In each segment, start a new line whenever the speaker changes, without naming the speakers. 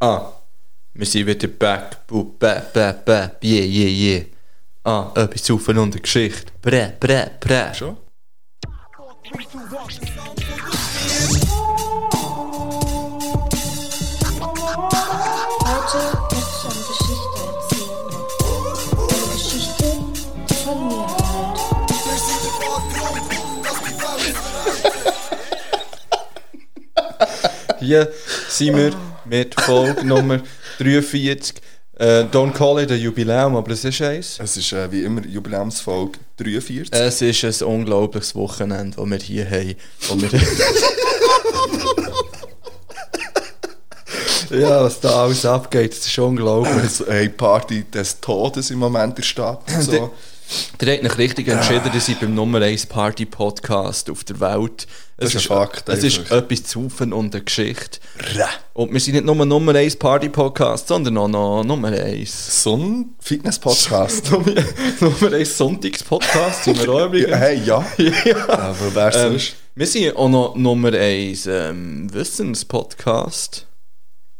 Ah, wir sind wieder back, boop, bap, bap, bap, yeah, yeah, yeah. Ah, etwas zu von unter Geschichte. Prä, prä, prä. Schon?
Heute wird schon Geschichte erzählen. Eine Geschichte die von mir halt.
Hier sind wir mit Folge Nummer 43. Äh, don't call it a Jubiläum, aber es ist eins.
Es ist äh, wie immer Jubiläumsfolge 43.
Es ist ein unglaubliches Wochenende, das wir hier haben. Wo wir ja, was da alles abgeht, das ist unglaublich.
Es hey, Party des Todes im Moment in der Stadt. und So.
Ihr habt euch richtig entschieden, dass ich beim Nummer 1 Party Podcast auf der Welt.
Das ist ein Fakt,
Es ist
einfach.
etwas zu Haufen und eine Geschichte.
Rä.
Und wir sind nicht nur Nummer 1 Party Podcast, sondern auch noch Nummer 1.
so ein Fitness-Podcast.
Nummer 1 Sonntags Podcast sind wir auch
ja,
übrigens.
hey, ja. Aber wer
Ähm,
sonst?
wir sind auch noch Nummer 1 ähm, Wissens-Podcast.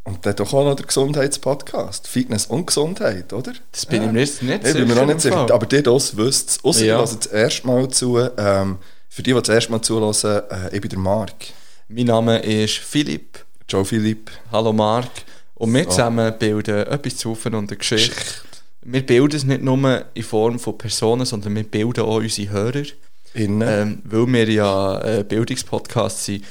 Und dann doch auch noch der Gesundheitspodcast. Fitness und Gesundheit, oder?
Das bin ich mir jetzt nicht
Ich bin mir
sicher
noch nicht
im Fall.
sicher. Aber die das wisst es. Außer
Ja.
ja. das erste Mal zu. Ähm, für die, die das erste Mal zuhören, äh, ich bin der Marc.
Mein Name ist Philipp.
Joe Philipp.
Hallo Marc. Und wir zusammen bilden etwas zu Haufen und eine Geschichte. Wir bilden es nicht nur in Form von Personen, sondern wir bilden auch unsere Hörer.
Innen.
Ähm, weil wir ja äh, Bildungspodcast sind.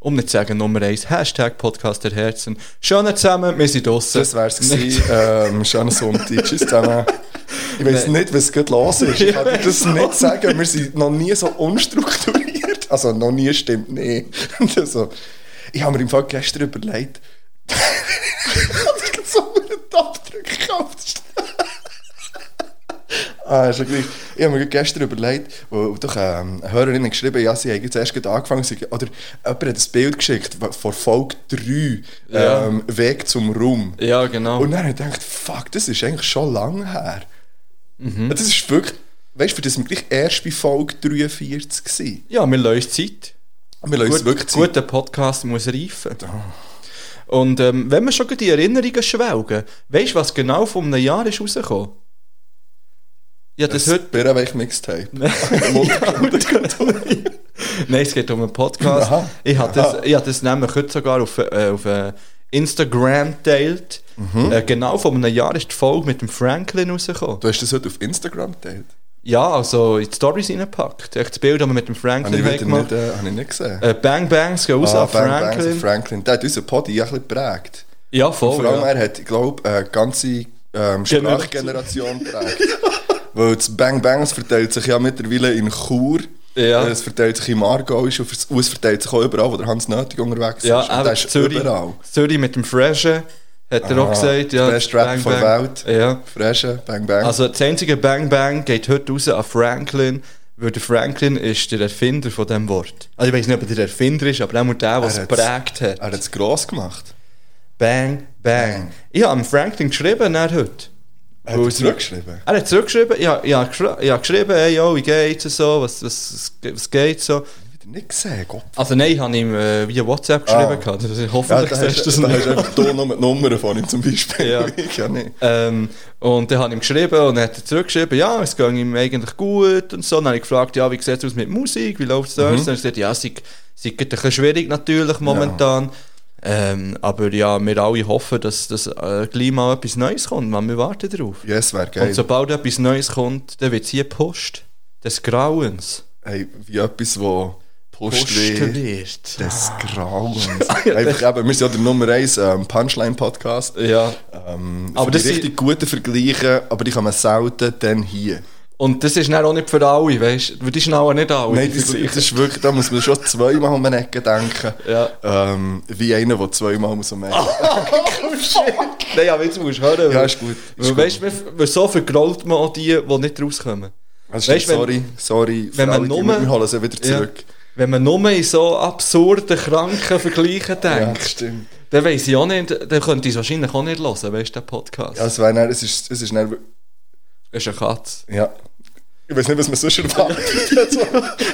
Um nicht zu sagen Nummer 1, Hashtag Podcast der Herzen. Schöner zusammen, wir sind draussen.
Das wär's gewesen. ähm, schönen Sonntag. Tschüss zusammen. Ich weiß nicht, was gerade los ist. Ich kann dir das nicht sagen. Wir sind noch nie so unstrukturiert. Also, noch nie stimmt nicht. Also, ich habe mir im Fall gestern überlegt, dass ich so einen Abdruck kaufe. Ah, ist ja gleich. Ich habe mir gerade gestern überlegt, wo doch ähm, eine Hörerin hat geschrieben ja, sie haben jetzt erst gerade angefangen. Sie, oder jemand hat ein Bild geschickt vor Folge 3,
Ja.
ähm, Weg zum Raum.
Ja, genau.
Und dann habe ich gedacht, fuck, das ist eigentlich schon lange her.
Mhm.
Das ist wirklich, weißt du, für das wir gleich erst bei Folge 43 waren.
ja, wir lassen uns Zeit.
Wir lassen uns wirklich Ah, Zeit.
guter Podcast muss reifen. Und ähm, wenn wir schon gerade die Erinnerungen schwelgen, weißt du, was genau vor einem Jahr ist rausgekommen? Ja, das, das heute.
Bärenweich Mixtape.
Nein, es geht um einen Podcast.
Aha.
Ich habe das, ich hab das nämlich heute sogar auf, äh, auf äh, Instagram geteilt.
Mhm.
Äh, genau vor einem Jahr ist die Folge mit dem Franklin rausgekommen.
Du hast das heute auf Instagram geteilt.
Ja, also in die Stories reingepackt. Echt Das Bild, das wir mit dem
Habe ich,
Franklin
wieder
gemacht
nicht, äh, habe ich nicht gesehen.
äh, Bang Bangs gehen raus
Ah,
an
Bang Bangs
Franklin.
und Franklin. Der hat unseren Podi ein bisschen geprägt.
Ja, voll.
Vor allem
Oh, Ja.
er hat, ich glaube, eine ganze ähm, Sprachgeneration geprägt. Weil das Bang Bangs verteilt sich ja mittlerweile in Chur.
Ja.
Es verteilt sich in Margau, ist auf- und es verteilt sich auch überall, wo der Hans Nötig unterwegs
Ja, ah,
ist. Und der
eben
ist
Zürich,
überall.
Zürich mit dem Freshen hat er auch
Ah,
gesagt.
der
Ja,
beste Rapper von der Welt.
Ja.
Fresche, Bang Bang.
Also das einzige Bang Bang geht heute raus an Franklin, weil der Franklin ist der Erfinder von diesem Wort. Also ich weiß nicht, ob er der Erfinder ist, aber er muss der, der es
hat's-
geprägt hat.
er hat es gross gemacht.
Bang, bang.
Bang.
Ich habe am Franklin geschrieben, er heute.
Er hat
Weil
es
es-
zurückgeschrieben.
Er hat zurückgeschrieben, ich habe, ich habe, geschri- ich habe geschrieben, hey, yo, wie geht's und so, was, was, was geht so.
Ich habe nicht gesehen, Gott.
Also nein, ich habe ihm äh, via WhatsApp geschrieben.
Ah.
gehabt. Also
Ja,
Hoffentlich
da
siehst
hast
du das
du da er
nicht.
hast du einfach hier nur die Nummern von ihm zum
dus
Beispiel.
Ja.
Ich ja nicht.
Ähm, und dann habe ich ihm geschrieben und er hat zurückgeschrieben, ja, es ging ihm eigentlich gut und so. Dann habe ich gefragt, ja, wie sieht es aus mit Musik, wie läuft es da? Und
Mhm.
Dann hat er gesagt, ja, es sei, sei gerade ein bisschen schwierig natürlich momentan. Ähm, aber ja, wir alle hoffen, dass, dass äh, gleich mal etwas Neues kommt, man, wir warten darauf.
Ja, es wäre geil.
Und sobald etwas Neues kommt, dann wird es hier Post des Grauens.
hey, wie etwas, wo Post
Post
wird.
wird.
Des Grauens.
Ah,
Einfach eben, wir sind ja der Nummer 1 ähm, Punchline-Podcast.
Ja.
Ähm,
Aber
aber
das
das richtig gute Vergleiche, aber die kann man selten dann hier.
Und das ist dann auch nicht für alle, weißt du? Die sind auch nicht alle.
Nein, das, das ist wirklich, da muss man schon zweimal um den Ecken denken.
Ja. Ah.
Ähm, wie einer, der zweimal muss um den Ecken
Nein, aber jetzt musst du hören.
Ja, ist gut, ist
Weil,
gut.
weißt, wir, weil so vergrault man auch die, die nicht rauskommen.
Also,
Weisst, wenn-
sorry, sorry, für
wenn man
alle, die-
nur-
wir holen sie wieder zurück.
Ja. Wenn man nur in so absurden, kranken Vergleichen
Ja,
denkt,
das stimmt.
dann weiss ich auch nicht, dann könnte ich es wahrscheinlich auch nicht hören, weißt du, der Podcast.
Ja,
Das
es, wäre dann, es ist, es ist dann,
ist eine Katze.
ja. Ich weiß nicht, was man sonst erwartet.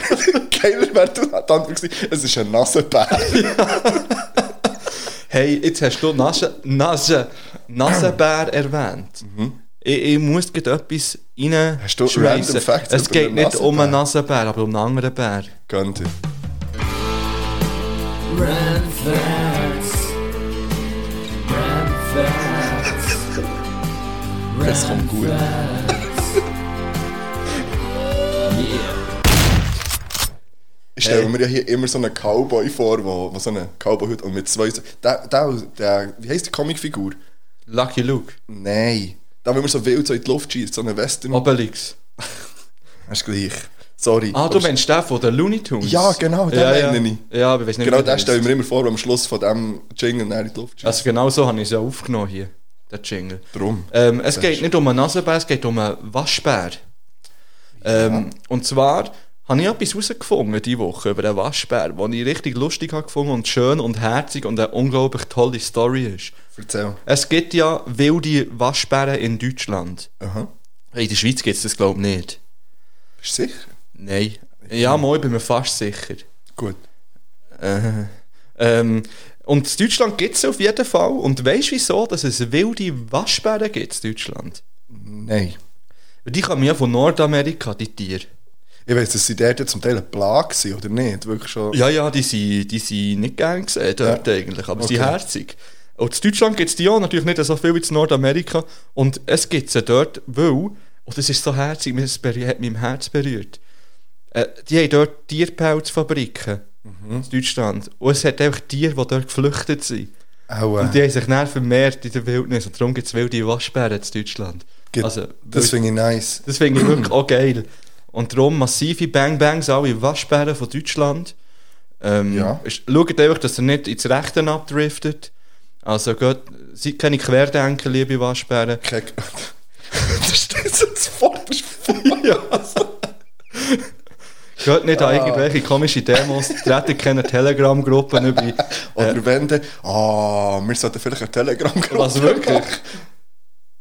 Also, Geiler wäre die Antwort gewesen, es ist ein nasser Bär.
hey, jetzt hast du Nase, Nase, Nasenbär erwähnt. Ich, ich muss gerade etwas rein
Mhm. Hast du random Facts
Es
über
geht
den
nicht um einen
Nasenbär?
Nasenbär, aber um einen anderen Bär.
Gönnt ihr. Es kommt gut. Ich stelle mir ja hier immer so einen Cowboy vor, wo, wo so einen Cowboy hat und mit zwei... so- Der, der, der, wie heisst die Comicfigur?
Lucky Luke.
Nein. Da, wenn man so wild so in die Luft schießt, so einen Western...
Obelix.
Das ist gleich. Sorry.
Ah, du
Aber-
meinst den von den Looney Tunes?
Ja, genau, den
ja,
meine
ja. Ja, aber ich weiß nicht,
Genau
wie der
das stelle ich
heisst.
mir immer vor, wenn am Schluss von diesem Jingle näher in die Luft schießt.
Also genau so habe ich es ja aufgenommen hier, der Jingle.
Drum.
Ähm, es
Das
geht
ist-
nicht um einen Nasenbär, es geht um einen Waschbär. Ähm, Und zwar habe ich etwas herausgefunden diese Woche über den Waschbär, den ich richtig lustig habe gefunden und schön und herzig und eine unglaublich tolle Story ist.
Erzähl.
Es gibt ja wilde Waschbären in Deutschland.
Aha.
In der Schweiz gibt es das glaube ich nicht.
Bist du sicher?
Nein. Ja, mal, ich bin mir fast sicher.
Gut.
Äh, ähm, und in Deutschland gibt es auf jeden Fall. Und weißt du wieso, dass es wilde Waschbären gibt in Deutschland?
Nein.
Die kommen ja von Nordamerika, die Tiere.
Ich weiss, dass sie dort zum Teil eine Plage sind, oder nicht? Wirklich schon...
Ja, ja, die sind, die sind nicht gern gesehen dort
Ja.
eigentlich, aber sie
Okay.
sind herzig. Und in Deutschland gibt es die auch natürlich nicht so viel wie in Nordamerika. Und es gibt sie dort, weil, und das ist so herzig, mir- es beri- hat mein Herz berührt, äh, die haben dort Tierpelzfabriken
Mhm.
in Deutschland. Und es hat einfach Tiere, die dort geflüchtet sind.
Aua.
Und die haben sich dann vermehrt in der Wildnis. Und darum gibt es wilde Waschbären in Deutschland.
Ge-
also,
das finde ich nice.
Das finde ich wirklich auch geil. Und darum massive Bang-Bangs, alle Waschbären von Deutschland. Ähm,
Ja.
ist- Schaut einfach, dass ihr nicht ins Rechte abdriftet. Also geht, seid keine Querdenker, liebe Waschbären.
Kein... das steht so das Wort ist voll.
ja. also. Geht nicht
Ah.
an irgendwelche komische Demos, tretet keine Telegram-Gruppen über. Äh,
Oder wenn dann... Ah, wir sollten vielleicht eine Telegram-Gruppe
Was wirklich?
machen.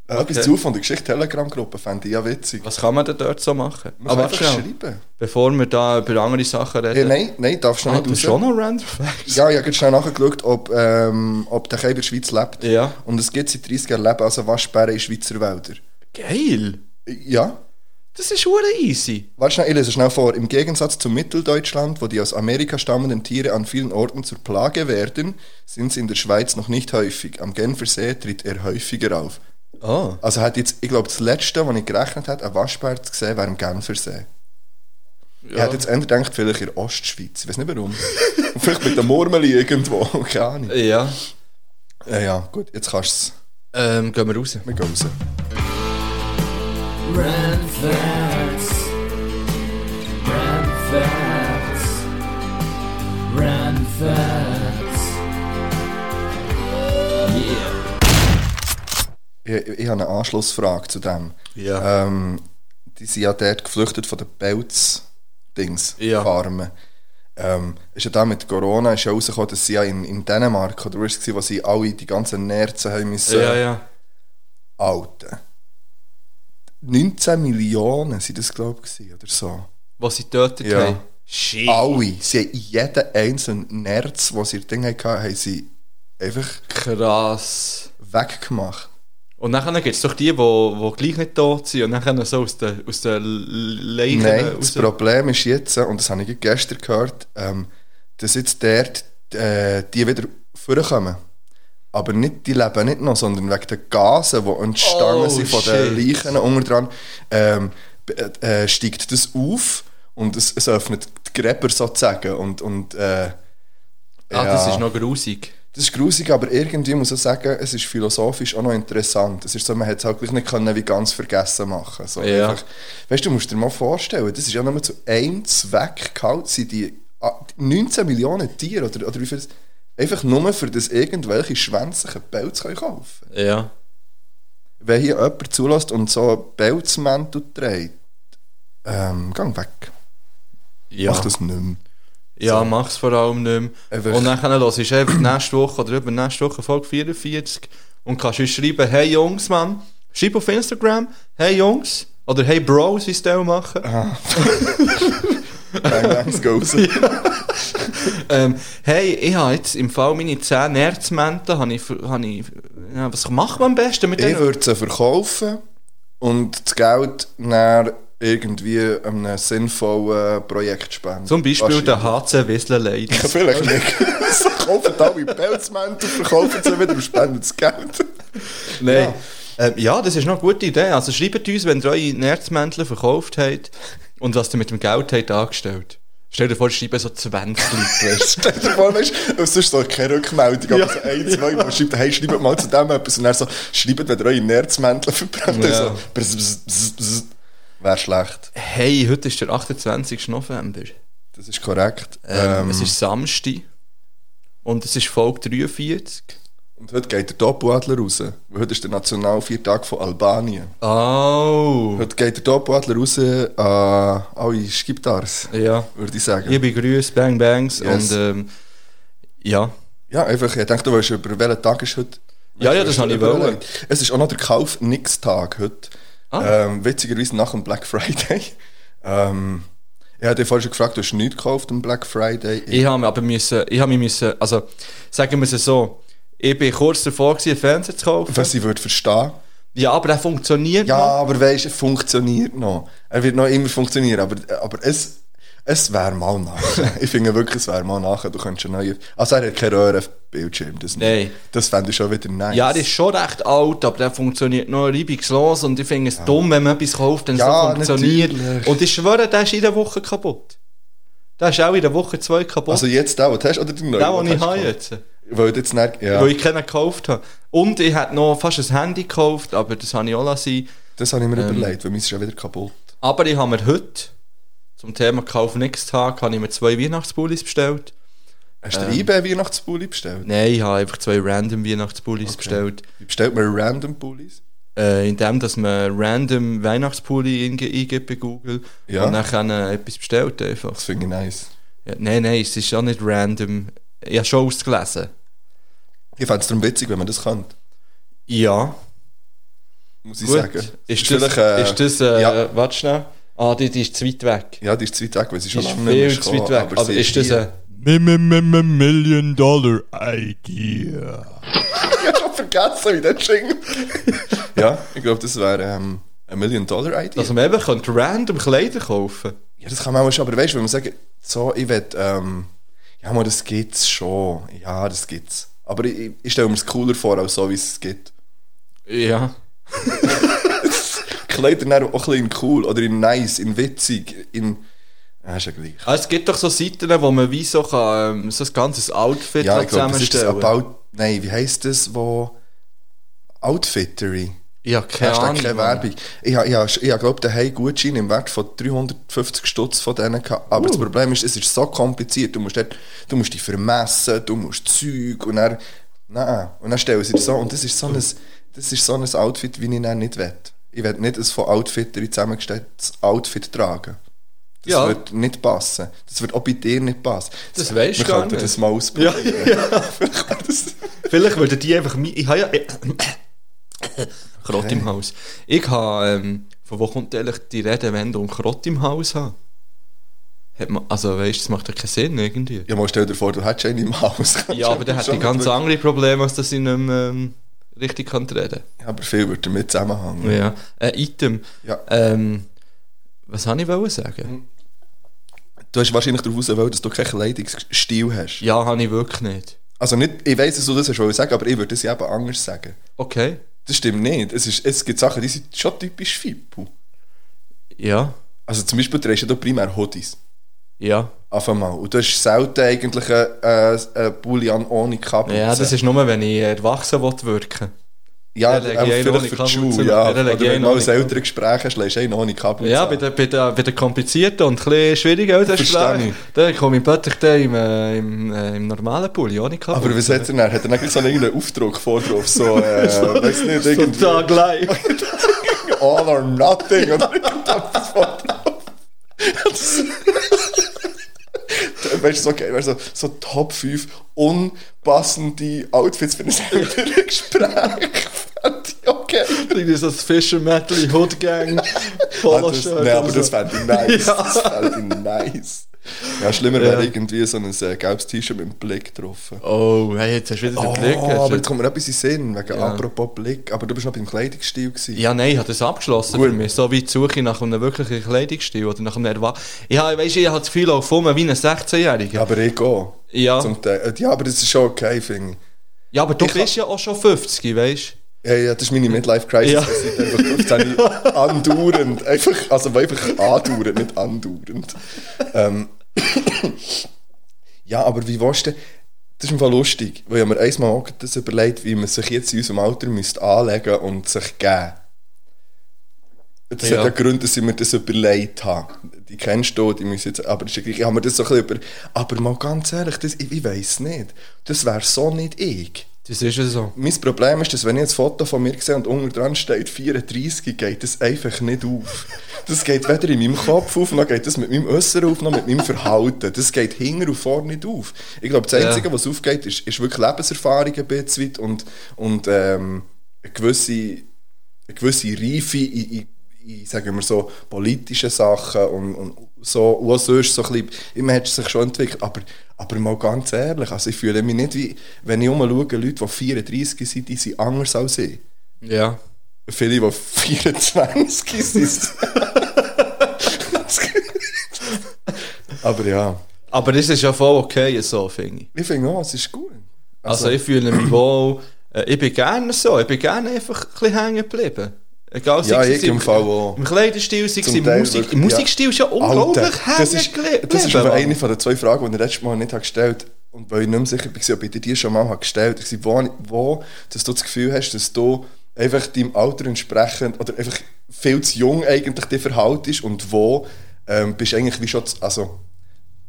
Äh, Etwas zu von der Geschichte Telegram-Gruppe fände ich ja witzig.
Was kann man denn dort so machen?
Man kann
Aber
einfach
schnell,
schreiben.
bevor wir da über andere Sachen
Hey,
reden.
nein, nein, darfst du
ah,
noch
du hast
nicht
schon noch Random Facts?
Ja, ich habe gerade schnell nachgeschaut, ob, ähm, ob der Kai in der Schweiz lebt.
Ja.
Und es gibt seit 30 Jahren Leben also Waschbären in Schweizer Wäldern.
Geil!
Ja.
Das ist hure easy.
Weißt du, ich lese schnell vor. Im Gegensatz zu Mitteldeutschland, wo die aus Amerika stammenden Tiere an vielen Orten zur Plage werden, sind sie in der Schweiz noch nicht häufig. Am Genfersee tritt er häufiger auf.
Oh.
Also hat jetzt, ich glaube, das Letzte, was ich gerechnet habe, ein Waschbär zu sehen, wäre am Genfersee. Ich hätte jetzt eher gedacht, vielleicht in der Ostschweiz. Ich weiß nicht warum. vielleicht mit der Murmel irgendwo. Keine Ahnung.
Ja.
Ja, ja, gut, jetzt kannst du es.
Ähm, gehen wir raus.
Wir gehen raus. Ich, ich, ich habe eine Anschlussfrage zu dem.
Ja.
Ähm, die sind ja dort geflüchtet von den Pelz-Dings,
Ja.
Farmen. Ähm, ist ja da mit Corona ist ja rausgekommen, dass sie ja in, in Dänemark oder wo es war, wo sie alle die ganzen Nerzen haben müssen.
Ja, ja.
Alter. 19 Millionen sind das, glaube ich, oder so.
Was sie getötet
Ja.
haben. Shit.
Alle. Sie haben jeden einzelnen Nerz, den sie ihr Ding hatten, haben sie einfach
Krass.
weggemacht.
Und dann gibt es doch die, die wo, wo gleich nicht tot sind und dann so aus der, aus der Leichen
Nein, das
raus.
Problem ist jetzt, und das habe ich gestern gehört, ähm, dass jetzt dort äh, die wieder vorkommen. Aber nicht, die leben nicht noch, sondern wegen den Gasen, die entstanden
Oh,
sind von den
shit.
Leichen unten dran, ähm, b- äh, steigt das auf und es, es öffnet die Gräber sozusagen. Und, und, äh,
Ah, das
ja.
ist noch grusig.
Das ist grusig, aber irgendwie muss ich sagen, es ist philosophisch auch noch interessant. Es ist so, man hätte es halt gleich nicht können, wie ganz vergessen machen. So
Ja.
einfach, weißt du, du musst dir mal vorstellen, das ist ja nur zu einem Zweck gehalten, sind die ah, 19 Millionen Tiere oder, oder wie viel. Einfach nur für das irgendwelche schwänzlichen Pelze können kaufen
Ja.
Wenn hier jemand zulässt und so einen Pelzmantel trägt, ähm, gang weg.
Ja.
Mach das nicht mehr.
Ja, mach's vor allem nicht mehr.
Einfach-
Und dann los ist einfach nächste Woche oder übernächste Woche Folge 44 und kannst uns schreiben, hey Jungs, Mann, schreib auf Instagram, hey Jungs oder hey Bros, wie es die auch machen.
Bang Bangs gehen raus.
Ähm, hey, ich habe jetzt im Fall meine 10 Erzmenten, habe ich, habe ich, ja, was macht man am besten mit
Ich
denen?
würde sie verkaufen und das Geld dann irgendwie einem sinnvollen Projekt spenden.
Zum Beispiel
Wahrscheinlich.
der HC Whistler Ladies.
Vielleicht nicht. Sie kaufen alle Pelzmäntel, verkaufen sie wieder und spenden das Geld.
Nein. Ja. Ähm, ja, das ist noch eine gute Idee. Also schreibt uns, wenn ihr eure Nerzmäntel verkauft habt und was ihr mit dem Geld habt angestellt. Stell dir vor, es schreiben so 20 Leute. weisst
Stell dir vor, weißt du, sonst so keine Rückmeldung, aber so ein, zwei, die schreibt, hey, schreibt mal zu dem etwas und dann so, schreibt, wenn ihr eure Nerzmäntel verbrennt.
Ja.
So, bzz, bzz, bzz, bzz. Wäre schlecht.
du. Hey, heute ist der 28. November.
Das ist korrekt.
Ähm,
Ähm,
Es ist Samstag und es ist Folge 43.
und heute geht der Topo-Adler raus. weil Heute ist der Nationalviertag von Albanien.
Oh.
Heute geht der Topo-Adler raus an alle Skiptars,
Ja.
würde ich sagen.
Liebe Grüße, Bang Bangs
Yes.
und ähm, ja.
Ja, einfach, ich denke, du weißt, über welchen Tag ist heute.
Ja, ja, das habe ich
Über
wollen.
welchen? Es ist auch noch der Kauf-Nix-Tag heute.
Ah.
Ähm, witzigerweise nach dem Black Friday. Ähm, ich habe dich vorhin schon gefragt, du hast nichts gekauft am Black Friday.
Ich habe aber müssen, ich habe mich müssen, also sagen wir es so, ich bin kurz davor, gewesen, einen Fernseher zu kaufen.
was ich würde verstehen.
Ja, aber der funktioniert
Ja,
noch.
aber weißt du, er funktioniert noch. Er wird noch immer funktionieren, aber, aber es, es wäre mal nachher. ich finde wirklich, es wäre mal nachher. Du könntest einen neuen. Also, er hat keinen Röhrenbildschirm. Das, nicht.
Nein.
das fände ich schon wieder nice.
Ja, der ist schon recht alt, aber der funktioniert noch reibungslos und ich finde es dumm, wenn man etwas kauft, dann
Ja,
so funktioniert.
natürlich.
Und ich schwöre, der ist in der Woche kaputt. Der ist auch in der Woche zwei kaputt.
Also, jetzt den, den du hast, oder den neuen?
der, den
den
ich
du hast
habe
gekauft?
jetzt.
Weil du jetzt nicht, ja,
Weil ich keinen gekauft habe. Und ich hätte noch fast ein Handy gekauft, aber das habe ich auch lassen.
das habe ich mir
Ähm.
überlegt, weil meins ist ja wieder kaputt.
Aber ich habe mir heute, zum Thema Kauf nächsten Tag, habe ich mir zwei Weihnachtsbullis bestellt.
Hast du ähm, eBay Weihnachtsbulli bestellt?
Nein, ich habe einfach zwei random Weihnachtspullis bestellt.
Wie bestellt man random Pullis?
Äh, indem dass man random Weihnachtspulli einge- eingibt bei Google
Ja.
und dann äh, etwas bestellt einfach.
Das finde ich nice.
Ja, nein, nein, es ist auch nicht random. Ich habe schon ausgelesen.
Ich fände es darum witzig, wenn man das könnte.
Ja.
Muss ich
Gut.
sagen.
Ist
Ist
das,
vielleicht, äh,
ist das äh,
ja.
warte schnell. Ah, die, die ist zu weit weg.
Ja, die ist zu weit weg, weil sie
Die
schon
ist
lange nicht
viel
mehr
zu
gekommen,
weit weg. Aber
sie
ist das äh,
hier.
ein...
Million dollar idea.
Ich hab schon vergessen, wie der Jingle. ja, ich glaube, das wäre ähm, eine Million-Dollar-Idee.
Dass man eben könnte random Kleider kaufen
ja, das kann man auch schon, aber weißt du, wenn man sagt, so, ich will, ähm, ja, mal, das gibt's schon. Ja, das gibt's. Aber ich, ich stelle mir es cooler vor, als so, wie es gibt.
Ja.
Kleider dann auch ein bisschen in cool oder in nice, in witzig, in... Ja, ist ja gleich.
Ah, es gibt doch so Seiten, wo man wie so, kann, ähm, so ein ganzes Outfit
Ja,
kann
ich glaube, das ist das
zusammenstellen
About... Nein, wie heisst das, wo... Outfittery.
Ja, keine
Hashtag
Ahnung.
keine
Mann.
Werbung. Ich, ha- ich, ha- ich glaube, daheim Gutscheine im Wert von 350 Stutz von denen gehabt. Aber
Uh.
das Problem ist, es ist so kompliziert. Du musst, dort, du musst dich vermessen, du musst Zeug und dann... Nein, und dann stellen sie dir so... Und das ist so ein, das ist so ein Outfit, wie ich dann nicht will. Ich will nicht ein von Outfittery zusammengestelltes Outfit tragen. Das
Ja.
wird nicht passen. Das wird auch bei dir nicht passen.
Das weisst
Wir
gar
könnten
nicht.
das mal
Ja,
ausprobieren.
ja.
Das-
Vielleicht würden die einfach mein. Ich habe ja. äh, Krott im Haus. Ich habe. Ähm, von wo kommt eigentlich die Rede, wenn du einen Krott im Haus hast? Hat man, also weißt du, das macht ja keinen Sinn irgendwie.
Ja, mal stell dir vor, du hättest einen im Haus.
Ja, aber der hat die ganz andere Probleme, als dass ich nicht mehr, ähm, richtig kann reden
Ja, aber viel wird damit zusammenhängen.
kann. Ja. Ein Item.
Ja.
Ähm, was wollte ich wollen sagen?
Du hast wahrscheinlich darauf ausgewählt, dass du keinen Kleidungsstil hast.
Ja, habe ich wirklich nicht.
Also nicht, ich weiss, dass du das hast wollen sagen, aber ich würde es ja eben anders sagen.
Okay.
Das stimmt nicht. Es, ist, es gibt Sachen, die sind schon typisch Fippo.
Ja.
Also zum Beispiel trägst du ja da primär Hoodies.
Ja.
Auf einmal. Und du hast selten eigentlich einen, äh, einen Pulli an ohne Kapuze.
Ja, das ist nur, wenn ich erwachsen will wirken. Ja,
Ja,
leg ich
aber
einen ohne
vielleicht für die
Kapuze
Schuhe,
noch.
ja.
Ja,
Oder
leg ich
wenn
einen
du mal
ohne
ein älteres Gespräch hast, legst du einen ohne Kapuze
Ja,
an.
bei der, bei, der, bei der komplizierten und ein bisschen schwierigen
Verstehe
Elternsprache,
ich.
da komme ich plötzlich da im, äh, im, äh, im normalen Pulli, ohne Kappe.
Aber was hat er dann? Hat er dann so irgendeinen Aufdruck vor drauf? So, äh, weiss nicht,
so
irgendwie
Tag gleich.
all or nothing oder irgendetwas von drauf. Weißt du, so, okay, weißt du, so Top 5 unpassende Outfits für ein älteres Gespräch. Fand ich Okay.
Irgendwie so das Fisher Metal Hood Gang
Ah,
Polo
das-
Shirt.
Nein, aber
oder
das
so.
fände ich nice.
Ja.
Das fände ich nice. Ja, schlimmer wäre
Ja.
irgendwie so ein äh, gelbes T-Shirt mit dem Blick drauf.
Oh, hey, jetzt hast du wieder den
Oh,
Blick. hast du-
aber jetzt kommt mir etwas in den Sinn, wegen
Ja.
apropos Blick. Aber du bist noch beim Kleidungsstil gewesen.
Ja, nein, ich habe das abgeschlossen
Gut.
für mich. So wie die Suche nach einem wirklichen Kleidungsstil oder nach einem Erwachsenen. Ich habe, weisst du, ich habe das Gefühl auf wie ein 16-Jähriger.
Aber ich auch.
Ja.
Zum Teil. äh, Ja, aber das ist schon okay, finde ich.
Ja, aber du
Ich
bist ja auch schon 50, weißt
Ja, ja, das ist meine Midlife-Crisis.
Ja.
Ja. Seit einfach 15 Jahre. andauernd. Einfach, also einfach andauernd, nicht andauernd. Ähm. ja, aber wie willst du denn- Das ist im Fall lustig, weil ich habe mir einmal auch gerade das überlegt, wie man sich jetzt in unserem Alter müsste anlegen und sich geben. Das
Ja.
hat ja Gründe, dass ich mir das überlegt habe. Die kennst du, die müssen jetzt... Aber das ist ja gleich, ich habe mir das so ein bisschen über... Aber mal ganz ehrlich, das, ich, ich weiß nicht. Das wäre so nicht ich.
Das ist ja so.
Mein Problem ist, dass wenn ich jetzt ein Foto von mir sehe und unten dran steht 34, geht das einfach nicht auf. Das geht weder in meinem Kopf auf, noch geht das mit meinem Äußeren auf, noch mit meinem Verhalten. Das geht hinten und vorne nicht auf. Ich glaube, das
Ja.
Einzige, was aufgeht, ist, ist wirklich Lebenserfahrung ein bisschen weit und, und ähm, eine, gewisse, eine gewisse Reife in, in, in sagen wir so, politischen Sachen und, und so. Und auch sonst so ein bisschen, immer hat es sich schon entwickelt. Aber, aber mal ganz ehrlich, also ich fühle mich nicht wie, wenn ich umschaue, Leute, die 34 sind, die sind anders als ich.
Ja.
Viele, die 24 sind. aber ja,
Aber das ist ja voll okay, so finde ich.
ich finde auch, es ist gut.
Also, ich fühle mich wohl. Äh, ich bin gerne so. Ich bin gerne einfach ein bisschen hängen geblieben. Egal,
Ja,
sei
ich im Fall auch.
Im Kleidungsstil, sei es
Zum
im
Teil
Musik.
wirklich,
Im Musikstil ist ja unglaublich
Alter, das ist,
hängen
das ist
geblieben,
aber
Mann.
eine von den zwei Fragen, die ich letztes Mal nicht habe gestellt Und weil ich nicht mehr sicher war, ob ich dir die schon mal habe gestellt habe, wo, wo dass du das Gefühl hast, dass du einfach deinem Alter entsprechend oder einfach viel zu jung eigentlich dir verhaltest und wo ähm, bist du eigentlich wie schon, zu, also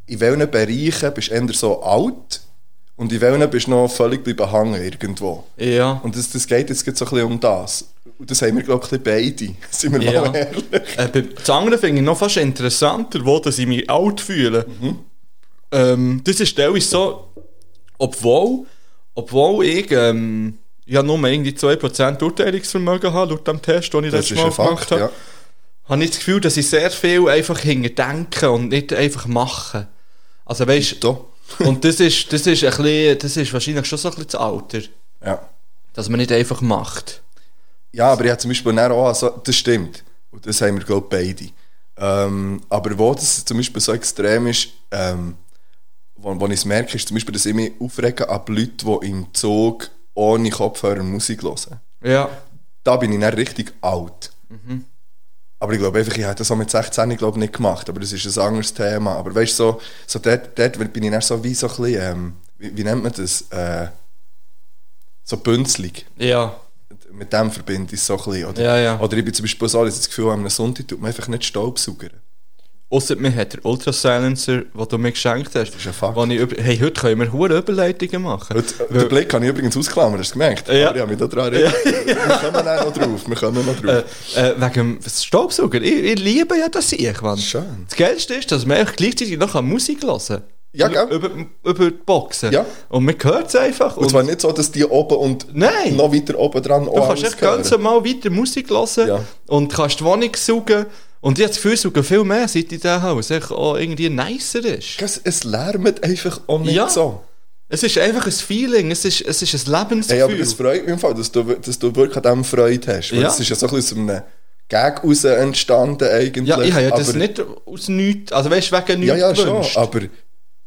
in welchen Bereichen bist du eher so alt und in welchen bist du noch völlig bleiben hängen irgendwo.
Ja.
Und das, das geht jetzt gerade so ein bisschen um das. Und das haben wir, glaube ich, ein bisschen beide, sind wir
Ja.
mal ehrlich.
Äh, bei- das andere finde ich noch fast interessanter, wo dass ich mich alt fühle.
Mhm.
Ähm, das ist teilweise so, obwohl, obwohl ich ähm, ja nur irgendwie 2% Urteilungsvermögen habe, laut dem Test, den ich
Das
letztes
ist
Mal
ein
gemacht
Fakt,
habe,
ja.
habe ich das Gefühl, dass ich sehr viel einfach hinterdenke und nicht einfach mache. Also weißt
Da.
und das ist, das, ist ein bisschen, das ist wahrscheinlich schon so ein bisschen das Alter,
Ja.
dass man nicht einfach macht.
Ja, aber ich habe zum Beispiel dann auch, also, das stimmt. Und das haben wir, glaube ich, beide. Ähm, aber wo das zum Beispiel so extrem ist, ähm, wo, wo ich es merke, ist zum Beispiel, dass ich mich aufrege ab Leuten, die im Zug ohne Kopfhörer Musik hören.
Ja.
Da bin ich dann richtig alt. Aber ich glaube einfach, ich hätte das auch mit 16 glaube ich, nicht gemacht. Aber das ist ein anderes Thema. Aber weißt du, so, so dort, dort bin ich dann so wie so ein bisschen, ähm, wie, wie nennt man das? Äh, so bünzlig
Ja.
mit dem verbinde ich es so ein bisschen. Oder,
Ja, ja.
oder ich bin zum Beispiel so, ich habe das Gefühl, am Sonntag tut man einfach nicht Staubsaugern.
Ausser mir hat der Ultra Silencer, den du mir geschenkt hast. Das
ist ein Fakt.
Ich über hey, heute können wir hohe Überleitungen machen.
Und, äh, Den Blick habe ich übrigens ausklammern, hast du gemerkt?
Ja.
Aber ich habe mich da dran erinnert. Wir kommen dann noch drauf, wir kommen noch
Äh,
drauf.
äh, wegen dem Staubsauger. Ich, ich liebe ja das ich, Mann.
Schön.
Das Geilste ist, dass man einfach gleichzeitig noch Musik hören kann.
Ja, gell?
Über, über die Boxen.
Ja.
Und man hört es einfach.
und zwar nicht so, dass die oben und
Nein.
noch weiter oben dran
Du kannst echt ganz normal weiter Musik hören
Ja.
und kannst die Wohnung saugen. Und ich habe das Gefühl, saugen viel mehr, seit ich da habe, was echt auch irgendwie nicer ist.
Es, es lärmt einfach auch nicht
Ja.
so.
Es ist einfach ein Feeling, es ist, es ist ein Lebensgefühl.
Hey, aber es freut mich im Fall, dass du, dass du wirklich an dem Freude hast. Weil
Ja.
es ist ja so ein bisschen aus einem Gag raus entstanden eigentlich.
Ja, ich habe ja das
aber-
nicht aus nichts, also weißt du, wegen
Ja,
nichts
ja, schon.
gewünscht.
Aber,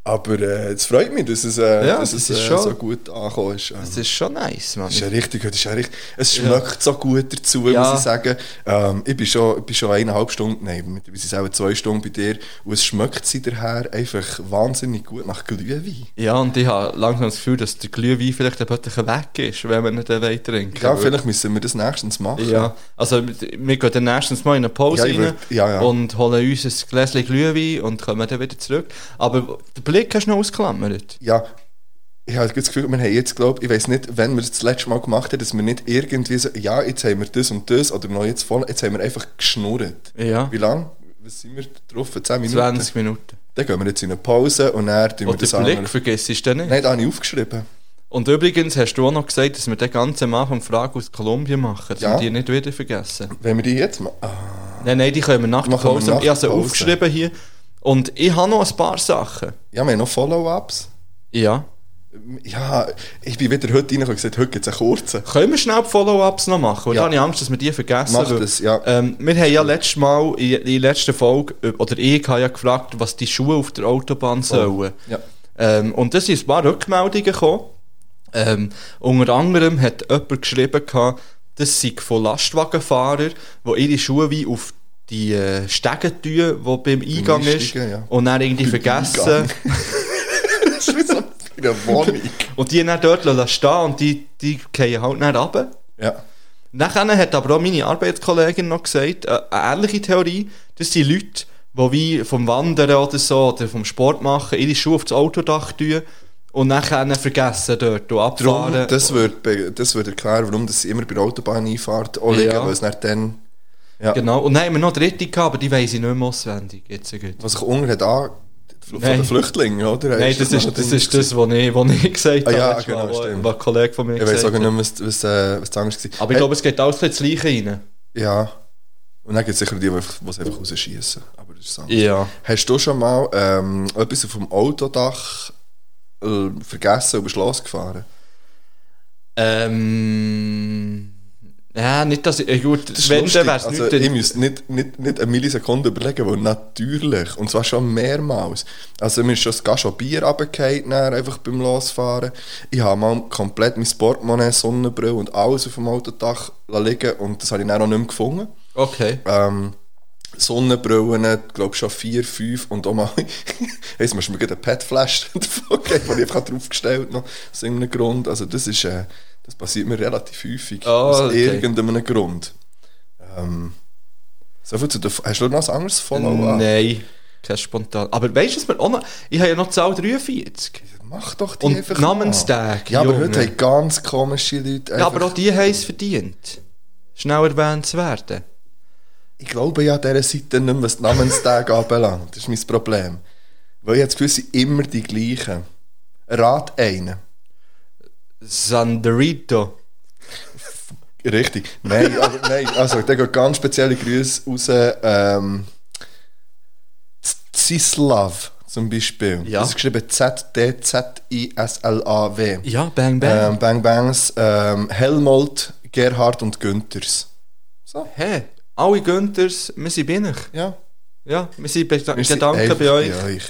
aber äh, es freut mich, dass es, äh,
Ja,
dass
das
es
ist
äh,
schon-
so gut angekommen ist. Ähm,
Das ist schon nice, Mann.
Das ist ja richtig, das ist ja richtig. Es schmeckt so gut dazu,
Ja.
muss ich sagen. Ähm, ich bin schon, ich bin schon eineinhalb Stunden, nein, wir sind auch zwei Stunden bei dir. Und es schmeckt seither einfach wahnsinnig gut nach Glühwein.
Ja, und ich habe langsam das Gefühl, dass der Glühwein vielleicht ein bisschen weg ist, wenn wir nicht den Wein trinken.
Ja, vielleicht müssen wir das nächstens machen.
Ja, also wir gehen dann nächstens mal in eine Pause
Ja, ich
rein
würd- ja, ja.
und holen uns ein Gläschen Glühwein und kommen dann wieder zurück. Aber den Blick hast du noch ausgeklammert.
ja ich habe das Gefühl, wir haben jetzt, glaube ich, weiß nicht, wenn wir es das letzte Mal gemacht haben, dass wir nicht irgendwie so, ja, jetzt haben wir das und das, oder noch jetzt voll, jetzt haben wir einfach geschnurrt.
Ja,
Wie lange? Was sind wir drauf? 10 Minuten?
20 Minuten.
Dann gehen wir jetzt in eine Pause und dann tun wir
Und
das
den Blick
andere.
vergisst du dann nicht.
Nein, das habe ich aufgeschrieben.
Und übrigens hast du auch noch gesagt, dass wir den ganzen Anfang Fragen aus Kolumbien machen, dass
Ja.
wir die nicht wieder vergessen.
Wenn wir die jetzt machen. Ah,
Nein, nein, die können wir nach der
Machen wir
Pause.
nach
Ich habe sie
der Pause.
aufgeschrieben hier. Und ich habe noch ein paar Sachen.
ja, wir haben noch Follow-ups.
Ja.
Ja, ich bin wieder heute reingekommen und gesagt, heute gibt es einen kurzen.
Können wir schnell die Follow-ups noch machen? Weil
Ja.
da habe ich Angst, dass wir die vergessen.
Mach
weil,
das, ja.
Ähm, wir haben ja letztes Mal, in, in der letzten Folge, äh, oder ich habe ja gefragt, was die Schuhe auf der Autobahn sollen.
Oh, Ja.
Ähm, und da sind ein paar Rückmeldungen gekommen. Ähm, unter anderem hat jemand geschrieben, gehabt, das sind von Lastwagenfahrern, die ihre Schuhe wie auf die äh, Stege tun, die beim Eingang ist,
Einsteigen, ja.
und dann irgendwie vergessen.
Eingang. Das ist wie so eine Wohnung.
Und die dann dort lassen stehen und die, die gehen halt nicht runter.
Ja.
Nachher hat aber auch meine Arbeitskollegin noch gesagt, äh, eine ähnliche Theorie, das sind Leute, die wie vom Wandern oder so oder vom Sport machen, ihre Schuhe auf das Autodach tun und nachher vergessen dort und
Drum,
abfahren.
das würde das würd erklären, warum das immer bei der Autobahneinfahrt auch liegen,
Ja.
weil es nicht dann... Ja.
genau. Und dann haben wir noch dritte gehabt, aber die weiss ich nicht mehr auswendig. Jetzt so gut.
Was ich unter hat an... Von
Nein.
den Flüchtlingen, oder?
Nein, das ist das, ist das was, ich, was ich gesagt
Ah,
habe.
ja,
letztes
genau,
Mal, was-
stimmt.
Was ein Kollege von mir
Ich weiß auch
gesagt
nicht
hat.
mehr, was, was, äh, was anders war. Äh,
Aber ich glaube, es geht alles ein bisschen ins Gleiche rein.
Ja. Und dann gibt es sicher die, die einfach- die es einfach rausschießen. Aber das ist anders.
Ja.
Hast du schon mal ähm, etwas auf dem Autodach äh, vergessen und bist losgefahren?
Ähm... Ja, nicht, dass ich... ja, Gut,
Das ist
wenn,
lustig.
dann wär's
also,
nicht... dann-
Ich muss nicht, nicht, nicht eine Millisekunde überlegen, weil natürlich, und zwar schon mehrmals. Also mir ist schon das Gascho Bier runtergefallen, dann einfach beim Losfahren. Ich habe mal komplett mein Portemonnaie, Sonnenbrille und alles auf dem Autodach liegen und das habe ich dann auch nicht mehr gefunden.
Okay.
ähm, Sonnenbrillen, glaube schon vier, fünf und auch mal, jetzt musst du mir gerade eine Petflash davon geben, die ich einfach draufgestellt habe, aus irgendeinem Grund. Also das ist, äh, das passiert mir relativ häufig,
Ah,
aus
okay.
irgendeinem Grund. Ähm, so viel zu der, hast du noch ein anderes Follow-up?
Nein, kein spontan. Aber weißt du, was wir auch noch. Ich habe ja noch die Zahl 43.
Mach doch die
Und
einfach
Namenstag,
mal. Ja, aber
Junge.
heute haben ganz komische Leute
Ja,
einfach,
aber auch die haben es verdient. Schnell erwähnt zu werden.
ich glaube ja an dieser Seite nicht mehr, was die Namenstage anbelangt. Das ist mein Problem. Weil ich habe das Gefühl, es sind immer die gleichen. Rat einen.
Sanderito.
Richtig. Nein, also, nein, also da geht ganz spezielle Grüße raus. Ähm, Z- Zislav zum Beispiel.
Ja.
Das ist geschrieben Z-D-Z-I-S-L-A-W.
Ja, Bang Bang.
Ähm, Bang Bangs, ähm, Helmold, Gerhard und Günthers. So,
Hey, alle Günthers, wir sind bei euch.
ja.
Ja, wir sind beda-
Wir sind
Gedanken
einfach
bei euch.
euch.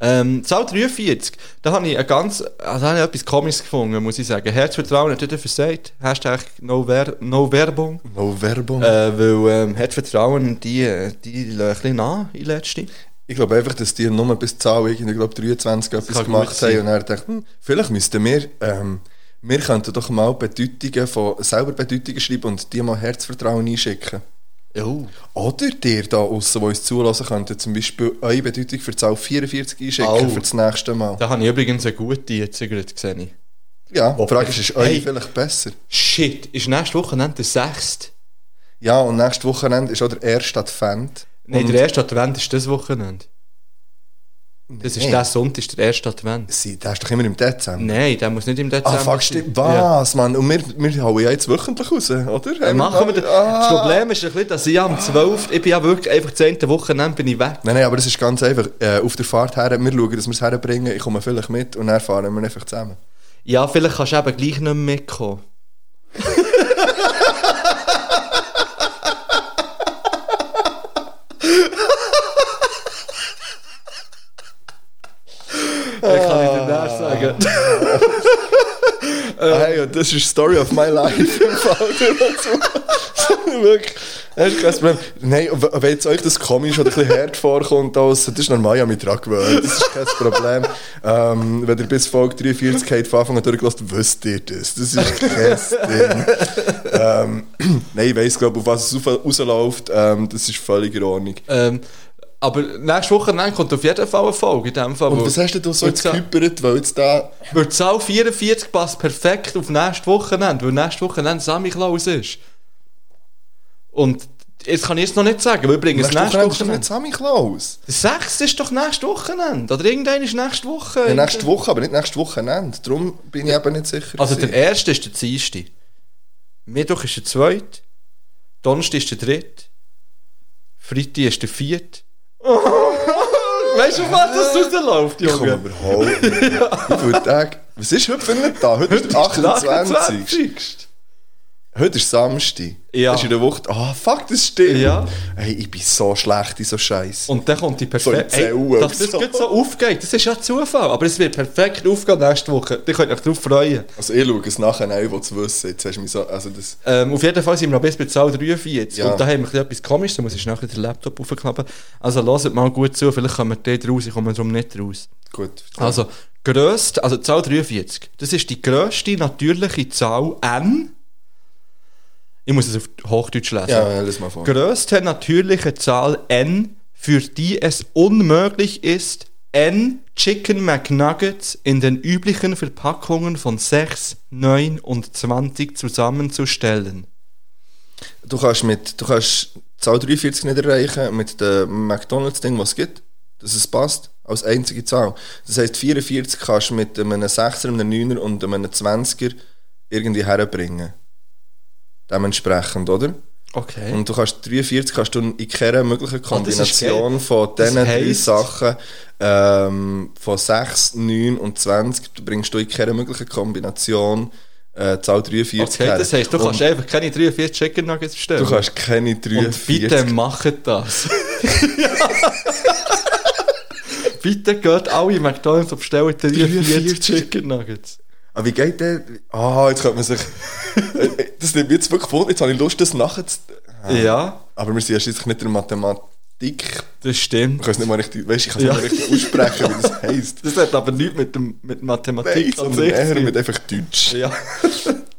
Ähm, Zahl 43, da habe ich, ein ganz, also habe ich etwas Komisches gefunden, muss ich sagen. Herzvertrauen hat jeder versagt. Hashtag no, Ver no Werbung.
No Werbung.
Äh, weil ähm, Herzvertrauen, die, äh, die lassen ein bisschen nach in letzter
Ich glaube einfach, dass die nur bis zur Zahl irgendwie, ich glaube 23
kann
etwas gemacht
gut sein.
haben und er dachte, hm, vielleicht müssten wir, ähm, wir könnten doch mal Bedeutungen von, selber Bedeutungen schreiben und die mal Herzvertrauen einschicken.
Oh.
Oder dir da aussen, die uns zulassen könnten, zum Beispiel eure Bedeutung für die Zahl 44 einschicken
Au.
für das nächste Mal.
Da habe ich übrigens eine gute jetzt gerade gesehen. ich.
Ja, die Frage ist, ist eure
Hey.
vielleicht besser?
Shit, ist nächstes Wochenende der 6.
Ja, und nächstes Wochenende ist auch der erste Advent.
Nein,
und
der erste Advent ist das Wochenende. Das ist
Nein.
der Sonntag, ist der erste Advent.
Sie, der ist doch immer im Dezember.
Nein, der muss nicht im Dezember
Ah, fuck, stimmt. Was, Mann? Und wir, wir hauen ja jetzt wöchentlich raus, oder?
Ja, machen wir das. das
Ah.
Problem ist ein bisschen, dass ich am 12. Ich bin ja wirklich einfach 10. Wochenende bin ich weg.
Nein, nein, aber das ist ganz einfach. Äh, auf der Fahrt her, wir schauen, dass wir es herbringen. Ich komme vielleicht mit und dann fahren wir einfach zusammen.
Ja, vielleicht kannst du eben gleich nicht mehr mitkommen. Ich Äh, kann ich dir das sagen.
Ah, Hey, und das ist Story of my life. im Fall, oder so. So, Wirklich. Das ist kein Problem. Nein, w- wenn jetzt euch das komisch oder ein bisschen hart vorkommt, das das ist normal, ja mit dran gewöhnt. Das ist kein Problem. ähm, wenn ihr bis Folge 43 habt, von Anfang an durchgelassen, wisst ihr das. Das ist kein Ding. ähm, nein, ich weiss, glaube auf was es rauf- rausläuft. Ähm, das ist völlig in Ordnung.
Ähm, aber nächste Woche dann kommt auf jeden Fall eine Folge in dem Fall.
Und
weil-
was hast denn du so
weil
jetzt
die Zahl-
gehypert, weil jetzt da...
Weil die Zahl 44 passt perfekt auf nächste Wochenende, weil nächste Wochenende Samichlaus ist. Und Jetzt kann ich es noch nicht sagen, weil ich bringe es
Nächstes
nächste
Wochenende ist
Woche.
doch nicht Sammy Klaus.
Der 6 ist doch nächstes Wochenende. Oder irgendein ist nächste Woche.
Ja, nächste Woche, aber nicht nächste Wochenende. Darum bin ich eben nicht sicher.
Also der
gewesen.
erste ist der zweite. Mittwoch ist der zweite. Donnerstag ist der dritte. Freitag ist der vierte. weißt du, auf was das rausläuft,
Ich komme
Junge?
überhaupt nicht. Wie viele Tage? Was ist heute für ein Tag? Heute ist der 28. Heute ist Samstag.
Ja.
Das ist in der Woche. Ah, fuck, das stimmt.
Ja.
Hey, ich bin so schlecht in so Scheiße.
Und dann kommt die perfekte.
So in Zellen
Ey, dass das
so.
so. so aufgeht, das ist ja Zufall. Aber es wird perfekt aufgehen nächste Woche. Ihr könnt euch darauf freuen.
Also ich schaue es nachher an, ich will es wissen. Jetzt hast du mich so... Also das...
Ähm, auf jeden Fall sind wir noch bis bei Zahl 43.
Ja.
Und da haben wir ein bisschen etwas komisches, da muss ich nachher den Laptop aufklappen. Also hört mal gut zu, vielleicht kommen wir dort raus, ich komme darum nicht raus.
Gut.
Also, grösst, also die Zahl 43, das ist die grösste natürliche Zahl n. Ich muss es auf Hochdeutsch lesen.
Ja, ja, lass mal vor.
Größte natürliche Zahl n, für die es unmöglich ist, n Chicken McNuggets in den üblichen Verpackungen von 6, 9 und 20 zusammenzustellen.
Du kannst mit... Du kannst die Zahl 43 nicht erreichen mit dem McDonalds-Ding, was es gibt. Dass es passt. Als einzige Zahl. Das heisst, 44 kannst du mit einem 6er, einem 9er und einem 20er irgendwie herbringen. Dementsprechend, oder?
Okay.
Und du kannst 43 kannst du in keiner möglichen
Ah, das ist
Kombination
geil.
von diesen
Das
drei
heisst-
Sachen, ähm, von 6, 9 und 20, du bringst du in keiner möglichen Kombination äh, Zahl 43
okay,
her.
das heisst, du
Und
kannst einfach keine 43 Chicken Nuggets bestellen.
du kannst keine 43.
Und bitte macht das. bitte geht alle McDonalds und bestellt 43
43
Chicken Nuggets.
Aber wie geht der? Ah, jetzt könnte man sich... das nimmt mir jetzt wirklich Wunder, jetzt habe ich Lust, das nachher zu... Ah.
Ja,
Aber wir sind ja schließlich nicht in der Mathematik...
das
Ich
stimmt.
kann es nicht mal richtig... Weißt, ich kann es
Ja.
nicht mal richtig aussprechen, wie das heisst.
Das hat aber nichts mit, dem, mit Mathematik
Nein, sondern eher
zu
mit
tun.
einfach Deutsch.
Ja,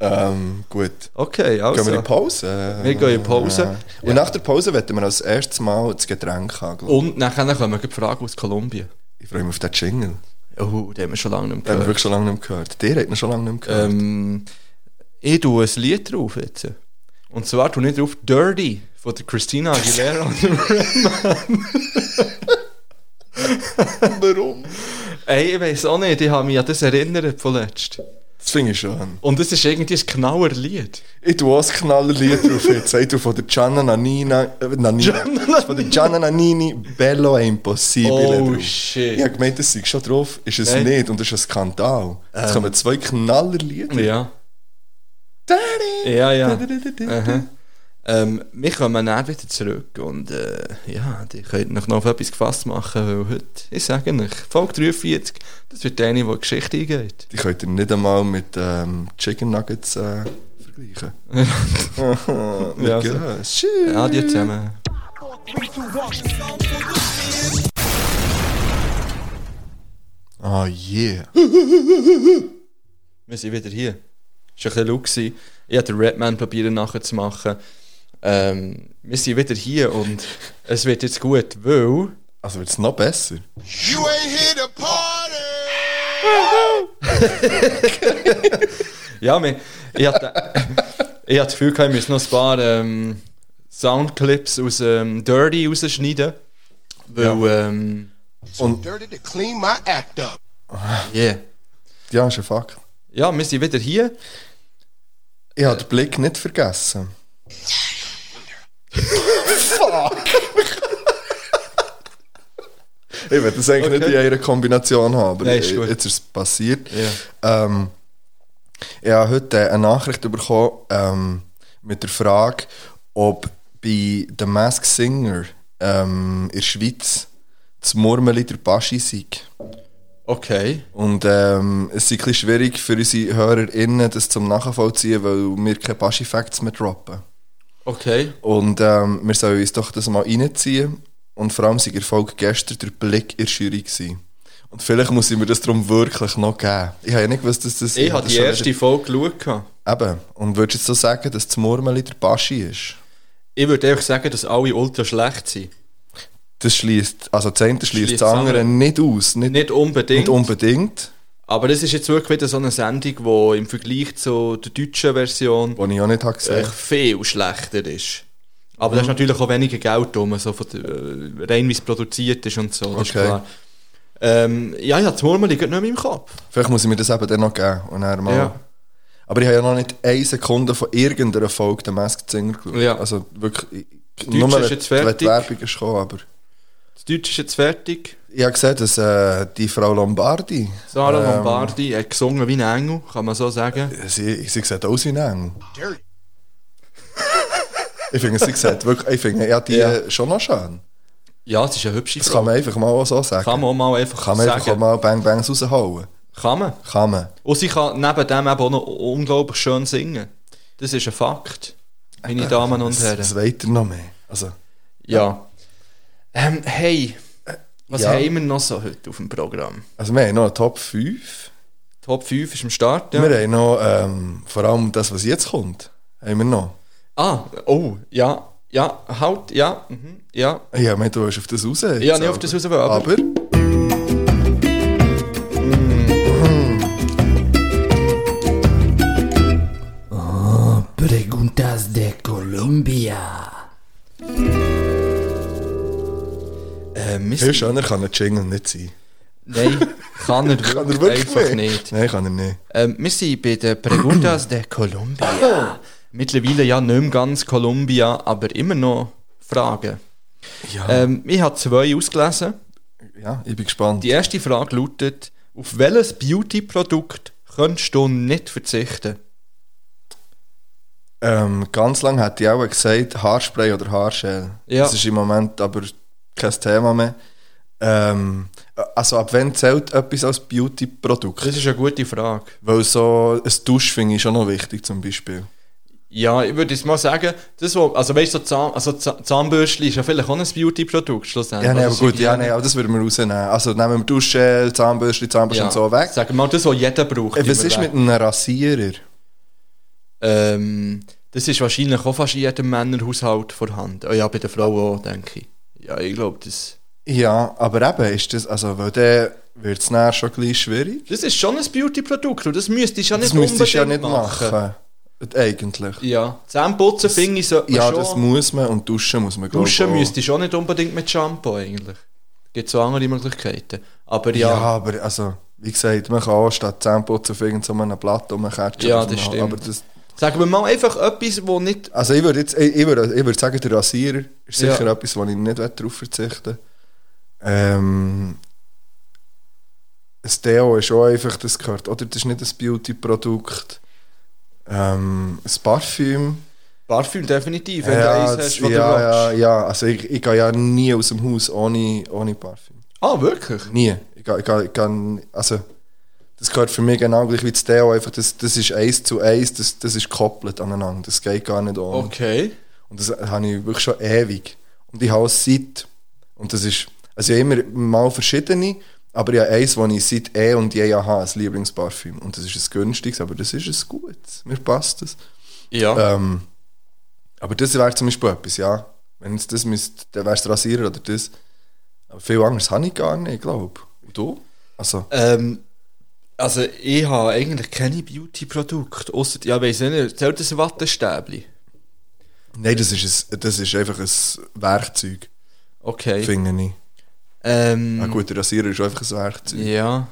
Ähm, gut.
okay, also.
Gehen wir in Pause?
Wir gehen in Pause.
Und nach der Pause werden wir als erstes Mal das Getränk haben. glaub ich.
Und nachher kommen wir die Frage aus Kolumbien.
Ich freue mich auf den Jingle.
Oh, den haben wir schon lange nicht
Den
mehr gehört.
haben wir wirklich schon lange nicht mehr gehört. Der hat man schon lange nicht mehr gehört.
Ähm, ich tue ein Lied drauf jetzt. Und zwar tue ich drauf Dirty von der Christina Aguilera und dem
warum?
Ey, ich weiß auch nicht, ich habe mich an das erinnert von letztem.
Das finde ich schon.
Und es ist irgendwie ein knauer Lied.
Ich tue auch ein Knallerlied drauf jetzt. Ich tue von der Gianna Nannina... Äh, Nannina.
Gianna
von der Gianna Nannini Bello è Impossibile
Oh,
drauf.
shit.
Ich habe gemeint, das sei schon drauf. Ist es
Nein.
nicht und das ist ein Skandal. Jetzt kommen zwei Knallerlieder.
Ähm. Ja.
Daddy.
Ja, ja.
Dadadadada.
Aha. Ähm, wir kommen dann wieder zurück und äh, ja, die könnt euch noch auf etwas gefasst machen, weil heute, ich sage euch, Folge 43, das wird eine, die in die Geschichte eingeht.
Die könnt ihr nicht einmal mit ähm, Chicken Nuggets äh, vergleichen.
Ja, so.
Tschüss.
Adieu zusammen.
Oh yeah.
Wir sind wieder hier. Es war ein bisschen laut. gewesen. Ich habe den Redman probieren nachzumachen. Ähm, wir sind wieder hier und es wird jetzt gut, weil...
Also wird es noch besser.
You ain't here to party.
Ja, wir, ich hatte ich hatte das Gefühl, gehabt, wir müssen noch ein paar ähm, Soundclips aus ähm, Dirty rausschneiden. Weil, ähm,
Und
Dirty to clean my act up.
yeah.
ja, ist ein Fakt.
ja, wir sind wieder hier.
Ich habe den Blick nicht vergessen. Fuck! ich will das eigentlich nicht in einer Kombination haben, aber
Nein, ist gut.
jetzt ist es passiert.
Ja.
Ähm, ich habe heute eine Nachricht bekommen ähm, mit der Frage, ob bei The Mask Singer ähm, in der Schweiz das Murmeli der Baschi sei.
Okay.
Und ähm, es ist ein bisschen schwierig für unsere HörerInnen, das zum Nachvollziehen, weil wir keine Baschi-Facts mehr droppen.
Okay.
Und ähm, wir sollen uns doch das mal reinziehen. Und vor allem sei Erfolg gestern der Blick in der Jury gewesen. Und vielleicht muss ich mir das darum wirklich noch geben. Ich habe ja nicht gewusst, dass das...
Ich habe
das
die
schon
erste Folge geschaut. gehabt.
wieder- Eben. Und würdest du jetzt so sagen, dass das Murmeli der Baschi ist?
Ich würde einfach sagen, dass alle ultra schlecht sind.
Das schließt Also das eine schließt
Schliesst
das andere
das andere.
nicht aus. Nicht,
Nicht unbedingt.
nicht unbedingt.
aber das ist jetzt wirklich wieder so eine Sendung, die im Vergleich zu der deutschen Version
Was ich auch nicht habe gesehen
echt viel schlechter ist. Aber
Mhm.
da ist natürlich auch weniger Geld drum, so von der, äh, rein wie es produziert ist und so, das
Okay.
ist klar. Ähm, ja, ja, das Murmeli geht nicht mehr im Kopf.
Vielleicht muss ich mir das eben dann noch geben. Und dann mal.
Ja.
Aber ich habe ja noch nicht eine Sekunde von irgendeiner Folge der Masked Singer geschaut.
Ja.
Also wirklich... ich-
Deutsche ist
wenn-
jetzt
wenn
fertig.
die Werbung ist gekommen, aber...
Das Deutsch ist jetzt fertig.
Ich habe gesehen, dass äh, die Frau Lombardi...
Sarah
ähm,
Lombardi hat gesungen wie ein Engel, kann man so sagen.
Sie, sie sieht aus wie ein Engel.
Dirty.
Ich finde, sie sieht wirklich... Ich finde, ja, die
Ja.
äh, schon noch schön.
Ja, es ist eine hübsche
Das kann
Frau.
man einfach mal auch so sagen.
Kann man auch mal einfach
Kann man
sagen.
einfach auch mal Bang Bangs raushauen.
Kann man.
Kann man.
Und sie kann neben dem eben auch noch unglaublich schön singen. Das ist ein Fakt, meine Damen und
Äh, Das,
Herren.
das weiter noch mehr. Also,
Ja. Ähm, hey, was
Ja.
haben wir noch so heute auf dem Programm?
also wir haben noch eine Top 5.
Top 5 ist am Start, ja.
Wir haben noch, ähm, vor allem das, was jetzt kommt, haben wir noch.
Ah, oh, ja, ja, halt, ja, mhm, ja.
Ja, wir du hast auf das raus.
Ja, nicht auf das raus, aber-
aber...
Preguntas de Colombia.
Äh,
Viel
Mist.
schöner kann ein Jingle nicht sein.
Nein, kann er,
Kann er wirklich
einfach nicht.
nicht? Nein, kann er nicht.
Ähm, wir sind bei den Preguntas de Colombia. Mittlerweile ja nicht mehr ganz Colombia, aber immer noch Fragen.
Ja,
Ähm, ich habe zwei ausgelesen.
ja ich bin gespannt.
Die erste Frage lautet: Auf welches Beauty-Produkt könntest du nicht verzichten?
Ähm, ganz lange hätte ich auch gesagt, Haarspray oder Haarschäl.
Ja.
Das ist im Moment aber kein Thema mehr. Ähm, also ab wann zählt etwas als Beauty-Produkt?
Das ist eine gute Frage.
Weil so ein Dusch finde ich schon noch wichtig zum Beispiel.
Ja, ich würde jetzt mal sagen, das, wo, also weißt du, so Zahn, also Zahn- Zahnbürstchen ist ja vielleicht auch ein Beauty-Produkt schlussendlich.
Ja, nein, aber
Also
gut, ja,
Hygiene.
nein, aber das würden wir rausnehmen. Also nehmen wir Duschen, Zahnbürste, Zahnbürste und so weg.
Sag mal, das, was jeder braucht.
Äh, Was
immer
ist
weg.
mit einem Rasierer?
Ähm, das ist wahrscheinlich auch fast in jedem Männerhaushalt vorhanden. Oh ja, bei der Frau auch, denke ich. Ja, ich glaube, das...
Ja, aber eben ist das, also weil dann wird es nachher schon gleich schwierig.
Das ist schon ein Beauty-Produkt und das müsstest du ja nicht
Das müsstest du ja nicht
unbedingt
machen. Eigentlich.
Ja, Zähneputzen, finde ich, sollte man
Ja,
schon...
das muss man und duschen muss man, glaub ich,
Duschen
auch.
müsstest du auch nicht unbedingt mit Shampoo eigentlich. Gibt so andere Möglichkeiten. Aber
Ja,
ja,
aber also, wie gesagt, man kann auch statt Zähneputzen auf irgendeinem Blatt um einen Ketchup
Ja,
auf
das
den Hals.
stimmt.
Aber das,
sagen wir mal einfach etwas, wo nicht...
also ich würde jetzt, ich, ich würde, ich würde sagen, der Rasierer ist
Ja.
sicher etwas, wo ich nicht darauf verzichten will. Ähm, das Deo ist auch einfach, das gehört, oder das ist nicht ein Beauty-Produkt. Ähm, ein Parfüm.
Parfüm definitiv, wenn du eins
das-
hast, was
ja,
du
ja,
willst.
ja, also ich, ich gehe ja nie aus dem Haus ohne, ohne Parfüm.
Ah, wirklich?
Nie. Ich, kann- ich, kann- ich kann, also, das gehört für mich genau gleich wie das Theo. Einfach, das, das ist eins zu eins, das, das ist gekoppelt aneinander. Das geht gar nicht ohne.
Okay.
Und das habe ich wirklich schon ewig. Und ich habe es seit, und das ist, also ich habe immer mal verschiedene, aber ich habe eins, das ich seit eh und je habe, ein Lieblingsparfüm. Und das ist ein günstiges, aber das ist ein gutes. Mir passt das.
Ja.
Ähm, aber das wäre zum Beispiel etwas, ja. Wenn es das müsste, dann wäre es der Rasierer oder das. Aber viel anderes habe ich gar nicht, glaube ich. Und du? Also,
Ähm, also ich habe eigentlich keine Beauty-Produkte, außer ja, weiss ich nicht, zählt das ein Wattestäbli?
nein, das ist, ein, das ist einfach ein Werkzeug,
Okay.
finde ich.
Ähm,
Ja, gut, der Rasierer ist einfach ein Werkzeug. Ja,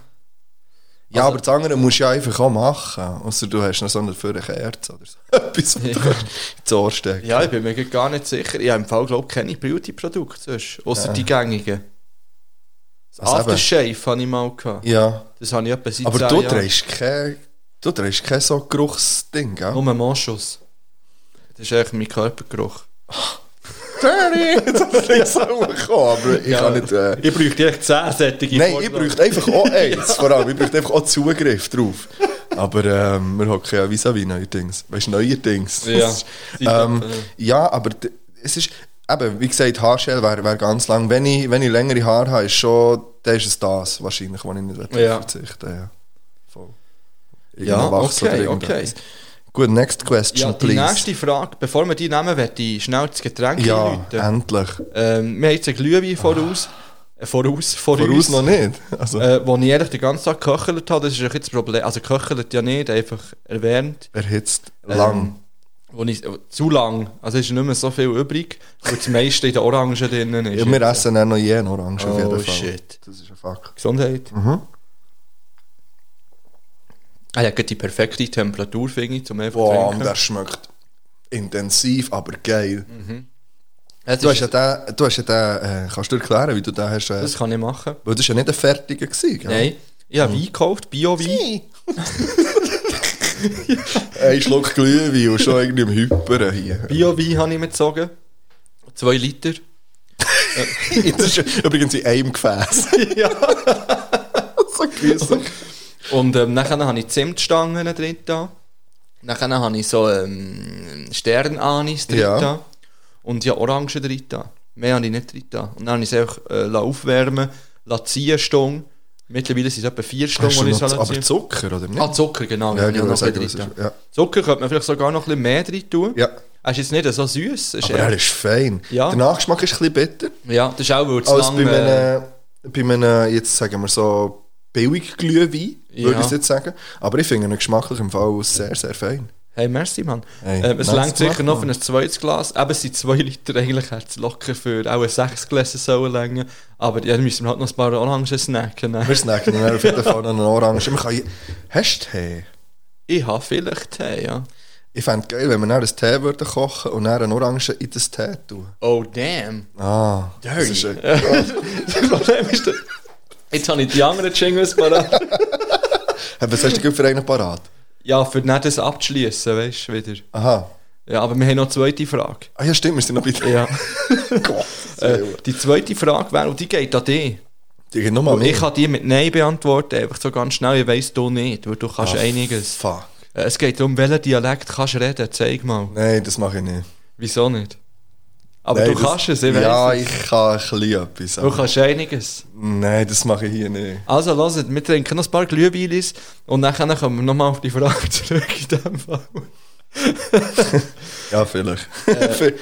Ja. also-
aber das andere musst du ja einfach auch machen. Außer du hast noch so eine für eine Kerze oder so. Etwas, was du kannst ins Ohr stecken
Ja, ich bin mir grad gar nicht sicher. Ich habe im Fall, glaube ich, keine Beauty-Produkte sonst, außer die gängigen. Das
Also eben.
Aftershave habe ich mal gehabt.
Ja.
Das habe ich etwa seit
Aber
zehn
du
Jahren.
trägst kein, du trägst kein so Geruchsding, gell?
Nur einen Moschus. Das ist eigentlich mein Körpergeruch.
Dirty! Das ist so gekommen, aber ich kann nicht... Äh,
Ich bräuchte direkt 10 solche
Nein,
Vorlagen.
ich bräuchte einfach auch eins, vor allem. Ich bräuchte einfach auch Zugriff drauf. Aber ähm, wir hocken ja vis-à-vis neuerdings. Weißt du, neuerdings.
Ja.
Das ist- ähm, ja, aber d- es ist, eben, wie gesagt, Haarschäl wäre wär ganz lang. Wenn ich, wenn ich längere Haare habe, ist schon, dann ist es das wahrscheinlich, wo ich nicht darauf
Ja.
verzichte. Ja, Voll.
Ja,
Irgendein Wachs oder
okay,
irgendetwas.
okay.
Gut, next question,
Ja, die
please.
nächste Frage, bevor wir die nehmen, möchte ich schnell das Getränk
ja,
einläuten.
endlich.
Ähm, wir haben jetzt einen Glühwein voraus. Äh, voraus, voraus.
Voraus noch nicht. Also,
Äh, wo ich ehrlich den ganzen Tag geköchelt habe, das ist doch jetzt das Problem. Also geköchelt ja nicht, einfach erwärmt.
erhitzt
Ähm,
lang.
Wo ich, zu lang, also ist nicht mehr so viel übrig, weil das meiste in den Orangen drinnen ist.
Ja, wir essen auch noch jeden Orange auf jeden
Oh
Fall. Mhm.
shit.
Das ist ein Fuck.
Gesundheit. Er hat Ah, gerade die perfekte Temperatur, finde ich, zum einfach
Boah,
trinken.
und das schmeckt intensiv, aber geil.
Mm. Das,
Du hast ja
ist,
den, du hast ja den äh, kannst du erklären, wie du den hast... Äh,
das kann ich machen.
weil das war ja nicht ein fertiger, gewesen, gell?
Nein, ich habe Wein gekauft, Bio-Wein.
Ein Schluck Glühwein und schon irgendwie im Hyperen eh, hier.
Bio-Wein habe ich mir gezogen. Zwei Liter. Äh,
das ist übrigens in einem Gefäß.
ja.
so gruselig.
Und ähm, nachher habe ich Zimtstangen drin da. Nachher habe ich so ähm, Sternanis drin
Ja.
da. Und ja, Orangen drin da. Mehr habe ich nicht drin da. Und dann habe ich es einfach äh, lassen aufwärmen, lassen ziehen Stunden. Mittlerweile sind es etwa vier Stunden,
Hast du
die ich
noch,
es lassen
aber
ziehen.
Zucker, oder nicht?
Ah, Zucker, genau.
Ja,
Ja,
genau,
genau noch
sag
ein
ich,
bisschen
was
drin.
ist- ja.
Zucker könnte man vielleicht sogar noch ein bisschen mehr drin tun.
Ja.
Er ist jetzt nicht so süß. Ist
aber
eher-
er ist fein.
Ja.
Der Nachgeschmack ist ein bisschen bitter.
ja, das ist auch, weil es
Als eh, bei
lang, äh,
einem, bei einem, jetzt sagen wir so, billig Glühwein, würde
Ja.
ich es jetzt sagen. Aber ich finde ihn geschmacklich im Fall sehr, sehr fein.
Hey, merci, Mann.
Hey,
ähm, es
nice
längt sicher
gemacht,
noch für
Mann.
ein zweites Glas. Eben, es sind zwei Liter, eigentlich hätte es locker für auch ein sechs Gläser sollen länger. Aber ja, dann müssen wir halt noch ein paar Orangen snacken.
Wir
Ne?
snacken dann auf jeden Fall noch einen Orange. Man kann, je- hast du Tee?
Ich habe vielleicht Tee, ja.
Ich fände es geil, wenn wir dann einen Tee würden kochen und dann eine Orange in das Tee tun.
Oh, damn.
Ah, das ist ein,
das Problem ist, dass- jetzt habe ich die anderen Jingles parat.
Hey, Was hast du denn für einen parat?
ja, für nicht das abzuschließen, weißt du, wieder.
Aha.
Ja, aber wir haben noch eine zweite Frage.
Ah ja, stimmt, wir sind noch bei der.
Ja.
Gott.
äh, die zweite Frage wäre, und die geht an dich.
Die gehen nochmal
Und ich kann die mit Nein beantworten, einfach so ganz schnell. Ich weiss, du nicht, weil du kannst einiges.
Fuck.
Äh, Es geht darum, welchen Dialekt kannst du reden, zeig mal.
Nein, das mache ich nicht.
Wieso nicht? Aber
Nein,
du
das-
kannst es, ich
Ja,
weiss. es.
ich kann ein bisschen etwas.
Du
aber-
kannst einiges.
Nein, das mache ich hier nicht.
Also hört, wir trinken noch ein paar Glühweilis und dann kommen wir nochmal auf die Frage zurück in dem Fall.
Ja, vielleicht.
Äh,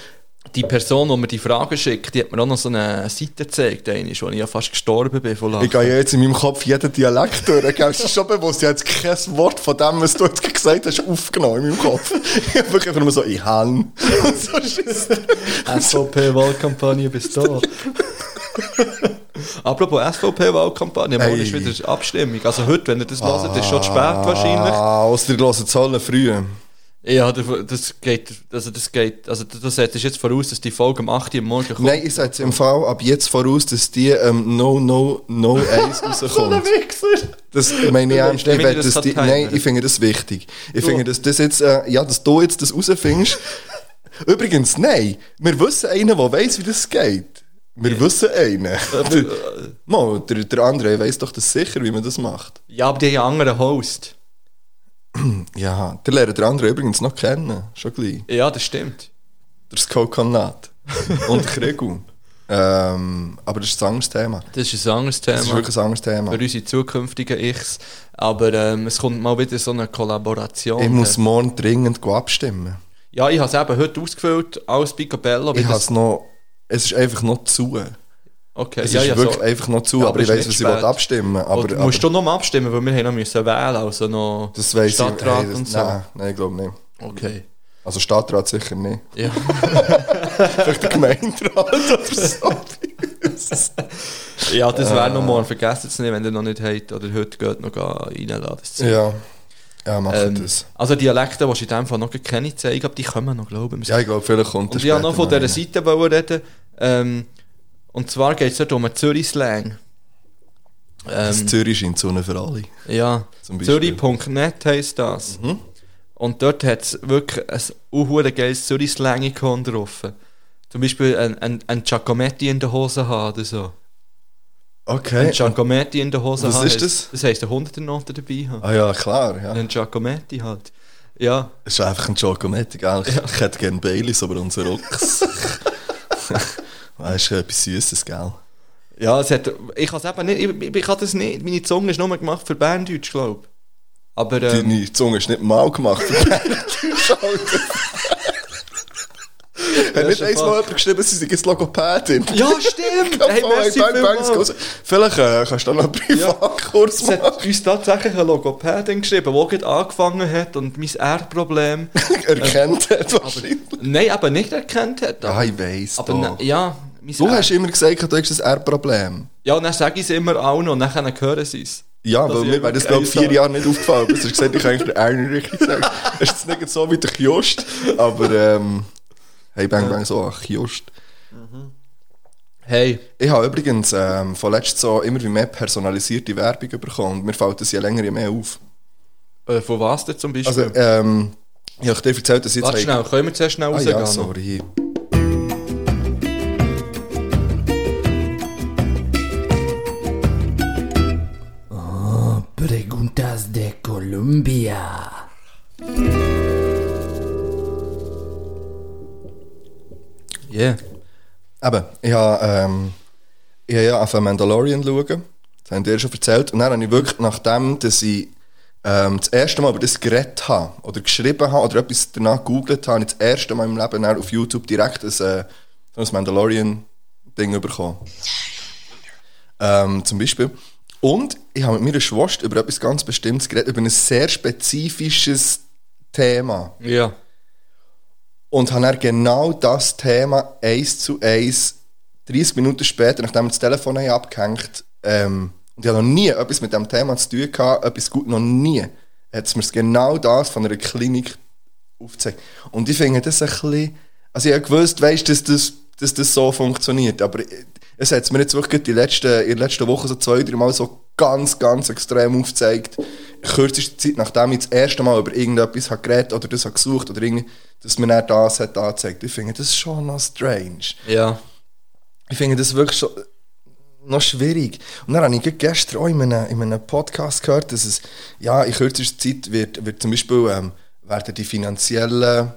Die Person, die mir die Fragen schickt, die hat mir auch noch so eine Seite gezeigt, einmal, wo ich ja fast gestorben bin von
ich
Lachen.
gehe ja jetzt in meinem Kopf jeden Dialekt durch. gell? Es ist schon bewusst, ich habe jetzt kein Wort von dem, was du jetzt gesagt hast, aufgenommen in meinem Kopf. Ich habe wirklich einfach nur so, ich habe. so Schiss.
SVP-Wahlkampagne bis da. Apropos SVP-Wahlkampagne, morgen
Hey.
ist wieder die Abstimmung. Also heute, wenn ihr das hört, ist schon spät wahrscheinlich.
Ah, ausser ihr hört es alle früh.
Ja, der- das geht, also das geht, also das das setzt jetzt voraus, dass die Folge am 8 Uhr am Morgen kommt.
Nein, ich sage im Fall ab jetzt voraus, dass die ähm, No, No, No 1 rauskommt.
Wichser!
Das meine ich ernst. Ich
Wenn ihr
will,
das
dass die,
kann
nein,
timen.
ich finde das wichtig. Ich finde, dass das jetzt, äh, ja, dass du jetzt das rausfindest. Übrigens, nein, wir wissen einen, der weiss, wie das geht. Wir wissen einen. Der, Mo, der, der andere weiss doch das sicher, wie man das macht.
Ja, aber die haben einen anderen Host.
Ja, der lernt der andere übrigens noch kennen. Schon gleich.
Ja, das stimmt.
Der Skokanat. Und Kregu. Ähm, aber das ist ein anderes Thema.
Das ist ein anderes Thema.
Das ist wirklich ein anderes Thema.
für unsere zukünftigen Ichs. Aber ähm, es kommt mal wieder so eine Kollaboration.
Ich muss morgen dringend abstimmen.
ja, ich habe es eben heute ausgefüllt, alles Picobello.
Ich has noch, es ist einfach noch zu.
okay.
Es
ja,
ist
ja,
wirklich
so.
einfach noch zu,
Ja, aber
aber
ist
ich weiß,
nicht
was ich
spät.
will abstimmen
aber,
aber,
du musst
aber
doch noch mal abstimmen, weil wir haben noch müssen wählen, also noch
das weiß ich.
Stadtrat
hey, das-
und so.
Nein, nein, ich glaube nicht.
Okay.
Also Stadtrat sicher nicht.
Ja.
Vielleicht der Gemeinderat oder so.
Ja, das wäre
Äh.
noch mal. Vergesst es nicht, wenn ihr noch nicht habt oder heute geht noch gehen, reinladen. Das Zeug.
ja, ja, machen
Ähm,
das.
also Dialekte, die ich in dem Fall noch keine zeigen, aber die kommen noch, glaube ich.
Ja, ich glaube, vielleicht kommt
und
das
ich wollte noch
später
von dieser
rein.
Seite wollen reden. Ähm, und zwar geht es dort um einen Zürich-Slang.
Das
Ähm,
Zürich scheint Sonne für alle.
ja,
Zum Beispiel. Mhm.
Zürich.net heisst das. Und dort hat es wirklich ein unhure geiles Zürich-Slang-Ikon drauf. Zum Beispiel ein, ein, ein Giacometti in der Hose haben oder so. Ein
Okay.
Giacometti in der Hose
Was
haben.
ist
heisst-
das?
Das heisst, eine Hunderternote dabei haben.
Ah ja, klar. Ja.
Ein Giacometti halt. Ja,
Es ist einfach ein Schokometti, gell? Ich, ich hätte gerne Baileys, aber unser Ochs. Weißt du, etwas Süßes, gell?
ja es hat, ich kann eben nicht, ich, ich, ich kann das nicht, meine Zunge ist nur gemacht für Berndeutsch, glaube ich. Aber ähm,
Deine Zunge ist nicht mal gemacht. Hat nicht
schon
eins
voll.
mal jemand geschrieben, sie sind jetzt Logopädin?
Ja, stimmt!
Hey,
Hey, merci
bang, bang,
vielmals.
es geht so. Vielleicht äh, kannst du da noch einen Privatkurs
Es
machen.
hat uns tatsächlich eine Logopädin geschrieben, die gerade angefangen hat und mein R-Problem
Erkennt hat wahrscheinlich.
nein, aber nicht erkannt hat.
Ja, ich weiss
aber
doch.
ne, ja, mein
Du
R-
hast immer gesagt, du hast ein R-Problem.
Ja, und dann sage ich es immer auch noch und dann hören sie es.
Ja,
Dass
weil
ich
mir wäre das,
irgendwie
glaube ich, vier
gesagt
Jahre nicht aufgefallen. Du hast gesagt, ich kann eigentlich einen richtig sagen. Es ist nicht so wie der Kiosk, aber ähm, hey, bang, bang, so ein Kiosk.
Hey,
Ich habe übrigens ähm, von letztem so immer wie mehr personalisierte Werbung bekommen und mir fällt das je länger je mehr auf.
äh, von was denn zum
Also,
Beispiel?
ähm, ich habe dir erzählt, dass ich jetzt...
Warte schnell, können wir zuerst schnell
Ah,
rausgehen?
ja, sorry.
Preguntas de Colombia.
Yeah.
Eben, ich habe, ähm, ich habe ja auf Mandalorian schauen. Das haben dir schon erzählt. Und dann habe ich wirklich, nachdem dass ich ähm, das erste Mal über das geredet habe oder geschrieben habe oder etwas danach gegoogelt habe, habe ich das erste Mal im Leben dann auf YouTube direkt ein, äh, so ein Mandalorian-Ding bekommen. Ähm, zum Beispiel. Und ich habe mit meiner Schwester über etwas ganz Bestimmtes geredet, über ein sehr spezifisches Thema
Ja.
und habe dann genau das Thema eins zu eins 30 Minuten später, nachdem ich das Telefon habe abgehängt ähm, und ich habe noch nie etwas mit dem Thema zu tun gehabt, etwas gut, noch nie, hat es mir genau das von einer Klinik aufgezeigt. Und ich finde das ein bisschen, also ich habe gewusst, weißt, dass, das, dass das so funktioniert, aber ich- es hat es mir jetzt wirklich die letzten, in der letzten Woche so zwei, drei Mal so ganz, ganz extrem aufgezeigt, in kürzester Zeit, nachdem ich das erste Mal über irgendetwas habe geredet oder das habe gesucht oder irgendwie, dass mir dann das hat angezeigt. Ich finde das schon noch strange
Ja.
ich finde das wirklich schon noch schwierig. Und dann habe ich gerade gestern auch in einem, in einem Podcast gehört, dass es, ja, in kürzester Zeit wird, wird zum Beispiel, ähm, werden die finanziellen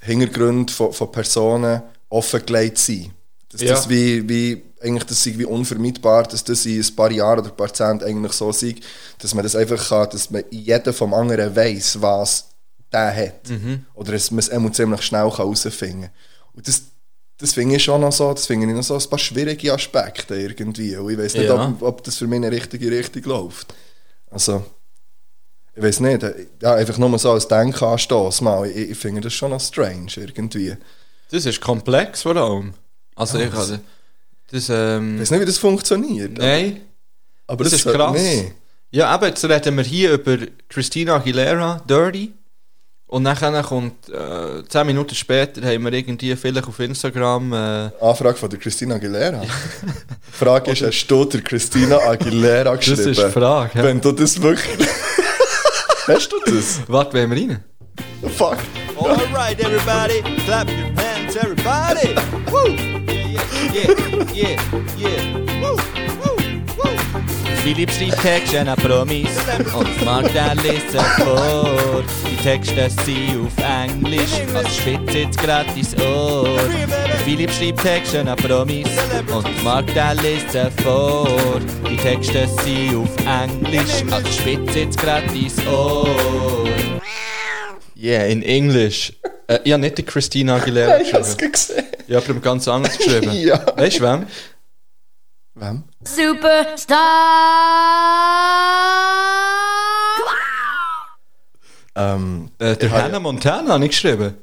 Hintergründe von, von Personen offengelegt sein. Dass
Ja.
das wie, wie, eigentlich das sei wie unvermeidbar, dass das in ein paar Jahren oder ein paar Jahrzehnten eigentlich so sei, dass man das einfach kann, dass man jeder vom anderen weiß, was der hat.
Mhm.
Oder dass man es einmal ziemlich schnell kann herausfinden kann. Und das, das finde ich schon noch so, das finde ich noch so ein paar schwierige Aspekte irgendwie. Und ich weiß nicht,
Ja.
ob, ob das für mich in die richtige Richtung läuft. Also, ich weiß nicht, ja, einfach nur so als Denkanstoss mal. Ich, ich finde das schon noch strange irgendwie.
Das ist komplex vor allem. Also ich
das-
habe... Das,
Ich
ähm...
weiß nicht, wie das funktioniert.
Nein.
aber
das ist krass.
Nee.
Ja, eben, jetzt reden wir hier über Christina Aguilera, Dirty. Und dann kommt, äh, 10 Minuten später haben wir irgendwie vielleicht auf Instagram, äh,
Anfrage von der Christina Aguilera. Frage ist, hast du der Christina Aguilera geschrieben?
ist die Frage, ja.
Wenn du das wirklich... hast du das?
warte, wollen wir rein?
Fuck.
Alright, everybody, clap your hands, everybody! Woo! Yeah, yeah, yeah, yeah. Woo, woo, woo. Die liebsten Texte an Promis und mag der Listen vor. Die Texte sind auf Englisch, als schwitzt jetzt grad dein Ohr. Philipp schreibt Texte an Promis und mag der Listen vor. Die Texte sind auf Englisch, als schwitzt jetzt grad dein Ohr. Yeah, in Englisch. Äh, ich habe nicht die Christina Aguilera
Ich hab's
geschrieben.
gesehen.
Ich habe ihm ganz anders geschrieben.
Ja.
Weißt du wem? Äh,
Wem? Ähm,
Äh, der
Ich habe-
Hannah Montana habe ich geschrieben.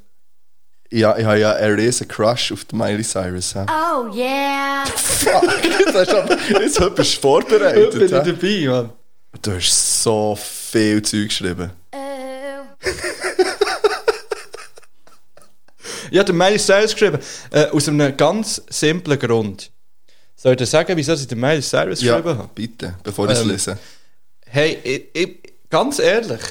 ja, ich habe ja einen riesen Crush auf die Miley Cyrus. hä?
Ah.
Oh yeah.
jetzt hast du aber, jetzt bist du vorbereitet. hä?
dabei, Mann.
Du hast so viel Zeug geschrieben.
Oh.
Ich habe den Miley Cyrus geschrieben. Äh, aus einem ganz simplen Grund. Soll ich dir sagen, wieso ich den Miley Cyrus geschrieben habe?
bitte, bevor ich es
Ähm.
lese.
Hey, ich, ich, ganz ehrlich,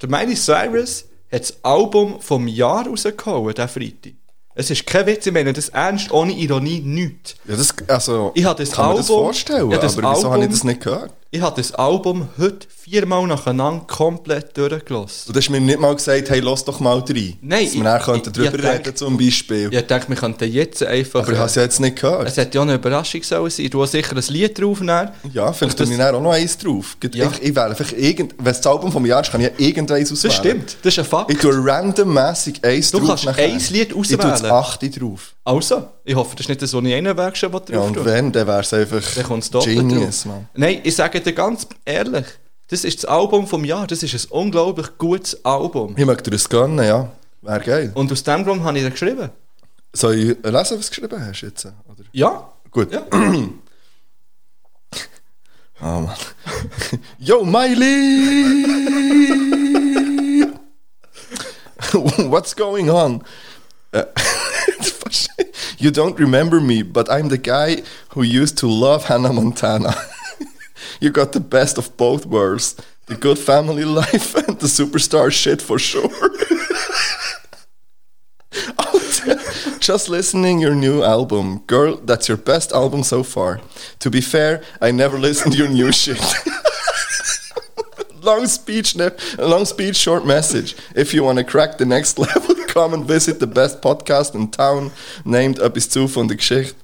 der Miley Cyrus hat das Album vom Jahr rausgehauen, diesen Freitag. Es ist kein Witz, ich meine das ernst, ohne Ironie, nichts.
Ja, altså, das, also,
Ich habe das
kann man das
Album-
vorstellen,
Ja, das
aber wieso habe ich
Album-
das nicht gehört?
Ich habe das Album heute viermal nacheinander komplett durchgelassen.
Du hast mir nicht mal gesagt, hey, lass doch mal rein.
Nein,
Dass
ich-
wir dann könnten
ich-
drüber
ich denk-
reden, zum Beispiel.
Ich dachte, wir könnten jetzt einfach...
Aber ich habe es ja jetzt nicht gehört.
es hätte ja eine Überraschung sollen sein Du hast sicher ein Lied drauf. Dann.
Ja, vielleicht tue
das-
ich dann auch noch eins drauf. Gibt-
Ja.
Ich, ich wähle vielleicht irgend... Wenn es das Album vom Jahr ist, kann ich ja irgendeins auswählen.
Das stimmt, das ist ein Fakt.
Ich tue randommäßig eins
Du
drauf.
kannst ein Lied
Ich tue das
auswählen.
achte drauf.
Also, ich hoffe, das ist nicht das, was ich einen Weg schon drauf
Ja, und
tue.
wenn, dann wäre es einfach
Dann kommt es doppelt
Genius,
drauf.
Mann.
Nein, ich sage dir ganz ehrlich, das ist das Album vom Jahr. Das ist ein unglaublich gutes Album.
Ich möchte dir das gönnen, ja. Wäre geil.
Und aus dem Grund habe ich dir geschrieben.
Soll ich lesen, was du geschrieben hast jetzt? Oder?
Ja,
Gut.
Ja.
Ah, Mann. Yo, Miley! What's going on? Äh, you don't remember me, but I'm the guy who used to love Hannah Montana. you got the best of both worlds the good family life and the superstar shit for sure. Just listening your new album, girl, that's your best album so far. To be fair, I never listened your new shit. long speech, ne- long speech, short message. If you want to crack the next level, come and visit the best podcast in town, named Up is Zu von der Geschichte.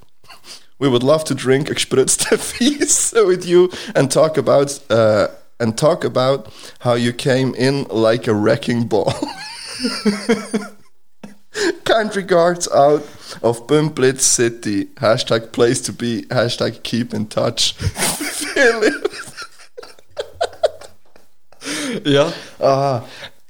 We would love to drink a gespritzte Fies with you and talk about uh, and talk about how you came in like a wrecking ball. Kind regards out of Bumblitz City. Hashtag place to be. Hashtag keep in touch. Philipp.
ja.
Ah,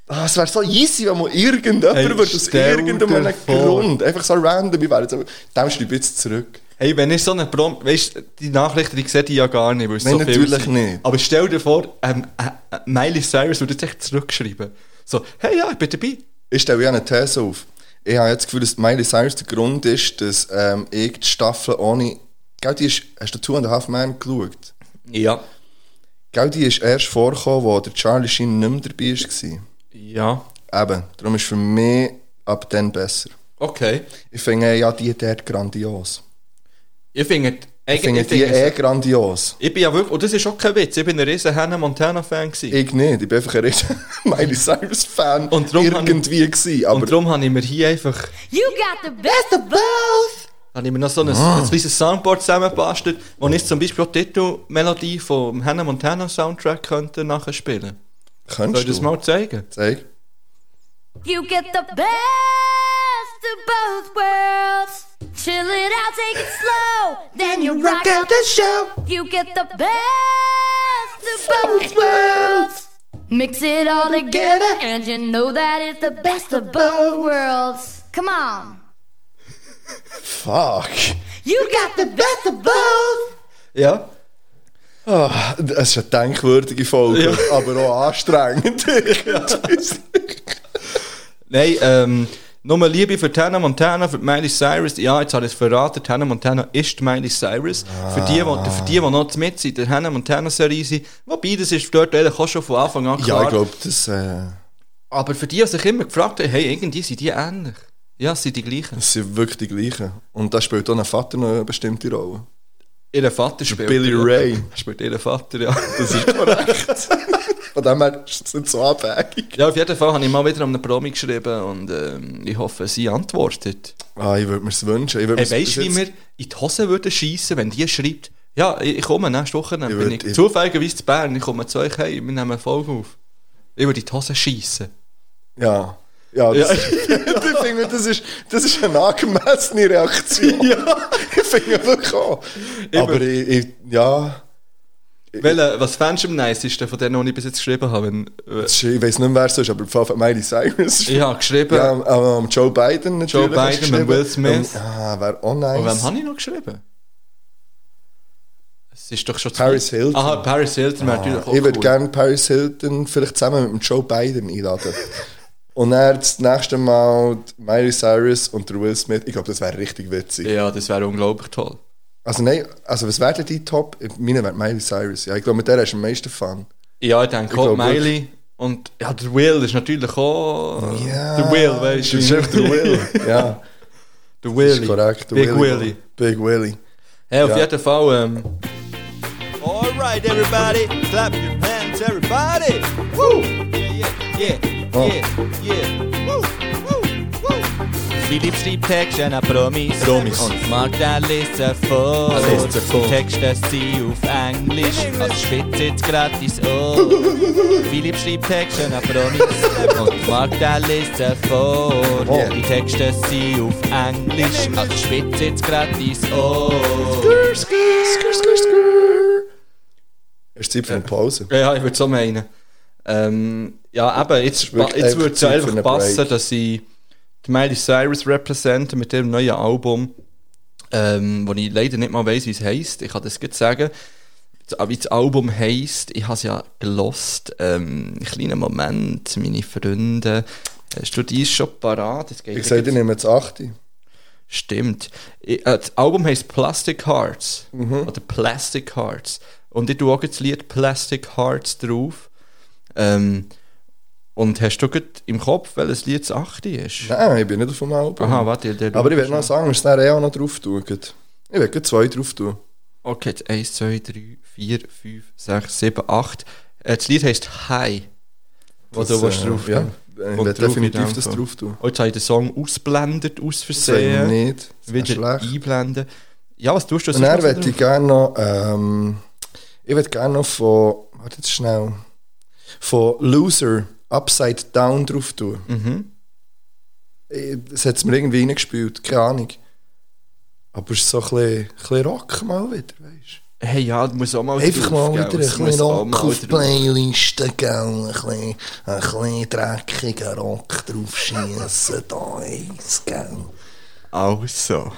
ah, es wäre so easy, wenn man irgendjemand
Hey,
hey, aus
stell dir
irgendeinem
vor.
Grund, einfach so random, ich wäre jetzt aber, dem schreibe ich jetzt zurück.
Hey, wenn ich so eine Prom... Weißt du, die Nachrichten, die sehe ich ja gar nicht, weil es
Nein,
so viel
natürlich
sind.
nicht.
Aber stell dir vor, ähm, äh, äh, Miley Cyrus würde jetzt echt zurückschreiben. So, hey, ja, ich bin dabei.
Ich stelle ja eine These auf. Ich habe jetzt das Gefühl, dass Miley Cyrus der Grund ist, dass ähm, ich die Staffel ohne... Gell, die ist, hast du Two and a Half Man geschaut?
Ja.
Gell, die ist erst vorgekommen, wo der Charlie Sheen nicht mehr dabei war.
Ja.
Eben, darum ist für mich ab dann besser.
Okay.
Ich finde ja die dort grandios.
Ich finde... Ich,
Ich finde
ich,
die
finde-
eh grandios.
ich bin ja wirklich... Und das ist auch kein Witz. Ich bin ein riesen Hannah Montana-Fan gewesen.
Ich nicht, ich bin einfach ein riesen Miley Cyrus Fan
Und darum
irgendwie gewesen, aber
Und darum habe ich mir hier einfach...
You got the best of both.
habe ich mir noch so ein,
Ah.
ein kleines Soundboard zusammengebastelt, wo ich zum Beispiel auch die Titelmelodie vom Hannah Montana Soundtrack könnte nachher spielen. Soll
kannst
ich das
du
mal zeigen?
Zeig.
You get the best of both worlds. Chill it out, take it slow, then you rock out the show. You get the best of both worlds. Mix it all together, and you know that it's the best of both worlds. Come on.
Fuck.
You got the best of both.
Ja.
Ah, das ist eine denkwürdige Folge,
Ja.
aber auch anstrengend.
Nein, ähm, nur Liebe für die Hannah Montana, für die Miley Cyrus. Ja, jetzt habe ich es verraten, die Hannah Montana ist die Miley Cyrus. Für die,
Ah.
die, für die, die noch mit sind, der Hannah Montana Serie sind. Wobei, das ist dort eigentlich auch schon von Anfang an klar.
ja, ich glaube, das, äh,
Aber für die, die sich immer gefragt haben, hey, irgendwie sind die ähnlich. Ja, es sind die gleichen.
das sind wirklich die gleichen. Und da spielt auch ein Vater noch eine bestimmte Rolle.
Ihr Vater spielt...
Billy Ray.
Spielt ihr Vater, ja.
Das ist korrekt. Von dem her ist es nicht so abhängig.
Ja, auf jeden Fall habe ich mal wieder an einen Promi geschrieben und ähm, ich hoffe, sie antwortet.
Ah, ich würde mir es wünschen. Ich würde
Hey,
mir's
weißt du,
bis
wie
jetzt-
wir in die Hose würden schiessen, wenn die schreibt, ja, ich, ich komme nächste Woche, dann
Ich
bin
würd-
ich,
ich-
zufälligerweise zu Bern, ich komme zu euch, hey, wir nehmen eine Folge auf. Ich würde in die Hose schiessen.
Ja. Ja, das,
Ja.
ich finde, das ist, das ist eine angemessene Reaktion. Ja. Ich finde wirklich auch. Aber ich, ich, ja,
Welche, was fändest du am nicesten von denen, die ich bis jetzt geschrieben habe? Wenn, äh,
das ist- ich weiß nicht mehr, wer es ist, aber im Fall von Miley Cyrus.
ich habe geschrieben,
Ja, am- am- am Joe Biden natürlich.
Joe
hast du
Biden,
geschrieben.
Will Smith. Oh,
Ähm, ah, wäre auch nice.
und wem habe ich noch geschrieben? Es ist doch schon zu-
Paris Hilton. Ah,
Aha, Paris Hilton wäre natürlich auch
ich würde
cool.
gerne Paris Hilton vielleicht zusammen mit dem Joe Biden einladen. Und dann das nächste Mal die Miley Cyrus und der Will Smith. Ich glaube, das wäre richtig witzig.
Ja, das wäre unglaublich toll.
Also nein, also was wäre denn die Top? Meine wäre Miley Cyrus. Ja, ich glaube, mit der hast du am meisten Fun.
Ja, ich denke
Ich
auch
glaub wirklich.
Miley. Und ja, der Will ist natürlich auch.
Ja.
Der Will, weißt du?
Das ist einfach der Will. ja,
Der
das ist
Willy.
korrekt. der
Big Willy.
Big Willy.
Hey, auf
Ja.
jeden Fall. Ähm,
Alright.
Alright, everybody, clap your hands, everybody. Woo! Yeah, yeah, yeah,
Oh.
yeah, yeah. Woo, woo, woo. Filip schreibt Texte nach Promis.
Promis.
Und Magda liest sie vor.
Er liest sie vor.
Texte sie auf Englisch. Was spitzt jetzt grad dein Ohr? Philipp schreibt Texte nach Promis. Und Magda liest sie vor.
Oh.
Die Texte sind auf Englisch. Was spitzt jetzt grad dein Ohr?
Hast du Zeit für eine Pause?
Ja, ich würde so meinen. Ähm, ja, eben, jetzt,
wirklich
jetzt
einfach
würde es ja
Zeit für
einfach
einen
passen,
Break.
dass sie die Miley Cyrus representen mit ihrem neuen Album, ähm, wo ich leider nicht mal weiss, wie es heisst. Ich kann das jetzt sagen. Das- Wie das Album heisst, ich habe es ja gelost. Ähm, einen kleinen Moment, Eh, meine Freunde. Hast du dies schon parat? Es geht
Ich sage, ich nehme jetzt 8.
Stimmt. Ich, äh, das Album heißt Plastic Hearts.
Mhm.
Oder Plastic Hearts. Und ich tue auch das Lied Plastic Hearts drauf. Ähm, und hast du grad im Kopf, welches Lied das 8 ist?
Nein, ich bin nicht auf dem Album.
Aha, warte. Der
Aber ich werde noch sagen, wir müssen dann eh auch noch drauf tun. gleich. Ich werde gleich zwei drauf tun.
Okay, 1, 2, 3, 4, 5, 6, 7, 8. Äh, das Lied heisst Hi. Wo du willst drauf
äh, Ja,
tun.
ich
Wo
werde
drauf in
definitiv
dem
das
Fall.
drauf tun.
Oh, jetzt habe ich den Song ausblendet, aus
Sehe
Versehen.
nicht. Das ist
Wieder
schlecht.
einblenden. Ja, was tust du?
Und dann würde ich gerne noch, ähm, ich würde gerne noch von, warte jetzt schnell, von nou? Loser Upside Down drauf tun.
Mhm.
Ich- Das hat es mir irgendwie reingespielt, keine Ahnung. Aber es ist so ein bisschen, ein bisschen Rock mal wieder, weißt
Hey, ja, du musst auch mal
du. Einfach mal wieder
drauf,
ein
gell? Es muss
bisschen
auch
Rock
mal
auf die
drauf.
Playlist, gell? Ein bisschen, ein bisschen dreckiger Rock draufschießen, da eins, gell? Oh,
Also.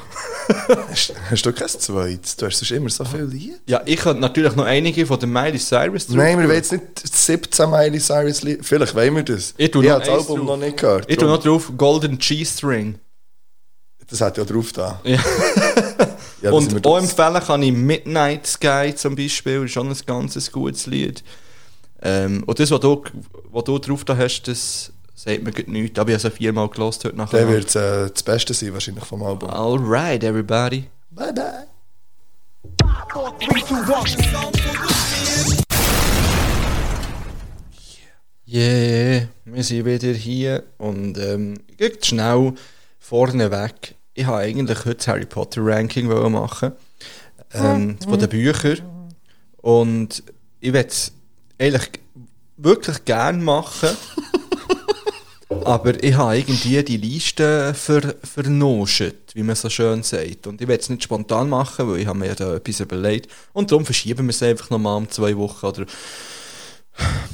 Hast, hast du kein zweites? Du hast sonst immer so viele Lieder.
Ja, ich könnte natürlich noch einige von der Miley Cyrus drauf.
Nein, wir wollen jetzt nicht 17 Miley Cyrus Lieder. Vielleicht wollen wir das.
Ich tu noch
habe das
eins
Album
drauf.
noch nicht gehört.
ich tue noch drauf Golden G-String.
Das hat ja drauf da.
Ja.
Ja, das sind wir
Und auch
das-
empfehlen kann ich Midnight Sky zum Beispiel, ist schon ein ganzes gutes Lied. Ähm, und das, was du, was du drauf da hast, dus das sagt mir grad nichts, aber ich habe es viermal gelost heute nachher.
der wird äh, das Beste sein wahrscheinlich vom Album.
Alright, everybody.
Bye bye.
Yeah, wir sind wieder hier und ähm, geht schnell vorne weg. Ich habe eigentlich heute das Harry Potter Ranking wollen machen
Mhm.
ähm, von den Büchern und ich werde es eigentlich wirklich gern machen, aber ich habe irgendwie die Liste ver vernoscht, wie man so schön sagt. Und ich werde es nicht spontan machen, weil ich habe mir da etwas überlegt und darum verschieben wir es einfach nochmal um zwei Wochen oder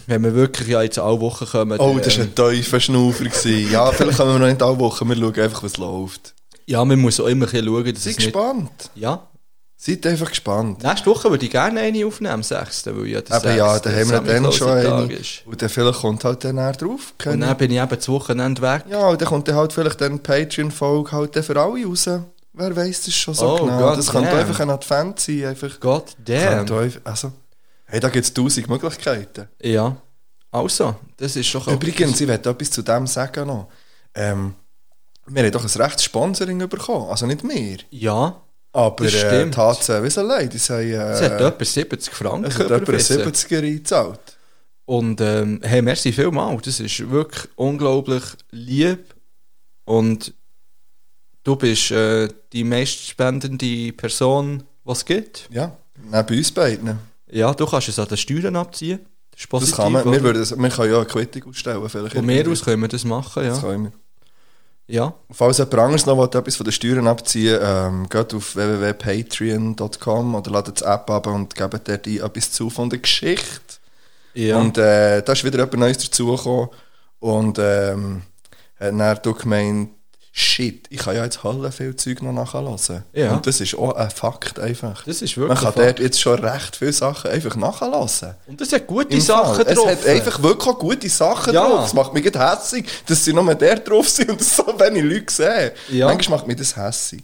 wenn wir wirklich ja jetzt alle Wochen kommen. ähm,
Oh,
dann,
das war ein tiefer Schnaufer. gewesen. Ja, vielleicht kommen wir noch nicht alle Wochen. Wir schauen einfach, was läuft.
Ja, man muss auch immer ein bisschen schauen, dass
Seid
es nicht...
gespannt.
Ja.
Seid einfach gespannt.
Nächste Woche würde ich gerne eine aufnehmen, am 6. Weil ja der
Aber ja, da
6.
haben wir dann schon
Samichlausertag
einen.
ist.
Und dann vielleicht kommt halt dann auch drauf.
Und dann bin ich eben das Wochenende weg.
Ja, und dann kommt dann halt vielleicht dann die Patreon-Folge halt dann für alle raus. Wer weiß das schon so
Oh,
genau.
God
das könnte
damn.
einfach ein Advent sein. Einfach.
God damn.
Könnte einfach- Also, hey, da gibt es tausend Möglichkeiten.
Ja. Also, das ist schon...
Übrigens, ich werde etwas zu dem sagen noch. Ähm, wir haben doch ein rechtes Sponsoring bekommen. Also nicht mehr.
Ja.
Aber
Das
äh,
stimmt.
die HC Wieselei, die haben... Äh,
Es hat etwa 70 Franken
es hat etwa einen
überwiesen.
70er eingezahlt.
Und ähm, hey, merci vielmal. Das ist wirklich unglaublich lieb. Und du bist äh, die meistspendende Person, was es gibt.
Ja, neben bei uns beiden.
Ja, du kannst es an den Steuern abziehen. Das ist
Das
positiv.
kann man,
oder?
wir, würden, das- wir können ja eine Quittung ausstellen. Vielleicht
Von mir aus können wir das machen,
Das
ja.
können wir.
Ja,
Falls jemand anderes noch will, etwas von den Steuern abziehen ähm, geht auf www.patreon.com oder ladet die App ab und gebt dort ein, etwas zu von der Geschichte.
ja.
Und äh, da ist wieder jemand Neues dazugekommen und ähm, hat dann du gemeint, shit, ich kann ja jetzt Halle viel Zeug noch nachhören.
Ja.
Und das ist auch ein Fakt einfach.
das ist
Man
wirklich.
kann
voll-
dort jetzt schon recht viele Sachen einfach nachhören.
und das hat gute
Im
Sachen
Fall.
drauf.
Es hat einfach wirklich auch gute Sachen
Ja.
drauf. Es macht mich gerade hässig, dass sie nur der drauf sind und so wenig Leute sehen.
Ja.
Manchmal macht mich das hässig.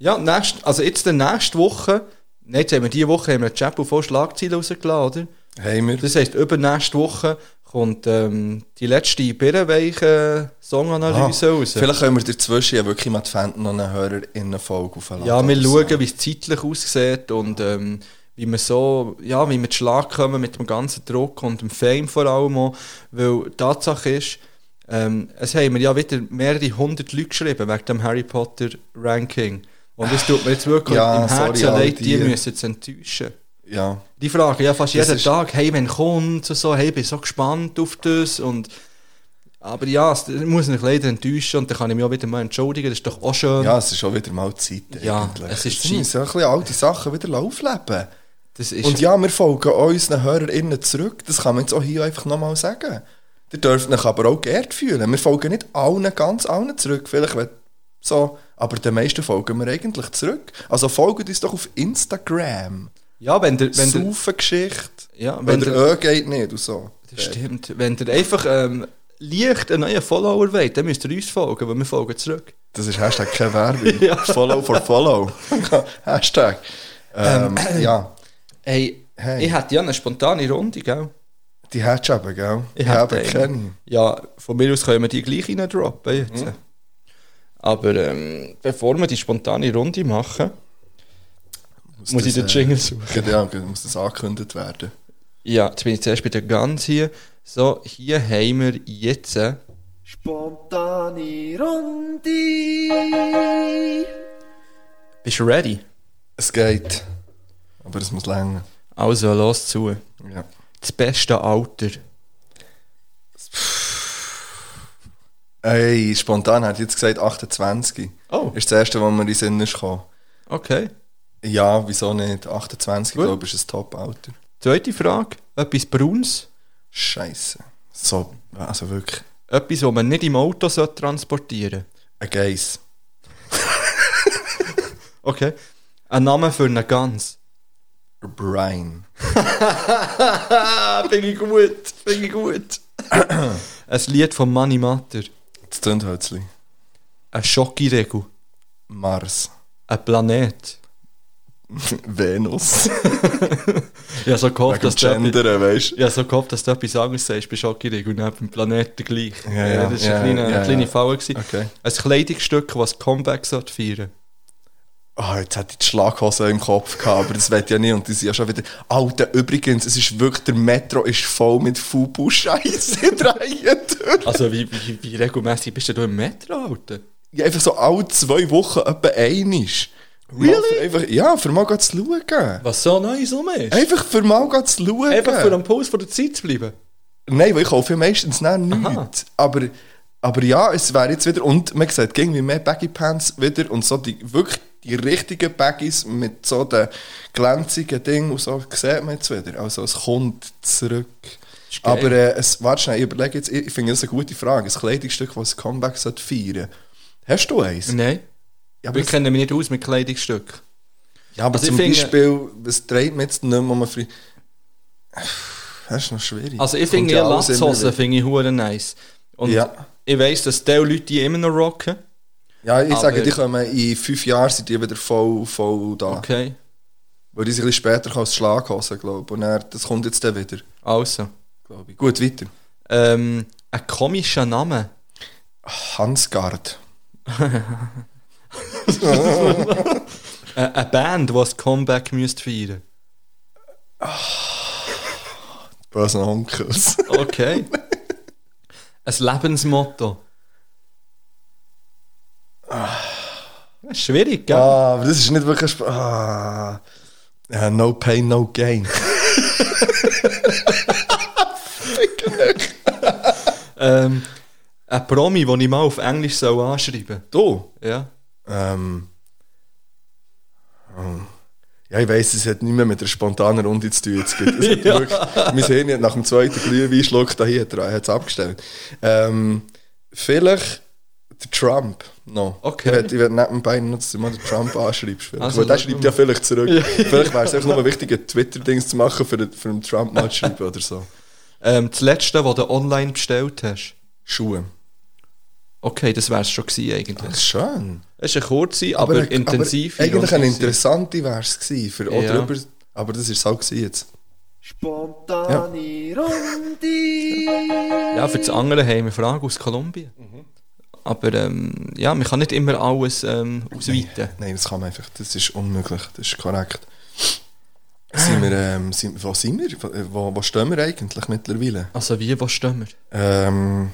Ja, nächst, also jetzt der nächste Woche, nein, jetzt haben wir diese Woche haben wir Chapo voll Schlagzeilen rausgeladen, oder?
Hey, wir.
Das heisst, übernächste Woche kommt ähm, die letzte birrenweiche Songanalyse raus.
Ah. Vielleicht können wir dazwischen ja wirklich mal die Fans noch eine Hörer in eine Folge aufladen. Also,
Ja, wir
oder so.
schauen, wie es zeitlich aussieht und ähm, wie wir so, ja, wie wir zu Schlag kommen mit dem ganzen Druck und dem Fame vor allem auch, weil die Tatsache ist, ähm, es haben mir ja wieder mehrere hundert Leute geschrieben wegen dem Harry Potter Ranking. Und das tut mir jetzt wirklich
Ja,
im Herzen
sorry, all
leid, die,
die.
müssen jetzt enttäuschen.
Ja.
Die fragen ja fast
Das
jeden
ist-
Tag, hey, wenn kommt und so, hey, bin so gespannt auf das und aber ja, es ich muss mich leider enttäuschen und dann kann ich mich auch wieder mal entschuldigen, das ist doch auch schön.
ja, es ist schon wieder mal Zeit.
Ja,
eigentlich.
es ist
Wir müssen ein bisschen alte Sachen wieder aufleben.
das ist
Und ja, wir folgen unseren HörerInnen zurück. Das kann man jetzt auch hier einfach nochmal sagen. Ihr dürft euch aber auch geehrt fühlen. Wir folgen nicht allen, ganz allen zurück. Vielleicht wenn- so, aber den meisten folgen wir eigentlich zurück. Also folgt uns doch auf Instagram.
ja, wenn der, wenn der,
Saufengeschichte.
ja,
Wenn
wenn
der
der
Ö geht nicht und so.
Das stimmt. Wenn ihr einfach ähm, leicht einen neuen Follower wollt, dann müsst ihr uns folgen, weil wir folgen zurück.
Das ist Hashtag keine Werbung. Follow for follow. Hashtag. Ähm, ja,
Hey,
Hey.
ich hätte ja eine spontane Runde, gell?
die hättest du eben, gell?
Ich
Die
hätte
eben
eine.
keine.
Ja, von mir aus können wir die gleich reindroppen jetzt. Aber ähm, bevor wir die spontane Runde machen, muss, ich den
das,
Jingle suchen.
Ja, muss das angekündigt werden.
Ja, jetzt bin ich zuerst bei der Gans hier. So, hier haben wir jetzt... äh,
Oh.
Bist du ready?
Es geht. Aber es muss länger.
Also, los zu.
Ja.
Das beste Alter.
Ey, spontan hat jetzt gesagt 28.
Oh.
Ist das erste, was mir in den Sinn ist gekommen.
Okay.
Ja, wieso nicht? 28,
Gut.
glaube ich, ist ein Top-Alter.
Zweite Frage. Etwas Brauns.
Scheiße. So, also wirklich.
Etwas, das man nicht im Auto sollte transportieren
Ein Geiss.
Okay. Ein Name für eine Gans.
Brian.
Ah, finde ich gut. Finde ich gut. ein Lied von Manny Matter.
Das Zündhölzli.
Ein Schokiregel.
Mars.
Ein Planet.
Venus.
Ich habe so gehofft,
Wegen
dass du etwas,
Gendern, weißt
ich habe so gehofft, dass du etwas anderes sagst bei Schokiregel und nicht beim Planeten gleich.
Ja, ja,
das war
ja,
eine kleine,
ja,
eine kleine
ja.
Falle. gewesen.
Okay.
Ein Kleidungsstück, das ein Comeback sollte feiern
Ah, jetzt hatte ich die Schlaghose im Kopf gehabt, aber das wird ja nicht. Und die sind ja schon wieder. Alter, übrigens, es ist wirklich, der Metro ist voll mit Fubu-Scheiße dreiend.
Also, wie, wie, wie regelmässig bist du im Metro, Alter?
Ja, einfach so alle zwei Wochen etwa einisch. Mal für Einfach, ja, für mal grad zu schauen.
Was so Neues rum ist?
Einfach für mal grad zu schauen.
Einfach für am Puls von der Zeit zu bleiben.
Nein, weil ich kaufe ja meistens dann
Aha.
nichts. Aber, aber ja, es wäre jetzt wieder, und man sagt, irgendwie mehr Baggy Pants wieder und so die, wirklich die richtigen Baggies mit so den glänzigen Dingen und so, sieht man jetzt wieder. Also es kommt zurück.
Ist geil.
Aber äh, es, warte schnell, ich überlege jetzt, ich, ich finde das eine gute Frage, ein Kleidungsstück, das ein Comeback feiern sollte. Hast du eins?
Nein.
Ja, aber
Wir
es-
kennen mich nicht aus mit Kleidungsstücken.
Ja, aber
Also ich
zum
finde-
Beispiel, was dreht man jetzt nicht mehr, wo man frei... Das ist noch schwierig.
Also ich
Kommt
finde
ja
ja
alles immer
Latzhosen
wieder.
finde ich hure nice. Und
Ja.
ich weiss, dass die Leute die immer noch rocken.
Ja, ich sage,
aber-
die kommen in fünf Jahren sind die wieder voll, voll da.
Okay.
Weil die sind ein bisschen später als Schlaghosen, glaube ich. Und dann, das kommt jetzt dann wieder,
Also.
glaube ich. Gut, weiter.
Ähm, ein komischer Name.
Hansgard.
Äh, eine Band, die ein Comeback müsste feiern.
Bösen Onkels.
Ah. Okay. ein Lebensmotto. Das ist schwierig, gell?
ah, aber das ist nicht wirklich... Sp ah. Ja, no pain, no gain.
Ähm, ein Promi, den ich mal auf Englisch soll anschreiben
du?
soll. Ja.
Ähm, ähm, ja, ich weiss, es hat nicht mehr mit einer spontanen Runde zu tun. Jetzt gibt. Es hat wirklich, mein Hirn hat nach dem zweiten Glühweinschluck da hier dran, hat es abgestellt. Ähm, vielleicht der Trump noch.
Okay.
Ich werd- Ich werde neben dem Bein nutzen, dass du mal den Trump anschreibst. Vielleicht.
Also,
Weil der
schau
schreibt
mal.
ja vielleicht zurück. Vielleicht wäre es einfach nur wichtig, ein Twitter-Dings zu machen, für, den- für den Trump mal zu schreiben oder so.
Ähm, das letzte, was du online bestellt hast.
Schuhe.
Okay, das wär's schon gewesen eigentlich.
Das ist schön.
Es ist eine kurze, aber,
eine-
intensive.
Aber eigentlich
Runde
eine
gewesen.
interessante wäre es gewesen. Für, auch
Ja.
drüber, aber das ist es auch gewesen jetzt.
Ja, für das andere haben wir eine Frage aus Kolumbien. Aber ähm, ja, man kann nicht immer alles ähm, ausweiten.
Nein, das kann man einfach. Das ist unmöglich. Das ist korrekt. Sind wir, ähm, sind, wo sind wir? Wo, wo stehen wir eigentlich mittlerweile?
Also wie, wo stehen wir?
Ähm,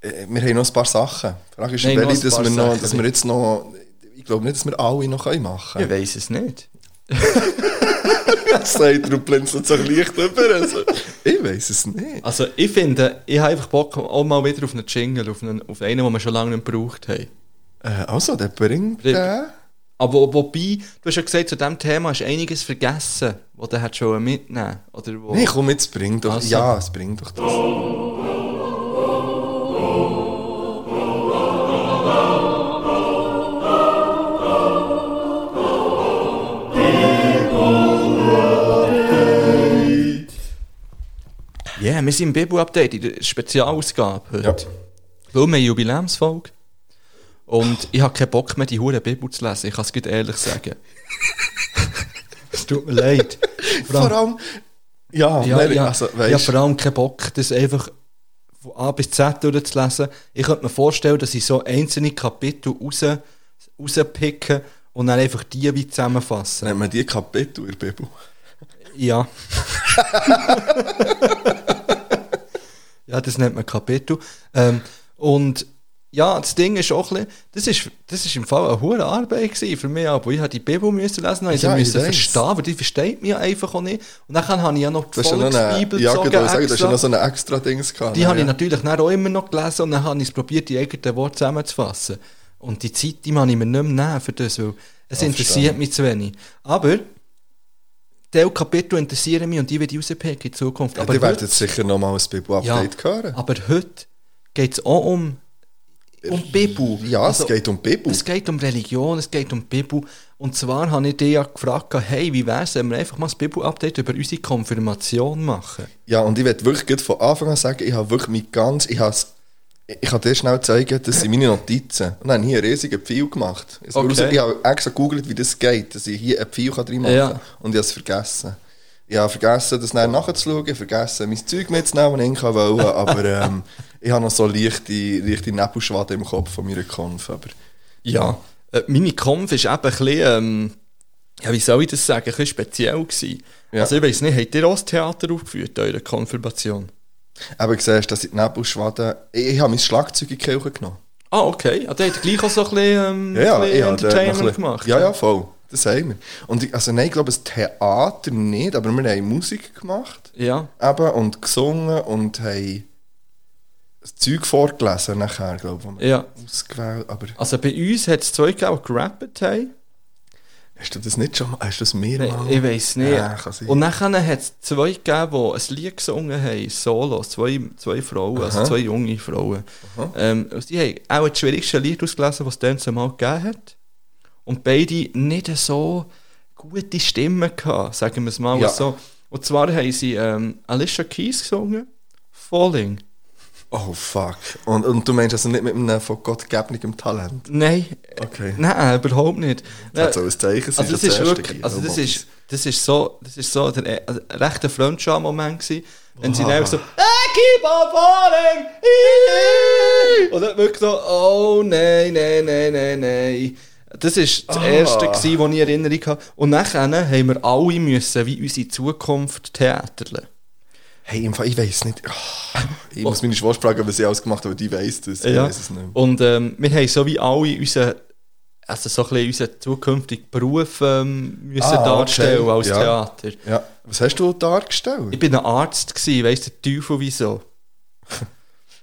äh, wir haben noch ein paar Sachen. Die Frage ist,
Nein, noch ein
welche, dass,
paar
wir noch,
Sachen.
dass wir jetzt noch... Ich glaube nicht, dass wir alle noch können machen
Ich
können.
weiß es nicht.
Das sagt er und blinzelt sich leicht über. Also, ich weiß es nicht.
Also ich finde, ich habe einfach Bock auch mal wieder auf einen Jingle, auf einen, auf einen den wir schon lange nicht gebraucht haben.
Äh, also, der bringt
Bring-
den.
Aber wo- wobei, du hast ja gesagt, zu diesem Thema ist einiges vergessen, was du hättest schon mitnehmen oder wo
Nee, komm, jetzt bring doch...
Also.
Ja, es bringt doch das.
Yeah, wir sind im Bibu-Update, in der Spezialausgabe heute.
Ja.
Weil wir haben Jubiläumsfolge. Und ich habe keinen Bock mehr, die hure Bibel zu lesen. Ich kann es ehrlich sagen. es tut mir leid.
Vor allem... Ja,
Ja,
nein,
ja,
also,
ich habe
weißt
vor allem keinen Bock, das einfach von A bis Z durchzulesen. Ich könnte mir vorstellen, dass ich so einzelne Kapitel raus, rauspicke und dann einfach die wie zusammenfasse.
Nennt man die Kapitel in der Bibel?
Ja. ja, das nennt man Kapitel. Ähm, und ja, das Ding ist auch ein bisschen, das ist, das ist im Fall eine hohe Arbeit gewesen für mich, aber ich habe die Bibel müssen lesen, also
Ja,
ich
ich
musste
weiss.
verstehen, weil die versteht mich einfach auch nicht. Und dann habe ich ja noch die
Du hast ja noch eine,
Volksbibel
ja,
gezogen
genau, ich sage, du hast ja
extra.
noch so eine extra Dings gehabt.
Die
ne,
habe
ja.
ich natürlich dann auch immer noch gelesen und dann habe ich es probiert, die eigenen Worte zusammenzufassen. Und die Zeit, die kann ich mir nicht mehr nehmen für das, weil es interessiert mich zu wenig. Aber die Kapitel interessieren mich und die werde ich rauspicken in Zukunft.
Ja,
Aber
die werden
heute,
jetzt sicher nochmal ein
ja, Ah,
Bibu-Update hören.
aber heute geht es auch um,
Äh,
um Bibu.
Ja,
Also,
es geht um Bibu.
es geht um Religion, es geht um die Bibel. Und zwar habe ich dich ja gefragt, hey, wie wäre es, wenn wir einfach mal das Bibel-Update über unsere Konfirmation machen?
Ja, und ich werde wirklich gleich von Anfang an sagen, ich habe wirklich mein ganz, ich habe ich kann dir schnell zeigen, das sind meine Notizen. Und dann habe ich einen riesigen Pfeil gemacht. Ich,
Okay.
ich habe extra gegoogelt, wie das geht, dass ich hier einen Pfeil kann drin machen kann.
Ja.
Und ich habe es vergessen. Ich habe vergessen, das dann nachzuschauen, vergessen, mein Zeug mitzunehmen, das ich wollte. Aber ähm, ich habe noch so leichte, leichte Nebelschwaden im Kopf von meiner Konf. Aber
Ja, äh, meine Kampf ist eben ein bisschen, ähm, ja, wie soll ich das sagen, ein bisschen speziell gewesen.
Ja.
Also ich weiss nicht, habt ihr auch das Theater aufgeführt, eure Konfirmation?
eben siehst du, dass ich die Nebelschwaden... Ich, ich habe mein Schlagzeug in die Kirche genommen.
Ah, okay. Also ihr habt gleich auch so ein bisschen, ähm, ein
Ja, ja, ich
bisschen
habe dort noch ein
Entertainment
bisschen-
gemacht.
Ja, ja, voll. Das haben wir. Und ich, also nein, ich glaube, das Theater nicht, aber wir haben Musik gemacht
Ja,
eben, und gesungen und haben das Zeug vorgelesen nachher, glaube ich, wo wir
ja.
ausgewählt Aber
Also bei uns hat es zwei gegeben, die gerappt haben.
hast du das nicht schon mal? Hast du das mehrmals?
Ich weiss nicht.
Genau. Ja, kann sein.
Und nachher hat es zwei gegeben, die ein Lied gesungen haben, Solo, zwei, zwei Frauen, also zwei junge Frauen. Ähm, und sie haben auch das schwierigste Lied ausgelesen, was es dann zumal gegeben hat. Und beide nicht so gute Stimmen gehabt, sagen wir es mal
Ja.
so. Und zwar haben sie ähm, Alicia Keys gesungen, Falling.
Oh fuck. Und, und du meinst also nicht mit einem von Gott gegebenen Talent?
Nein, äh,
Okay.
nein, überhaupt nicht.
Das soll ein Zeichen sein.
Also das
dass
ist
der Erste
wirklich,
geht,
also
ne,
das
Mann.
ist, das ist so, das ist so der, also ein rechter Fremdscham-Moment gewesen, wenn sie dann so, I keep on falling, ii, ii. und dann wirklich so, oh nein, nein, nein, nein, nein. Das ist
Ah.
das Erste, gewesen, wo ich Erinnerung habe. Und nachher haben wir alle müssen, wie unsere Zukunft theaterlen.
Hey, im Fall, ich weiß nicht. Ah, ich muss meine Schwester fragen, was sie alles gemacht hat, aber die weiß das. Ich
Ja.
weiß es nicht.
Und ähm, wir haben so wie alle unseren, also so ein bisschen unseren zukünftigen Beruf ähm, müssen
Ah, okay.
darstellen als
Ja.
Theater.
Ja. Was hast du dargestellt?
Ich bin ein Arzt gsi, weiss der Teufel wieso.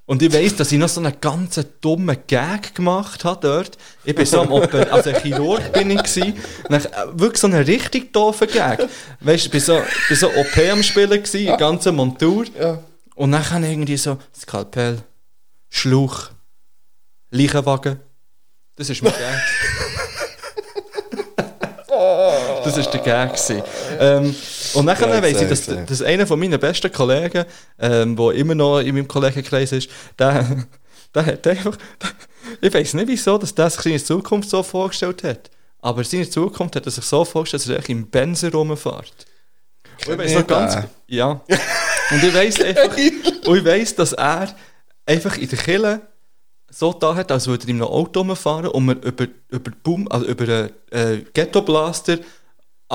Und ich weiss, dass ich noch so einen ganz dummen Gag gemacht habe dort. Ich bin so am Oper, also ein Chirurg bin ich gsi. Nach, äh, wirklich so einen richtig doofen Gag. Weißt du, ich bin so, bin so OP am Spielen gsi, eine ganze Montur.
Ja.
Und dann kann irgendwie so Skalpell, Schluch, Leichenwagen. Das ist mein Gag. Das war der Gag. gewesen. Ähm, und nachher
Ja, ich
weiss ich,
sehe,
dass,
ich sehe.
dass einer von meinen besten Kollegen, ähm, der immer noch in meinem Kollegenkreis ist, der, der hat einfach. ich weiß nicht wieso, dass der sich seine Zukunft so vorgestellt hat. Aber seine Zukunft hat er sich so vorgestellt, dass er eigentlich im Benzer rumfährt. Und ich weiss noch
Nicht
ganz.
der.
Ja. Und ich weiss einfach. und ich weiss, dass er einfach in der Kille so da hat, als würde er in einem Auto rumfahren und wir über, über, Boom, also über einen äh, Ghetto-Blaster einen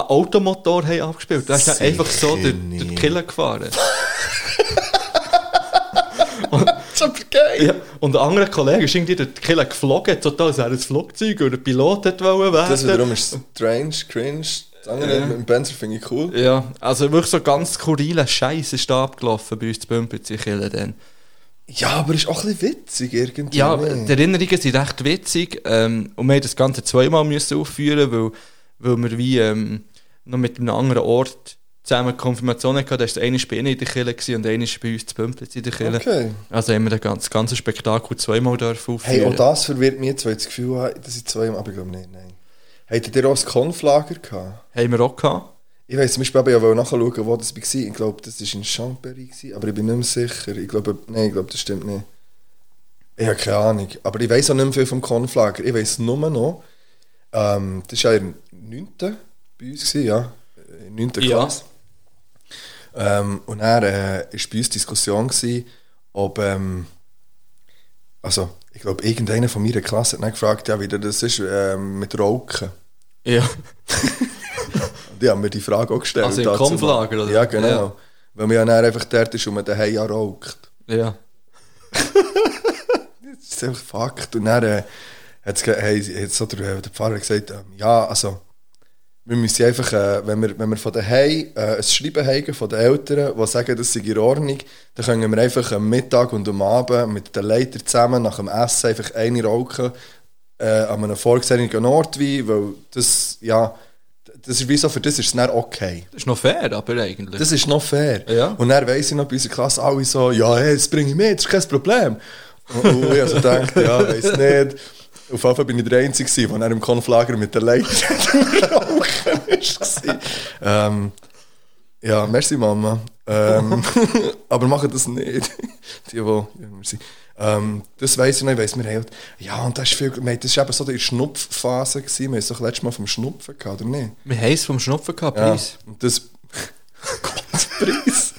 Automotor haben abgespielt. Da ist er
Sicher
einfach so durch, durch die
nicht.
Killer gefahren.
Super geil!
Ja, und ein anderer Kollege ist irgendwie durch die Killer geflogen, total, als wäre ein Flugzeug oder ein Pilot hätte wollen werden.
Das wiederum ist strange, cringe. Das andere
Ja.
mit dem Benzer finde ich cool.
ja, also wirklich so ganz skurriler Scheiß ist da abgelaufen bei uns zu Bümpen, die Killer dann.
Ja, aber ist auch ein bisschen witzig irgendwie.
Ja,
ne?
die Erinnerungen sind recht witzig. Ähm, und wir haben das Ganze zweimal müssen aufführen, weil, weil wir wie ähm, noch mit einem anderen Ort zusammen Konfirmationen hatten. Da war eine bei ihnen in der Kirche gewesen und eine war bei uns zu Pümplitz in der Kirche.
Okay.
Also haben wir das ganze, ganze Spektakel zweimal dürfen aufführen.
Hey, auch das verwirrt mich jetzt, weil ich das Gefühl habe, dass ich zwei aber ich glaube nicht, nein. Hättet ihr auch das Konflager gehabt?
Haben wir auch gehabt.
Ich weiss, zum Beispiel habe ich auch nachschauen, wo das war. Ich glaube, das war in Chambéry, gewesen, aber ich bin nicht mehr sicher. Ich glaube, nein, ich glaube, das stimmt nicht. Ich habe keine Ahnung. Aber ich weiss auch nicht mehr viel vom Konflager. Ich weiss nur noch, ähm, das war ja im 9. bei uns, gewesen, ja. In 9. Klasse. Ähm, und dann äh, ist bei uns die Diskussion, gewesen, ob. Ähm, also, ich glaube, irgendeiner von meiner Klasse hat dann gefragt, ja, wie denn das ist ähm, mit Rauchen.
Ja.
Die haben mir die Frage auch gestellt.
Also im
dazu mal.
Kampflager, oder?
Ja, genau.
Ja.
Weil man ja dann einfach dort ist und man daheim ja raucht.
ja.
Das ist einfach Fakt. Und dann äh, hat hey, so der, der Pfarrer gesagt, ähm, ja, also, wir müssen einfach, äh, wenn, wir, wenn wir von daheim äh, ein Schreiben haben von den Eltern, die sagen, das sei in Ordnung, dann können wir einfach am Mittag und am Abend mit den Leitern zusammen nach dem Essen einfach eine rauchen äh, an einem vorgesehenen Ort, wie, weil das, dus, ja, das ist wie so, für das ist es dann okay.
Das ist noch fair, aber eigentlich.
Das ist noch fair.
Ja.
Und dann weiss ich noch bei unserer Klasse alle so, ja, hey, das bringe ich mit, das ist kein Problem. Und, und ich also gedacht, ja, weiss nicht. Auf jeden Fall bin ich der Einzige, gewesen, der dann im Konflager mit der Leiter rauchen war. ähm, ja, merci Mama. Ähm, aber machen das nicht. Die, die jünger sind. Ähm, das weiss ich noch, ich weiss, wir haben, halt- ja, und das ist viel, wir haben- das war eben so die Schnupfphase, gewesen. wir haben es doch letztes Mal vom Schnupfen gehabt, oder nicht?
Wir haben es vom Schnupfen gehabt,
Ja,
Preis.
Ah. Und das. Gott, Preis!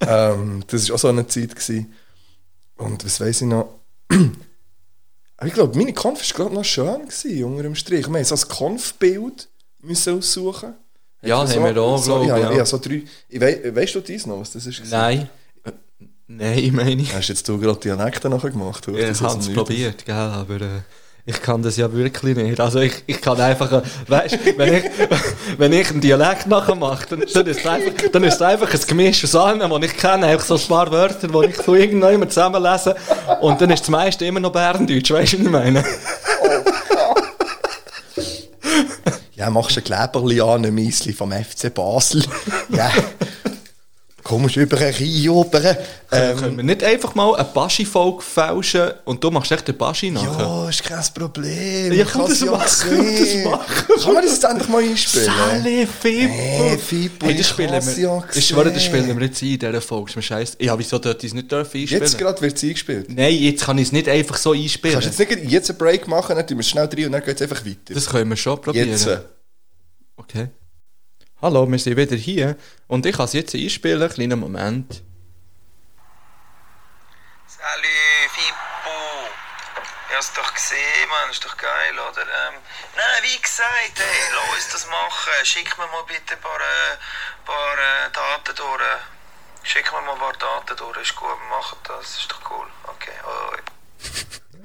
ähm, das war auch so eine Zeit. Gewesen. Und was weiß ich noch? Aber ich glaube, meine Konf war gerade noch schön, gewesen, unter dem Strich. Wir mussten so ein Konfbild müssen aussuchen.
Ja,
Hat
haben wir auch,
so,
glaube ich,
ich.
ja.
Ja, so drei. Ich wei weißt du dies noch, was das ist?
Nein. Äh, Nein, meine ich.
Hast jetzt du gerade Dialekte nachher gemacht? oder?
Ja,
Das
ich
ist
habe es
nichts.
probiert, gell, aber äh, ich kann das ja wirklich nicht. Also ich, ich kann einfach, äh, weißt, wenn ich, wenn ich einen Dialekt nachmache, dann, dann, ist es einfach, dann ist es einfach ein Gemisch aus allem, was ich kenne, einfach so ein paar Wörter, die ich von irgendjemandem zusammenlese und dann ist das meiste immer noch Berndeutsch, weißt du, was ich meine?
Ja, machst du ein Kleberli an, ein Miesli vom FC Basel. ja. Kommst über ein Rhein rüber. Ähm,
Können wir nicht einfach mal eine Baschi-Folge fälschen und du machst echt den Baschi nachher?
Ja, ist kein Problem.
Ja,
Ich
komm,
kann
das
sie auch
machen,
sehen.
das machen.
Kann man das jetzt endlich mal einspielen?
Sally Fippo!
Hey, Fippo,
hey, das
ich
spielen
hab's ja
wir. Ich schwöre, das
gesehen.
spielen wir jetzt ein in dieser Folge. Ist mir scheiße. Ja, wieso dürfte ich es nicht dürfen einspielen?
Jetzt gerade wird es eingespielt.
Nein, jetzt kann ich es nicht einfach so einspielen.
Kannst du jetzt nicht jetzt einen Break machen, dann tun wir schnell rein und dann geht es einfach weiter.
Das können wir schon probieren.
jetzt.
Okay. Hallo, wir sind wieder hier und ich kann es jetzt einspielen. Kleinen Moment.
Salut, Fippo. Ja, hast doch gesehen, Mann. Ist doch geil, oder? Ähm, nein, wie gesagt, hey, lass uns das machen. Schick mir mal bitte ein paar, äh, paar äh, Daten durch. Schick mir mal ein paar Daten durch. Ist gut, wir machen das. Ist doch cool. Okay,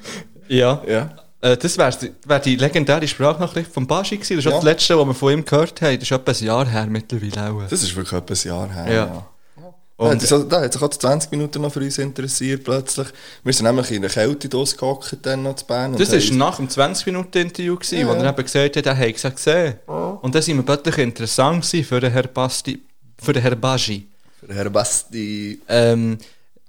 hoi.
Ja.
Ja.
Äh, das wäre wär die legendäre Sprachnachricht von Baschi gewesen. Das ist auch
Ja.
das letzte, was wir von ihm gehört haben. Das ist etwa ein Jahr her mittlerweile. Auch.
Das ist wirklich etwa ein Jahr her.
Ja.
Und da, hat- da hat sich auch die 20 Minuten noch für uns interessiert plötzlich. Wir sind nämlich in der Kälte losgehockt dann noch zu Bern. und
Das
haben-
war nach dem 20-Minuten-Interview, ja. wo er eben gesagt hat, er hätte es ja gesehen. Und dann sind wir plötzlich interessant gewesen für den Herr Basti, für den Herr Baschi.
Herr Basti.
Ähm,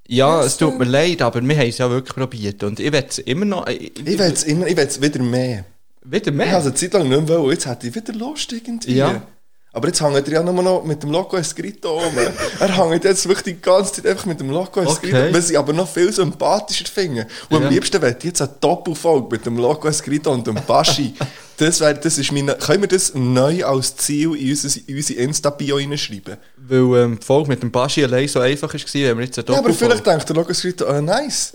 ja, es
äh,
tut mir leid, aber wir haben es ja wirklich probiert. Und ich werde es immer noch. Ich,
Ich will Also es immer, ich will's wieder mehr.
wieder
Ich
mehr.
habe eine Zeit lang nicht mehr wollen. Jetzt hätte ich wieder Lust irgendwie.
Ja.
Aber jetzt hängt er ja nur noch mit dem Loco Escrito um. er hängt jetzt wirklich die ganze Zeit einfach mit dem Loco Escrito.
Okay.
Okay. sie aber noch viel sympathischer finden. Und
Ja.
am liebsten wäre jetzt eine Doppelfolge mit dem Loco Escrito und dem Baschi. das wäre, das ist meine, können wir das neu als Ziel in unser- in unsere Insta-Bio reinschreiben?
Weil ähm, die Folge mit dem Baschi allein so einfach war, wenn wir jetzt eine
Ja, aber
Doppelfolge-
vielleicht denkt der Loco Escrito, oh, äh, nice.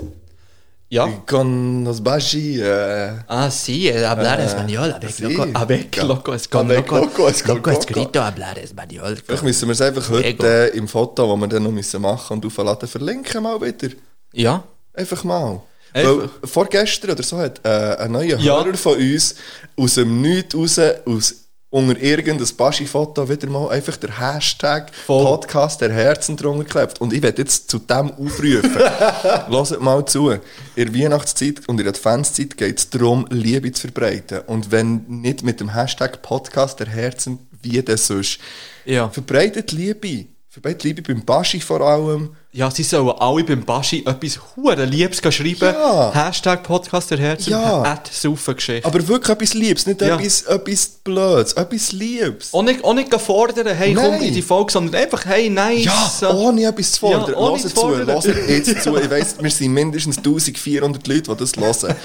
Ja.
Con los bashi. Äh,
Ah, sí, eh, hablar español. A ver,
sí.
loco,
ah,
a ver,
Ja.
loco, es con
A ver,
loco,
loco, es con
loco
loco.
escrito hablar español.
vielleicht müssen wir es einfach heute
Ego.
äh, im Foto, das wir dann noch müssen machen und aufladen, verlinken mal wieder.
Ja,
Einfach mal.
Einfach.
Weil vorgestern oder so hat äh, ein neuer
Ja.
Hörer von uns aus dem Nichts raus, aus unter irgendein Baschi-Foto wieder mal einfach der Hashtag
Voll.
Podcast der Herzen drunter geklebt. Und ich werde jetzt zu dem aufrufen. Hört mal zu. In der Weihnachtszeit und in der Adventszeit geht es darum, Liebe zu verbreiten. Und wenn nicht mit dem Hashtag Podcast der Herzen, wie denn sonst?
Ja.
Verbreitet Liebe. Verbreitet Liebe beim Baschi vor allem.
ja, sie sollen alle beim Baschi etwas hure Liebes gehen schreiben.
Ja.
Hashtag Podcast der Herzen.
Ja.
At Saufengeschichte.
Aber wirklich etwas Liebes, nicht
Ja. Oh,
etwas, etwas Blödes, etwas Liebes.
Auch nicht, auch nicht fordern, hey,
Nein.
komm in die Folge, sondern einfach, hey, nice.
Ja, oh,
äh,
ohne etwas zu fordern.
Ja, ohne
Hört
zu
zu,
fordern.
hört jetzt zu. Ich weiss, wir sind mindestens 1400 Leute, die das hören.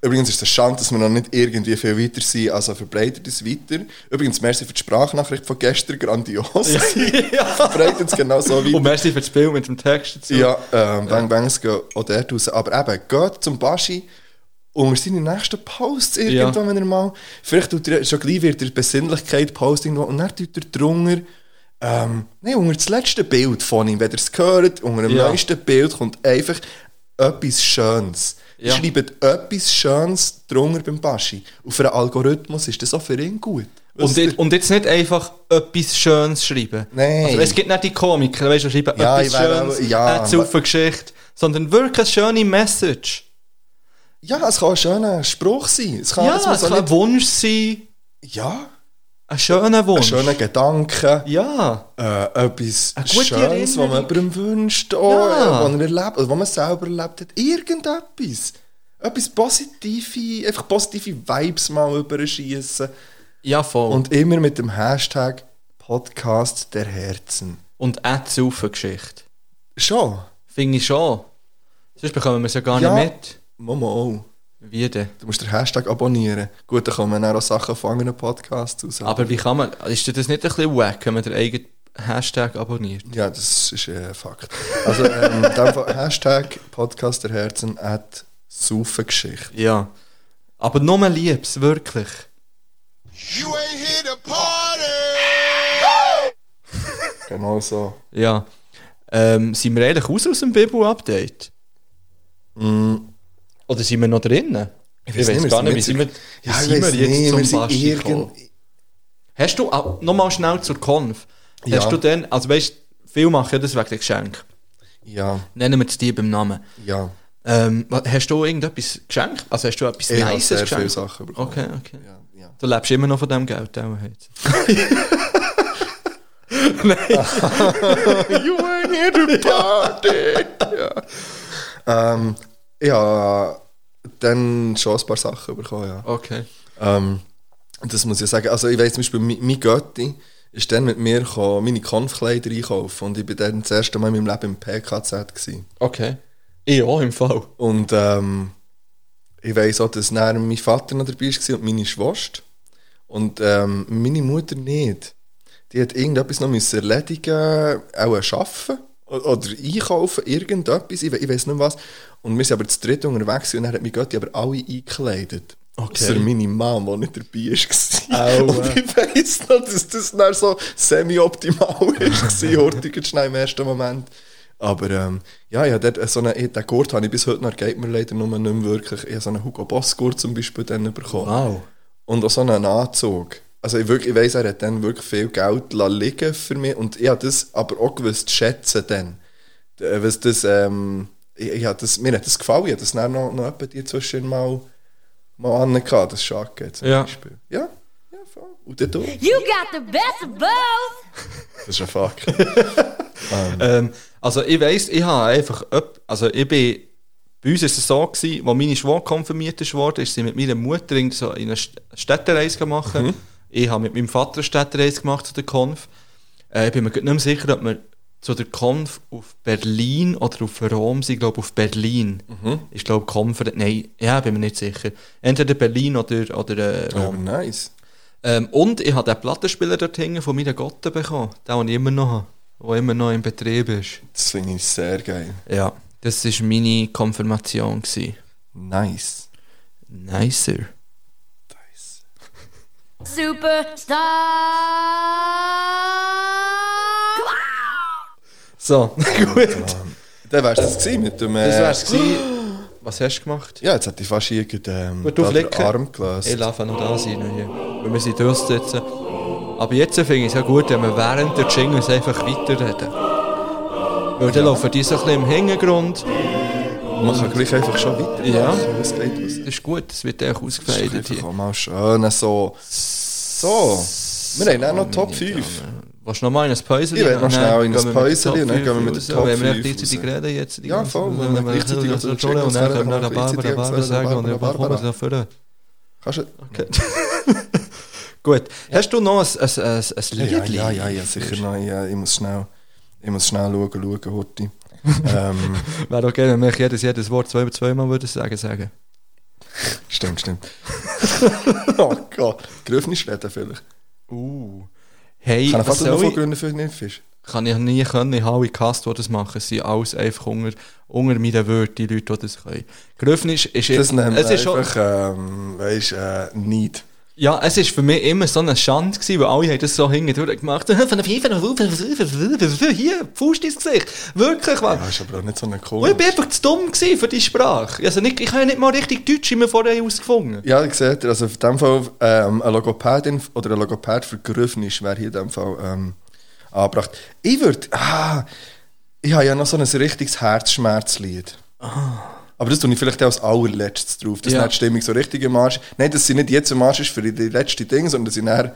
Übrigens ist es schade, dass wir noch nicht irgendwie viel weiter sind, also verbreitet es weiter. Übrigens, merci für die Sprachnachricht von gestern, grandios. verbreitet es genau so weiter.
Und merci für das Spiel mit dem Text dazu.
Ja, ähm, Bang Bangs gehen auch dort raus. Aber eben, geht zum Baschi und seine nächsten Posts irgendwann, wenn er mal. Vielleicht tut er schon gleich wieder Besinnlichkeit posting und dann tut er drunter. Ähm, nein, unter das letzte Bild von ihm, wenn ihr es hört, unter dem
Ja.
neuesten Bild kommt einfach etwas Schönes.
Ja.
Schreibt etwas Schönes drunter beim Baschi. Und für den Algorithmus ist das auch für ihn gut.
Und,
Weisst du?
jetzt- und jetzt nicht einfach etwas Schönes schreiben.
Nein.
Also, es gibt nicht die Komiker, weißt du, die schreiben
Ja, ich
etwas
wär
Schönes,
auch- ja.
eine super Geschichte, sondern wirklich eine schöne Message.
ja, es kann ein schöner Spruch sein. Es kann,
Ja,
es
es
muss auch
kann ein
nicht,
Wunsch sein,
ja
ein schöner
ein
Wunsch.
schöner Gedanke.
ja,
äh, etwas
Eine gute
Schönes, was
Erinnerung.
man jemandem wünscht, oh,
Ja.
ja. was er erlebt, oder was man selber erlebt hat. Irgendetwas. Etwas Positive, einfach positive Vibes mal überschießen.
ja voll. Und,
Und immer mit dem Hashtag Podcast der Herzen.
und eine Saufengeschichte.
Schon.
Finde ich schon. Sonst bekommen wir es ja gar
Ja.
nicht mit.
Momo,
Wie denn?
oh. du musst den Hashtag abonnieren. Gut, dann kommen dann auch Sachen von anderen Podcasts raus.
Aber wie kann man, ist dir das nicht ein bisschen wack, wenn man den eigenen Hashtag abonniert?
Ja, das ist ein Fakt. Also, ähm, in dem Fall Hashtag Podcast der Herzen at Saufengeschichte.
Ja. Aber nur lieb's, wirklich.
You ain't here to party.
Genau so.
Ja. Ähm, sind wir eigentlich raus aus dem Bibu-Update? Oder sind wir noch drinnen? Ich
Mm. weiss
weiss
nicht,
gar
wir
nicht, wie
sind
sind wir, wie
Ja, ich
sind wir
weiss
jetzt
nicht, wir
zum
sind
Basti
irgend-
gekommen? Hast du, ah, nochmal schnell zur Conf,
Ja.
hast du denn, also weißt viel machen ja das wegen dem Geschenk.
Ja,
Nennen wir es die beim Namen.
ja.
Ähm, wa- hast du irgendetwas geschenkt? Also hast du etwas
Ich habe
Nices
sehr
geschenkt?
viele Sachen bekommen.
Okay, okay.
Ja, ja.
Du lebst immer noch von dem Geld, auch heute. Nein.
You ain't here to party! ja. Ähm, ja, dann schon ein paar Sachen bekommen, ja.
Okay.
Ähm, das muss ich sagen. Also ich weiss zum Beispiel, mein, mein Götti ist dann mit mir gekommen, meine Kampfkleider einkaufen und ich bin dann das erste Mal in meinem Leben im PKZ gewesen.
Okay. Ich auch im Fall.
Und ähm, ich weiss auch, dass dann mein Vater noch dabei war und meine Schwester. Und ähm, meine Mutter nicht. Die hat irgendetwas noch müssen erledigen, auch arbeiten o- oder einkaufen, irgendetwas, ich, we- ich weiß nicht was. Und wir sind aber zu dritt unterwegs gewesen und dann hat mich Götti aber alle eingekleidet. Okay. Für meine Mama, die nicht dabei war. Und ich weiss noch, dass das dann so semi-optimal war, hurtig schnell im ersten Moment. Aber ähm, ja, ja, dort, so einen, den Gurt habe ich bis heute noch, geht mir leider nur nicht mehr wirklich. Ich habe so einen Hugo Boss Gurt zum Beispiel dann bekommen.
Wow.
Und auch so einen Anzug. Also ich, wirklich, ich weiss, er hat dann wirklich viel Geld lassen liegen für mich. Und ich habe das aber auch gewusst zu schätzen dann. Äh, Was das, ähm, ich, ich habe das, mir hat das gefallen. Ich habe das dann noch, noch etwa die zwischen mal, mal angehört, das Schacke zum
Ja.
Beispiel. Ja, ja, voll. Und dann du?
You got the best of both.
Das ist ein Fuck.
Ähm, also ich weiss, ich habe einfach, öp- also ich bin, bei uns war es so, gewesen, als meine Schwester konfirmiert wurde, ist sie mit meiner Mutter in so in eine St- Städtereise gemacht. Ich habe mit meinem Vater eine Städtereise gemacht zu der Konf. Äh, ich bin mir grad nicht mehr sicher, ob wir zu der Konf auf Berlin oder auf Rom sind. Ich glaube, auf Berlin. Ich glaube, Konf, nein, ja, bin mir nicht sicher. Entweder Berlin oder, oder äh,
Aber
Rom.
Oh, nice.
Ähm, und ich habe den Plattenspieler dort hinten von meiner Gotte bekommen, den, den ich immer noch habe, der immer noch im Betrieb ist.
Das finde ich sehr geil.
Ja, Das war meine Konfirmation. Gewesen.
Nice.
Nicer.
Superstar.
So, gut.
Dann wär's das gewesen mit dem... Äh,
Das wär's gewesen. Was hast du gemacht?
Ja, jetzt hätte ich fast hier gerade, ähm,
Gut,
da den
auflecken.
Arm gelöst.
Ich lasse noch da sein. noch Hier. Weil wir sind durchsetzen. Aber jetzt finde ich es ja gut, wenn wir während der Jingles einfach weiterreden. Weil dann laufen die so ein bisschen im Hintergrund.
Man kann gleich einfach schon weiter.
Ja.
Es geht aus.
Das ist gut, das wird echt
Das ist
ausgefeiert
einfach
hier.
auch mal schön äh, so... So. Oh, Wir haben auch noch Top 5.
Willst du noch mal in ein Päuschen?
Ich will noch schnell in ein Päuschen, dann gehen wir mit der Top
Wenn wir
fünf
nicht gleichzeitig
raus.
reden jetzt. die
Ja,
ganze-
voll, wenn wir
dann- dann-
gleichzeitig
dann-
uns
dann-
checken,
Und dann
dann
können wir
können wir
Barbara,
gleichzeitig
Barbara
sagen,
sagen und dann
Barbara,
kommen wir nach vorne.
Barbara. Kannst du...
Okay. Gut. Hast du noch ein, ein, ein, ein
Ja,
Liedli?
ja, ja, ja, sicher noch. Ja, ich muss schnell, ich muss schnell schauen, schauen, Horti. ähm,
Wäre doch gerne, wenn wir jedes, jedes Wort zwei über zweimal würde sagen, sagen.
stimmt, stimmt. oh Gott. Gerüffnis reden vielleicht.
Uh. Hey,
Kann ich
was
fast nur
soll
von
ich?
Gründen für den Fisch?
Kann ich nie können, ich habe Cast, die das machen. Es sind alles einfach unter, unter meinen Wörtern, die Leute, die das können. Griffen ist, ist
Das nennen wir
es ist schon,
einfach, ähm, weißt, äh, nicht.
ja, es ist für mich immer so eine Schande gewesen, weil alle haben das so hingedurch gemacht. Von der FIFA nach oben, hier, Fuß ins Gesicht. Wirklich, was?
Ja, Ah, ist aber auch nicht so eine
Und
coole.
Oh, ich bin einfach zu dumm gewesen für die Sprache. Also nicht, ich habe ja nicht mal richtig Deutsch immer vorher herausgefunden.
Ja, ich sehe, also in dem Fall, ähm, eine Logopädin oder ein Logopäd für Gerüffnis wäre hier in dem Fall, ähm, angebracht. Ich würde, ah, ich habe ja noch so ein richtiges Herzschmerzlied. Aber das tue ich vielleicht auch als allerletztes drauf. Das
Ah. Ja.
ja. nicht die Stimmung so richtig im Marsch. Nein, dass sie nicht jetzt im Marsch ist für die letzte Dinge, sondern dass sie nachher,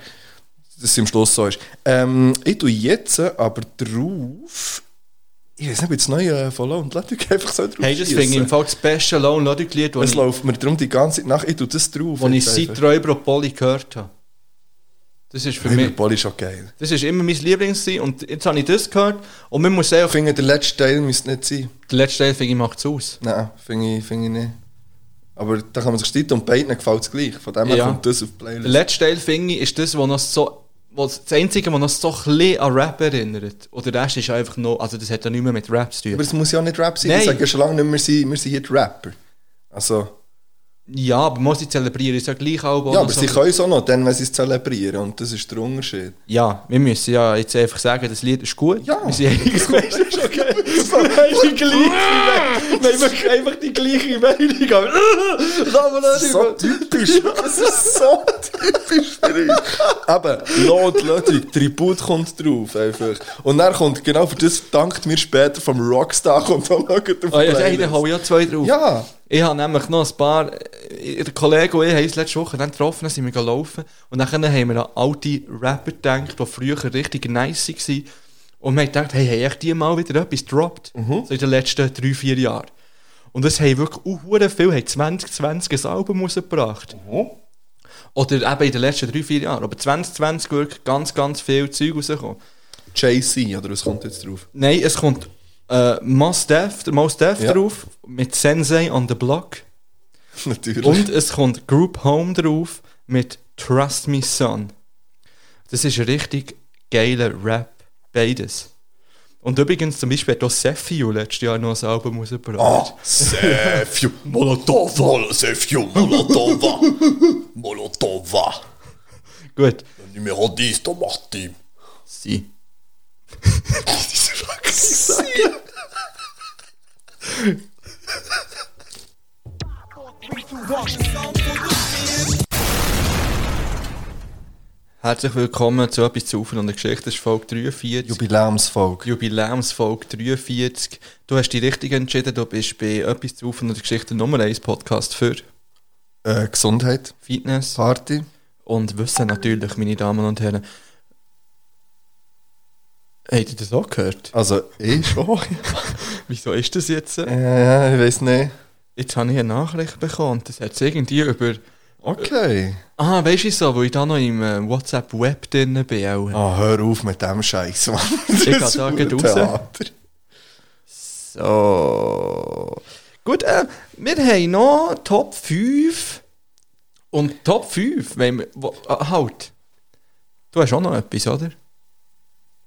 dass sie am Schluss so ist. Ähm, ich tue jetzt aber drauf, ich weiß nicht, ob ich das neue Follow und Ladig einfach so drauf
Hey, das
schiessen.
finde ich im Fall das beste Lone Logic Lied, das
Es
ich,
läuft mir darum die ganze Zeit nach, ich tue das drauf.
das ich
jetzt
seit
einfach.
Räuber und Polly gehört habe. Das ist für
Hey,
mich,
Ball ist auch geil.
das ist immer mein Lieblings gewesen und jetzt habe ich das gehört und man muss
Ich
einfach,
finde, der letzte Teil müsste nicht sein.
der letzte Teil finde ich macht es aus.
Nein, finde ich, finde ich nicht. Aber da kann man sich streiten und beiden gefällt es gleich. Von dem her
Ja.
kommt das auf
Der
die Playlist.
letzte Teil finde ich ist das, was noch so, was das einzige, was noch so ein bisschen an Rap erinnert. Oder der Rest ist einfach noch, also das hat ja nicht mehr mit Rap zu
Aber
tun.
es muss ja auch nicht Rap sein.
Nein.
Ich sage ja schon lange nicht, wir sind, wir sind hier die Rapper. Also,
Ja, aber muss ich zelebrieren, ist ja gleich auch.
ja, aber sie können es auch noch, dann, wenn sie es zelebrieren. Und das ist der Unterschied.
Ja, wir müssen ja jetzt einfach sagen, das Lied ist gut.
Ja.
Wir sind eigentlich okay. die gleiche Meinung. Wir haben wirklich einfach die gleiche Meinung. Aber lass mal
Das ist so typisch. Das ist so typisch für uns. Eben, Lord Ludwig, Tribut kommt drauf. Einfach. Und dann kommt, genau für das, dankt mir später vom Rockstar, kommt auch noch auf die
Ah, ja, hey,
Playlist.
dann hau ich auch zwei drauf.
Ja.
Ich habe nämlich noch ein paar... äh, Der Kollege und ich haben uns letzte Woche dann getroffen, dann sind wir gelaufen. Und dann haben wir an alte Rapper gedacht, die früher richtig nice waren. Und wir haben gedacht, hey, haben echt die mal wieder etwas gedroppt? So in den letzten drei, vier dus Jahren. Und das haben wirklich auch hure viel, haben 2020 ein Album rausgebracht. Oder eben in den letzten drei, vier Jahren. Aber 2020 wirklich ganz, ganz viel Zeug rausgekommen.
JC, oder was kommt jetzt drauf?
Nein, es kommt äh, Mos Def, der Mos Def
Ja.
drauf, mit Sensei on the Block.
Natürlich.
Und es kommt Group Home drauf mit Trust Me Son. Das ist ein richtig geiler Rap, beides. Und übrigens zum Beispiel hat auch Sefio letztes Jahr noch ein Album rausgebracht.
Sefju, Ah, Molotova, Sefju, Molotova, Molotova.
Gut.
Numero
halt
10, Tomati.
Sie. Herzlich willkommen zu etwas zu Ufen und der Geschichte. Das ist Folge 43.
Jubiläumsfolge.
Jubiläumsfolge 43. Du hast dich richtig entschieden, du bist bei etwas zu Ufen und der Geschichte Nummer 1 Podcast für
Äh, Gesundheit,
Fitness
Party.
und Wissen natürlich, meine Damen und Herren. Habt ihr das auch gehört?
Also, ich schon.
Oh, Wieso ist das jetzt? so?
äh, ich weiß nicht.
Jetzt habe ich eine Nachricht bekommen. Das hat es irgendwie über.
Okay.
Ah, weißt du so, weil ich da noch im äh, WhatsApp Web drin bin. Auch.
Ah, hör auf mit dem Scheiß, Mann. Das
Ich geh
ist
da
ein
gleich raus.
Theater.
So. Gut, äh, wir haben noch Top 5. Und Top 5, wenn wir. Wo, ah, halt. Du hast auch noch etwas, oder?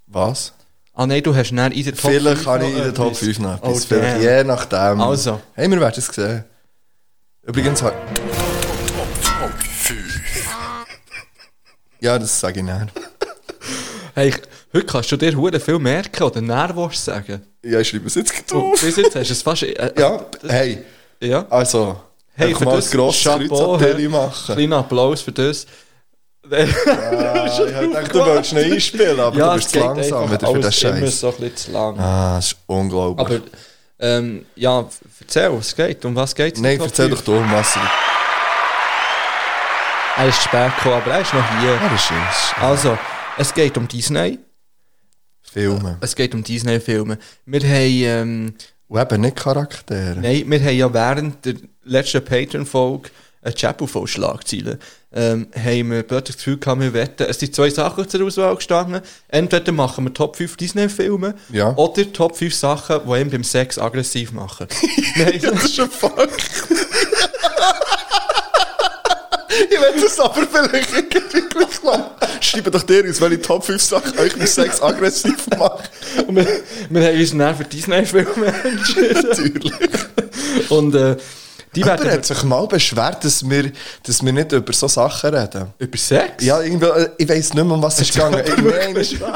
Was?
Ah nein, du hast näher in der Top
Vielleicht
fünf
kann
noch
ich in der Top
etwas.
5 noch
Oh,
etwas. Vielleicht,
damn.
je nachdem.
Also.
Hey, wir werden es sehen. Übrigens hat. Ja, das sage ich näher.
Hey, ich- heute kannst du dir hure viel merken oder näher willst du sagen.
Ja, ich schreibe es jetzt gerade
Und
auf.
bis jetzt hast du es fast... Äh,
Ja, hey,
ja.
also.
Hey,
einfach
für
mal
das
ein grosses
Chapeau,
Kreuz an die
hä?
Tür machen.
Kleiner Applaus dus. für das.
Ich dachte, du wolltest nicht einspielen, aber
Ja,
du
es
bist
geht
zu langsam
einfach
wieder für den
alles immer
Scheiß.
so ein bisschen zu lang.
Ah, das ist unglaublich.
Aber ähm, ja, f- erzähl, es geht. Um was geht es?
Nein, erzähl doch du, Massi.
Er ist zu spät gekommen, aber er ist noch hier.
Ah, das ist
Also, es geht um Disney.
Filme.
Es geht um Disney-Filme. Wir haben... Ähm,
Und eben nicht Charaktere.
Nein, wir haben ja während der letzten Patreon-Folge eine Chapel voll Schlagzeilen. Ähm, haben wir plötzlich das Gefühl gehabt, wir wetten. Es sind zwei Sachen zur Auswahl gestanden. Entweder machen wir Top 5 Disney-Filme
Ja.
oder Top 5 Sachen, die einem beim Sex aggressiv machen. Nein,
Das ist ein Fakt. ich will das aber vielleicht irgendwie gleich machen. Schreibt doch dir aus, welche Top 5 Sachen euch mit Sex aggressiv machen.
und wir, wir haben uns dann für Disney-Filme entschieden.
Natürlich.
Und äh, die
Jemand
werden
hat sich mal beschwert, dass wir, dass wir nicht über so Sachen reden.
wir über Sex?
Ja, irgendwie, äh, ich weiß nicht mehr, um was es gegangen ist. Ich meine,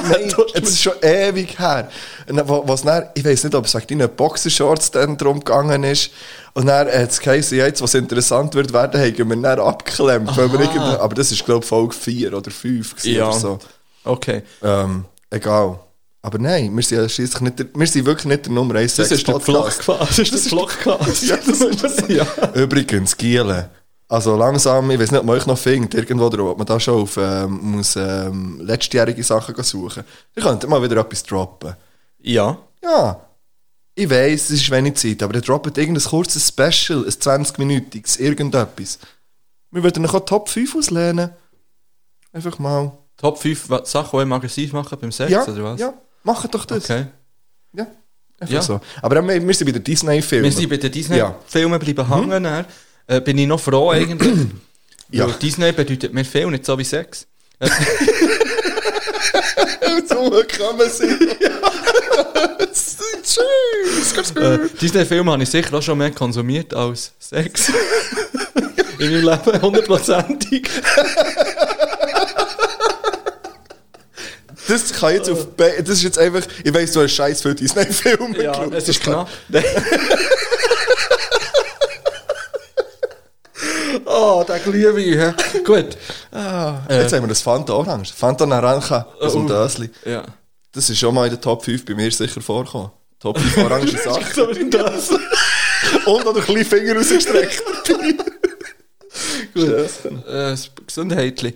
nein, es ist schon ewig her. Und dann, wo- Was dann, ich weiß nicht, ob es wegen deinen Boxershorts dann darum gegangen ist. Und dann hat es geheißen, ja, jetzt, was interessant wird werden, haben wir dann abgeklemmt. Weil wir irgendwie, aber das ist, glaube ich, Folge 4 oder 5 gewesen
Ja.
oder so.
Okay.
Ähm, egal. Aber nein, wir sind, ja schliesslich nicht der, wir sind wirklich nicht der Nummer 1
Das ist der Vlogcast. Das ist der Vlogcast.
Ja, das ist das.
Ja.
Übrigens, Giele. Also langsam, ich weiß nicht, ob man euch noch findet, irgendwo drauf, ob man da schon auf ähm, muss, ähm, letztjährige Sachen gehen suchen Ihr könnt mal wieder etwas droppen.
Ja.
Ja, ich weiß, es ist wenig Zeit, aber ihr droppt irgendein kurzes Special, ein 20-minütiges, irgendetwas. Wir würden noch Top 5 auslehnen. Einfach mal.
Top 5 wa- Sachen, die einem aggressiv machen beim Sex,
Ja,
oder was?
ja, macht doch das.
Okay.
Ja, einfach
Ja.
so. Aber dann- wir, wir sind bei den Disney-Filmen.
Wir sind bei den Disney-Filmen bleiben hängen. dann, Äh, bin ich noch froh eigentlich.
Ja.
Weil Disney bedeutet mir viel, nicht so wie Sex.
So kann man sehen. Tschüss. ganz gut.
Äh, Disney-Filme habe ich sicher auch schon mehr konsumiert als Sex. In meinem Leben hundertprozentig.
Das kann jetzt auf. Be das ist jetzt einfach. Ich weiss, du hast scheiß für Disney-Filme
Ja,
geschaut.
es ist
Das kann-
knapp. oh, der Glühwein. hä? Gut.
Jetzt haben wir das Fanta Orange. Fanta Naranja aus dem
Oh.
Dösli.
Ja.
Das ist schon mal in der Top 5 bei mir sicher vorgekommen. Top 5 orange Sachen.
das.
Und an den kleinen Finger rausgestreckt. Gut.
Äh, Gesundheitli.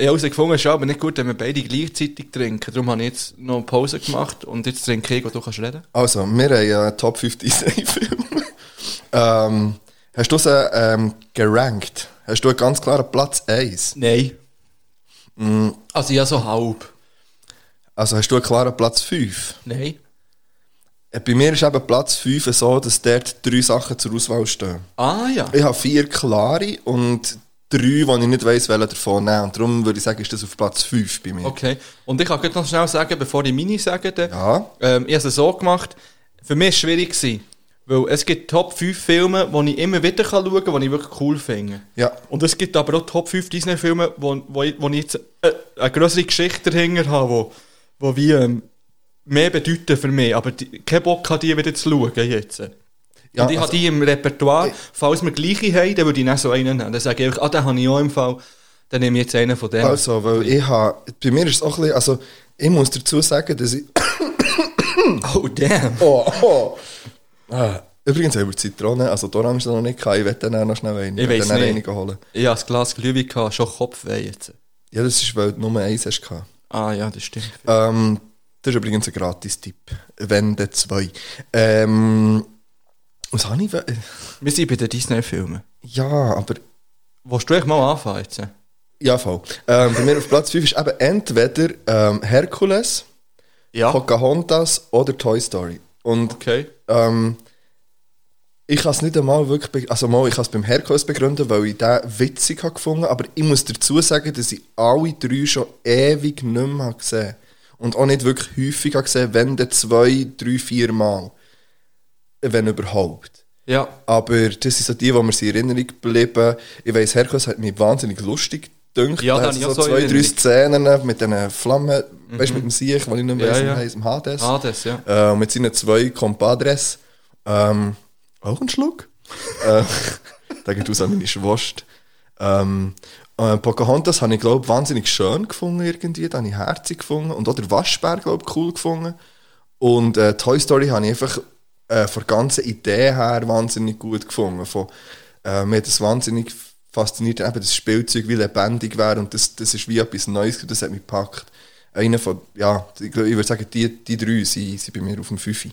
Ich habe herausgefunden, es ist aber nicht gut, wenn wir beide gleichzeitig trinken. Darum habe ich jetzt noch eine Pause gemacht und jetzt trinke ich, wo du kannst reden.
Also, wir haben ja Top 5 Disney-Filme. ähm, hast du sie ähm, gerankt? Hast du einen ganz klaren Platz 1?
Nein. Also ja, so halb.
Also hast du einen klaren Platz 5?
Nein.
Äh, Bei mir ist eben Platz 5 so, dass dort drei Sachen zur Auswahl stehen.
Ah ja.
Ich habe vier klare und drei, wo ich nicht weiss, welche davon nehmen. Und darum würde ich sagen, ist das auf Platz 5 bei mir.
Okay. Und ich kann gerade noch schnell sagen, bevor ich meine sage, dann,
Ja.
ähm, ich habe es so gemacht, für mich war es schwierig, gewesen, weil es gibt Top 5 Filme, die ich immer wieder kann schauen kann, die ich wirklich cool finde.
Ja.
Und es gibt aber auch Top 5 Disney-Filme, wo, wo, ich- wo ich jetzt äh, eine größere Geschichte dahinter habe, wo, wo wie, ähm, mehr bedeuten für mich. Aber die, kein Bock habe, die wieder zu schauen jetzt.
Ja,
und ich
also-
habe die im Repertoire. Falls wir gleiche haben, dann würde ich nicht so einen nehmen. Dann sage ich, einfach, ah, den habe ich auch im Fall. Dann nehme ich jetzt einen von denen.
Also, weil ich habe, bei mir ist es auch ein bisschen, also ich muss dazu sagen, dass ich...
oh, damn.
Oh, oh. Ah. Übrigens haben wir die Zitrone, also die Orange noch nicht gehabt. Ich werde dann auch noch schnell eine.
Ich weiss
dann
nicht.
eine holen.
Ich habe ein Glas Glühwein gehabt, schon Kopfweh jetzt.
Ja, das ist, weil du nur eins hast gehabt.
Ah ja, das stimmt.
Ähm, das ist übrigens ein Gratis-Tipp. Wenn der zwei. Ähm, was habe ich? we-
Wir sind bei den Disney-Filmen.
Ja, aber.
Willst du echt mal anfangen jetzt?
Ja, voll. Ähm, bei mir auf Platz 5 ist eben entweder ähm, Herkules,
Ja.
Pocahontas oder Toy Story. Und
Okay.
ähm, ich kann es nicht einmal wirklich. be- Also, mal, ich kann es beim Herkules begründen, weil ich den witzig habe gefunden aber ich muss dazu sagen, dass ich alle drei schon ewig nicht mehr habe gesehen und auch nicht wirklich häufig habe gesehen, wenn dann zwei, drei, vier Mal. Wenn überhaupt.
Ja.
Aber das sind so die, die mir in Erinnerung geblieben Ich weiss, Herkules hat mich wahnsinnig lustig gedünkt.
Ja,
da
da
hat
habe
es
ich
so
auch so
zwei, drei
Erinnerung. Mhm.
Szenen mit diesen Flammen, weißt du, mit dem Sieg, weil ich nicht mehr
Ja,
weiss,
ja.
wie heisst, dem Hades.
Ah, das, ja.
Äh, mit seinen zwei Compadres. Ähm, auch ein Schluck. äh, da geht aus an meine Schwast. Ähm, äh, Pocahontas habe ich, glaube wahnsinnig schön gefunden irgendwie. Da habe ich herzig gefunden. Und auch der Waschbär, glaube ich, cool gefunden. Und äh, Toy Story habe ich einfach äh, von der ganzen Idee her wahnsinnig gut gefunden. Von, äh, mir hat das wahnsinnig fasziniert, eben das Spielzeug, wie lebendig wäre. Und das, das ist wie etwas Neues, das hat mich gepackt. Einer von, ja, ich, glaub, ich würde sagen, die, die drei sind, sind bei mir auf dem Fünfi.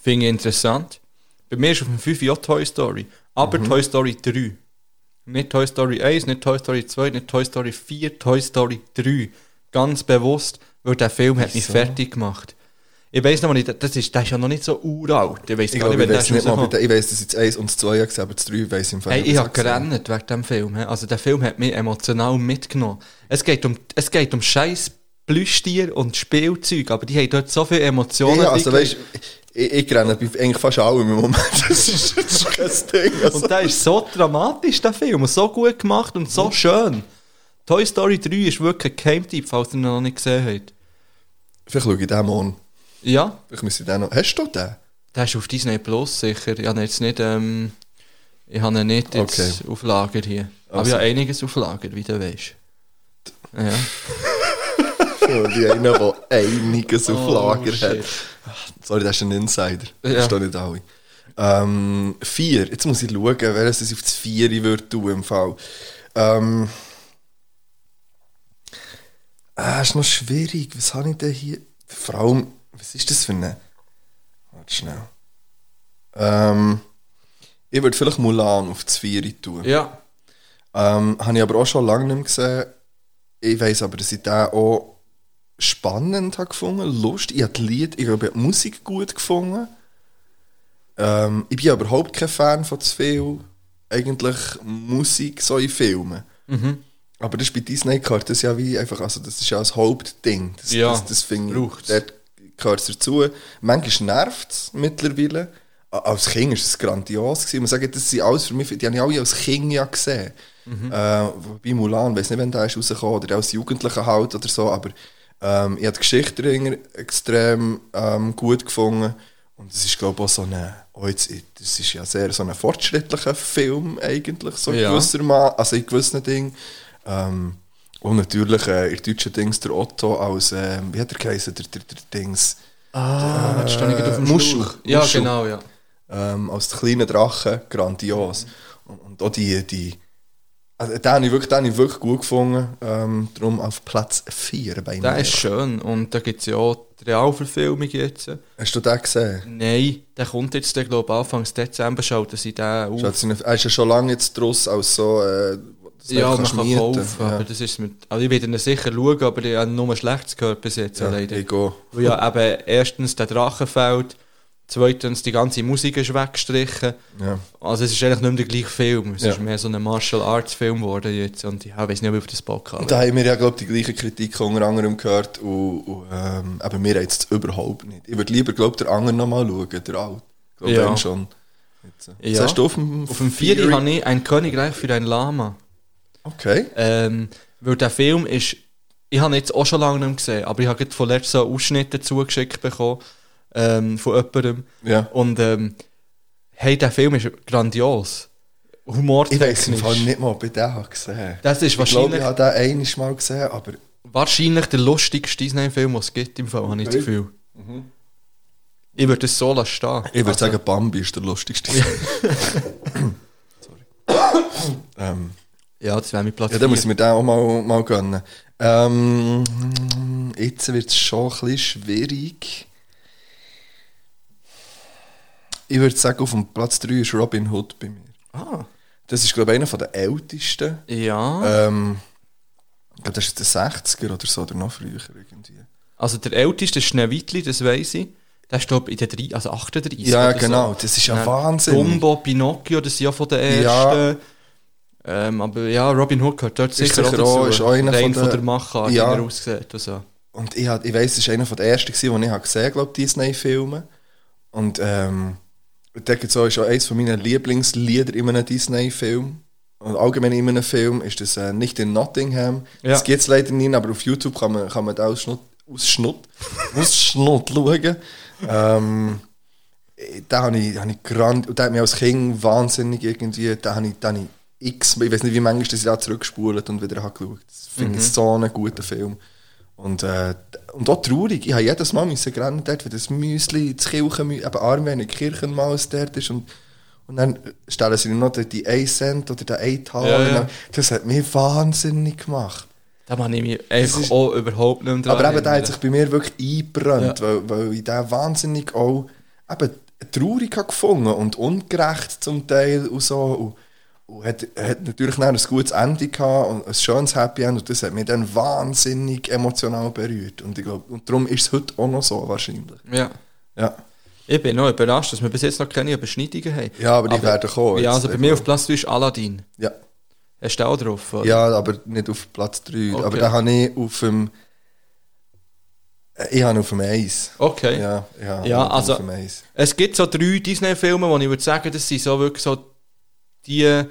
Finde ich interessant. Bei mir ist auf dem 5 ja Toy Story. Aber
Mhm.
Toy Story 3. Nicht Toy Story 1, nicht Toy Story 2, nicht Toy Story 4, Toy Story 3. Ganz bewusst, weil der Film hat mich fertig gemacht. Ich weiß noch nicht, das ist, der ist ja noch nicht so uralt. Ich weiß
Ich
gar nicht,
glaube, ich
wenn der
weiß
schon
nicht mal, bei
rauskommt.
den- ich weiß, dass jetzt eins und das zwei gesehen, aber das drei weiß ich im Fall
Hey,
nicht,
ich
ob
habe
ich's gesehen
gerannt wegen dem Film. he. Also der Film hat mich emotional mitgenommen. Es geht um, es geht um scheiß Plüschtier und Spielzeug, aber die haben dort so viele Emotionen.
Ja, also
drin.
weißt ich, ich renne bei eigentlich fast allem im Moment. Das ist, das ist kein Ding. Also,
Und der ist so dramatisch, der Film. Und so gut gemacht und so schön. Toy Story 3 ist wirklich ein Geheimtipp, falls ihr ihn noch nicht gesehen habt.
vielleicht schaue ich den mal an.
Ja,
Vielleicht müsste ich den noch. Hast du den?
der ist auf Disney Plus sicher. Ich habe ihn jetzt nicht, ähm, ich habe ihn nicht jetzt
Okay.
auf Lager hier. Aber ich habe einiges auf Lager, wie du weißt. Ja.
Oh, die einen, der einiges auf
Oh,
Lager
shit.
hat. Sorry, das ist ein Insider.
Ja.
Das ist doch nicht alle. Ähm, vier. Jetzt muss ich schauen, welches es auf das Vier würde tun im Fall. Ähm, ah, ist noch schwierig. Was habe ich denn hier? Vor allem, was ist das für eine? Warte schnell. Ähm, ich würde vielleicht Mulan auf das Vier tun.
ja.
Ähm, habe ich aber auch schon lange nicht mehr gesehen. Ich weiß aber, dass ich den auch spannend habe gefunden, Lust. Ich habe die Lied, ich habe die Musik gut gefunden. Ähm, ich bin aber überhaupt kein Fan von zu viel eigentlich Musik so in Filmen. Aber das ist bei Disney gehört das ja wie einfach, also das ist ja das Hauptding. Das,
Ja,
das, das finde ich,
braucht's.
dort gehört es dazu. Manchmal nervt es mittlerweile. A- Als Kind war es grandios. Gewesen. Man sagt, das sind alles für mich, die habe ich alle als Kind ja gesehen.
Mhm.
Äh, bei Mulan, ich weiß nicht, wann der ist rausgekommen oder als Jugendlicher halt oder so, aber ähm, ich habe die Geschichte dahinter extrem ähm, gut gefunden. Und es ist, glaube ich, auch so ein, oh, jetzt, das ist ja sehr so ein fortschrittlicher Film eigentlich, so
Ja.
gewisser Mal, also in gewissen Dingen. Ähm, und natürlich äh, in deutschen Dings der Otto als, ähm, wie hat er geheißen, der, der, der Dings,
Ah, jetzt stehe ich gerade auf dem
Muschel.
Stuhl. Ja,
Muschel.
genau, ja.
ähm, als der kleine Drache, grandios. Und, und auch die, die, also den habe ich wirklich, den habe ich wirklich gut gefunden, ähm, darum auf Platz 4 bei
Der
mir.
ist schön und da gibt es ja auch die Realverfilmung jetzt.
Hast du den gesehen?
Nein, der kommt jetzt, glaube ich, Anfang Dezember schalten sie den auf.
Ist jetzt in- Er ist ja schon lange jetzt draus als so, äh, dass du
Ja,
den
man
kannst
kann
mieten.
kaufen, aber das ist mit, also ich werde ihn sicher schauen, aber ich habe nur Schlechtes gehört bis jetzt,
ja,
leider.
ich gehe.
Weil ja eben erstens der Drache fällt, zweitens die ganze Musik ist weggestrichen.
Ja.
Also es ist eigentlich nicht mehr der gleiche Film, es
Ja.
ist mehr so ein Martial Arts Film geworden jetzt und ich weiß nicht, ob ich auf das Bock habe.
Und da haben wir ja, glaube ich, die gleiche Kritik unter anderem gehört. Und, und, ähm, aber mir jetzt überhaupt nicht. Ich würde lieber, glaube ich, den anderen nochmal schauen, der Alt. Ich glaube,
Ja.
den schon. Jetzt, äh. Was
Ja.
hast du auf dem,
Auf dem Vieri habe ich «Ein Königreich für ein Lama».
Okay.
Ähm, weil der Film ist, ich habe ihn jetzt auch schon lange nicht mehr gesehen, aber ich habe gerade von letztem Ausschnitt zugeschickt bekommen, ähm, von jemandem.
Ja.
Und ähm, hey, der Film ist grandios.
Ich weiß im Fall
Humortechnisch.
nicht mal, ob ich den habe gesehen
Das ist
Ich glaube,
wahrscheinlich,
ich habe den einmal mal gesehen, aber
wahrscheinlich der lustigste Disney-Film, den es gibt im Fall, habe ich das Gefühl.
Mhm.
Ich würde es so lassen stehen.
ich würde sagen, Bambi ist der lustigste.
Ja, das wäre mein Platz
Ja,
vier.
dann muss ich mir den auch mal, mal gönnen. Ähm, jetzt wird es schon ein bisschen schwierig. Ich würde sagen, auf dem Platz 3 ist Robin Hood bei mir.
Ah.
Das ist, glaube ich, einer von der ältesten.
Ja,
Ähm, ich glaube, das ist aus den 60er oder so, oder noch früher irgendwie.
also der älteste ist Schneewittli, das weiß ich. Der ist, glaube ich, in den drei, also 38.
Ja,
oder so.
genau, das ist ja
Dann
Wahnsinn.
Dumbo, Pinocchio, das sind ja von den
Ja.
ersten. Ähm, aber ja, Robin Hood gehört dort
Ist
sicher auch
sicher
dazu.
auch- ist auch einer
Rein
von
von
den-
der Machart,
Ja.
wie er aussieht. Also.
Und ich, hab- ich weiss, es war einer der ersten, gewesen, den ich hab gesehen habe, Disney-Filme. Und ähm, da gibt's auch, ist auch eines meiner Lieblingslieder in einem Disney-Film. Und allgemein in einem Film ist das äh, nicht in Nottingham.
Ja.
Das gibt es leider nicht, aber auf YouTube kann man, kann man den Ausschnitt, Ausschnitt, Ausschnitt schauen. Ähm, da habe ich, hab ich grand, und da hat mich als Kind wahnsinnig irgendwie, da habe ich, da hab ich x, ich weiß nicht wie manchmal, dass ich da zurückgespult und wieder habe geschaut. Das finde
Mhm.
ich so einen guten Film. Und, äh, und auch traurig, ich habe jedes Mal müssen rennen dort, wenn das Müsli, das Kirchenmüsli, eben arm, wenn ein Kirchenmaus dort ist und, und dann stellen sie noch die- die 1 Cent oder den 1 Tal.
Ja,
und
ja.
dann- Das hat mich wahnsinnig gemacht.
Da habe ich mich einfach auch überhaupt nicht mehr dran
Aber eben, der hat
erinnern.
sich bei mir wirklich eingebrannt, weil, weil ich den wahnsinnig auch eben traurig habe gefunden und ungerecht zum Teil und so. Und, und hat, hat natürlich dann ein gutes Ende gehabt und ein schönes Happy End und das hat mich dann wahnsinnig emotional berührt. Und ich glaube, und darum ist es heute auch noch so wahrscheinlich.
Ja.
Ja.
Ich bin noch überrascht, dass wir bis jetzt noch keine Überschneidungen haben.
Ja, aber die werden kommen.
Ja, also
Jetzt
bei mir auf Platz 3 ist Aladdin.
Ja.
Hast du auch drauf? Oder?
Ja, aber nicht auf Platz 3.
Okay.
Aber den habe ich auf dem. äh, Ich habe ihn auf dem 1.
Okay.
Ja, ja,
Ja, also-
auf dem 1.
Es gibt so drei Disney-Filme, wo ich würde sagen, das sind so wirklich so die,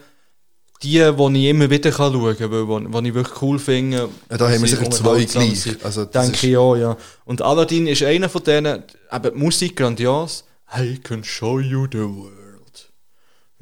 die, die ich immer wieder kann schauen kann, weil die- die ich wirklich cool finde.
Ja, da haben wir sicher zwei gleich.
Also,
Also, das
Denke
ist-
ich auch, ja. Und Aladdin ist einer von denen, eben die Musik grandios. I can show you the world.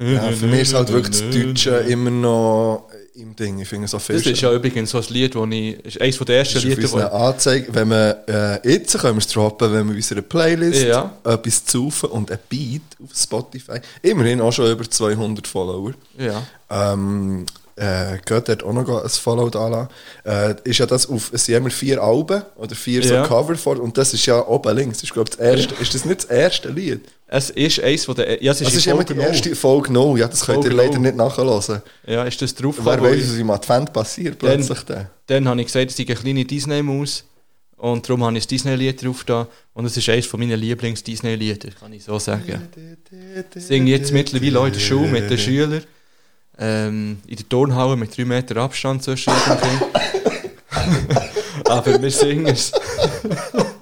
Ja, für mich ist halt wirklich das Deutsche immer noch im Ding. Ich finde es auch viel
Das ist
schöner.
ja übrigens so ein Lied, das ich. ist eines der ersten
Das ist auf
Lieder, die
unseren
ich.
Anzeigen. Wenn wir äh, jetzt können wir es droppen, wenn wir unsere Playlist
Ja.
etwas zufen und ein Beat auf Spotify. Immerhin auch schon über 200 Follower.
Ja.
Ähm, äh, geht dort auch noch ein Follow anlassen. Äh, ist ja das auf, es sind immer vier Alben oder vier
Ja.
so Cover vor und das ist ja oben links. Ich glaube, das erste, ist das nicht das erste Lied?
Es ist eines der. e- Ja, es ist,
Das
in
Also ist immer
Folge
die
null.
erste Folge No. Ja, das könnt ihr
Folge
leider
null.
nicht nachhören.
Ja, ist das drauf?
Wer
gekommen?
weiß, was im Advent passiert
Dann-
plötzlich. Dann.
Dann habe ich gesagt, es ist eine kleine Disney-Maus. Und darum habe ich das Disney-Lied drauf da. Und es ist eines von meinen Lieblings-Disney-Lieder, kann ich so sagen. Ich singe jetzt mittlerweile auch in der Schule mit den Schülern. Ähm, in der Turnhalle mit 3 Meter Abstand zwischen jedem Kind. Aber wir singen es.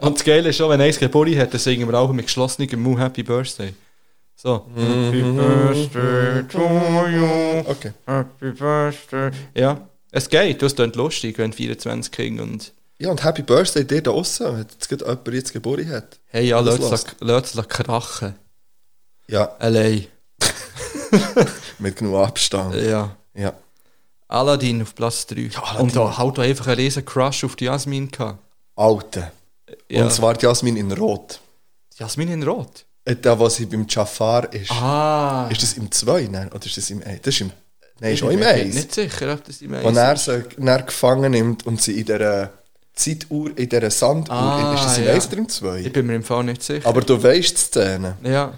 Und das Geile ist schon, wenn eins Geburi hat, dann singen wir auch mit geschlossenem Mund Happy Birthday. So. Happy Birthday to you.
Okay.
Happy Birthday. Ja, es geht. Das klingt lustig, wenn 24 King und
Ja, und Happy Birthday dir da draussen, wenn jetzt gerade jemand jetzt geboren hat.
hey, ja,
Das
lass es krachen.
Ja,
Allein.
mit genug Abstand.
Ja.
Ja.
Aladdin auf Platz 3. und da haut er einfach einen riesen Crush auf die Jasmin gehabt.
Alte.
Ja.
Und zwar die Jasmin in Rot.
Jasmin in Rot.
Äh, Der, was sie beim Jafar ist.
Ah.
Ist das im 2? Nein, oder ist das im 1? Das ist im... Nein, ist auch
Ich
im Oh,
bin mir
1.
Nicht sicher, ob das im
Wo
1
er sie er gefangen nimmt und sie in dieser Zeituhr, in dieser Sanduhr...
Ah,
ist das im
ja.
1 oder im
Ich
2?
bin mir im Fall nicht sicher.
Aber du weißt die Szene.
ja.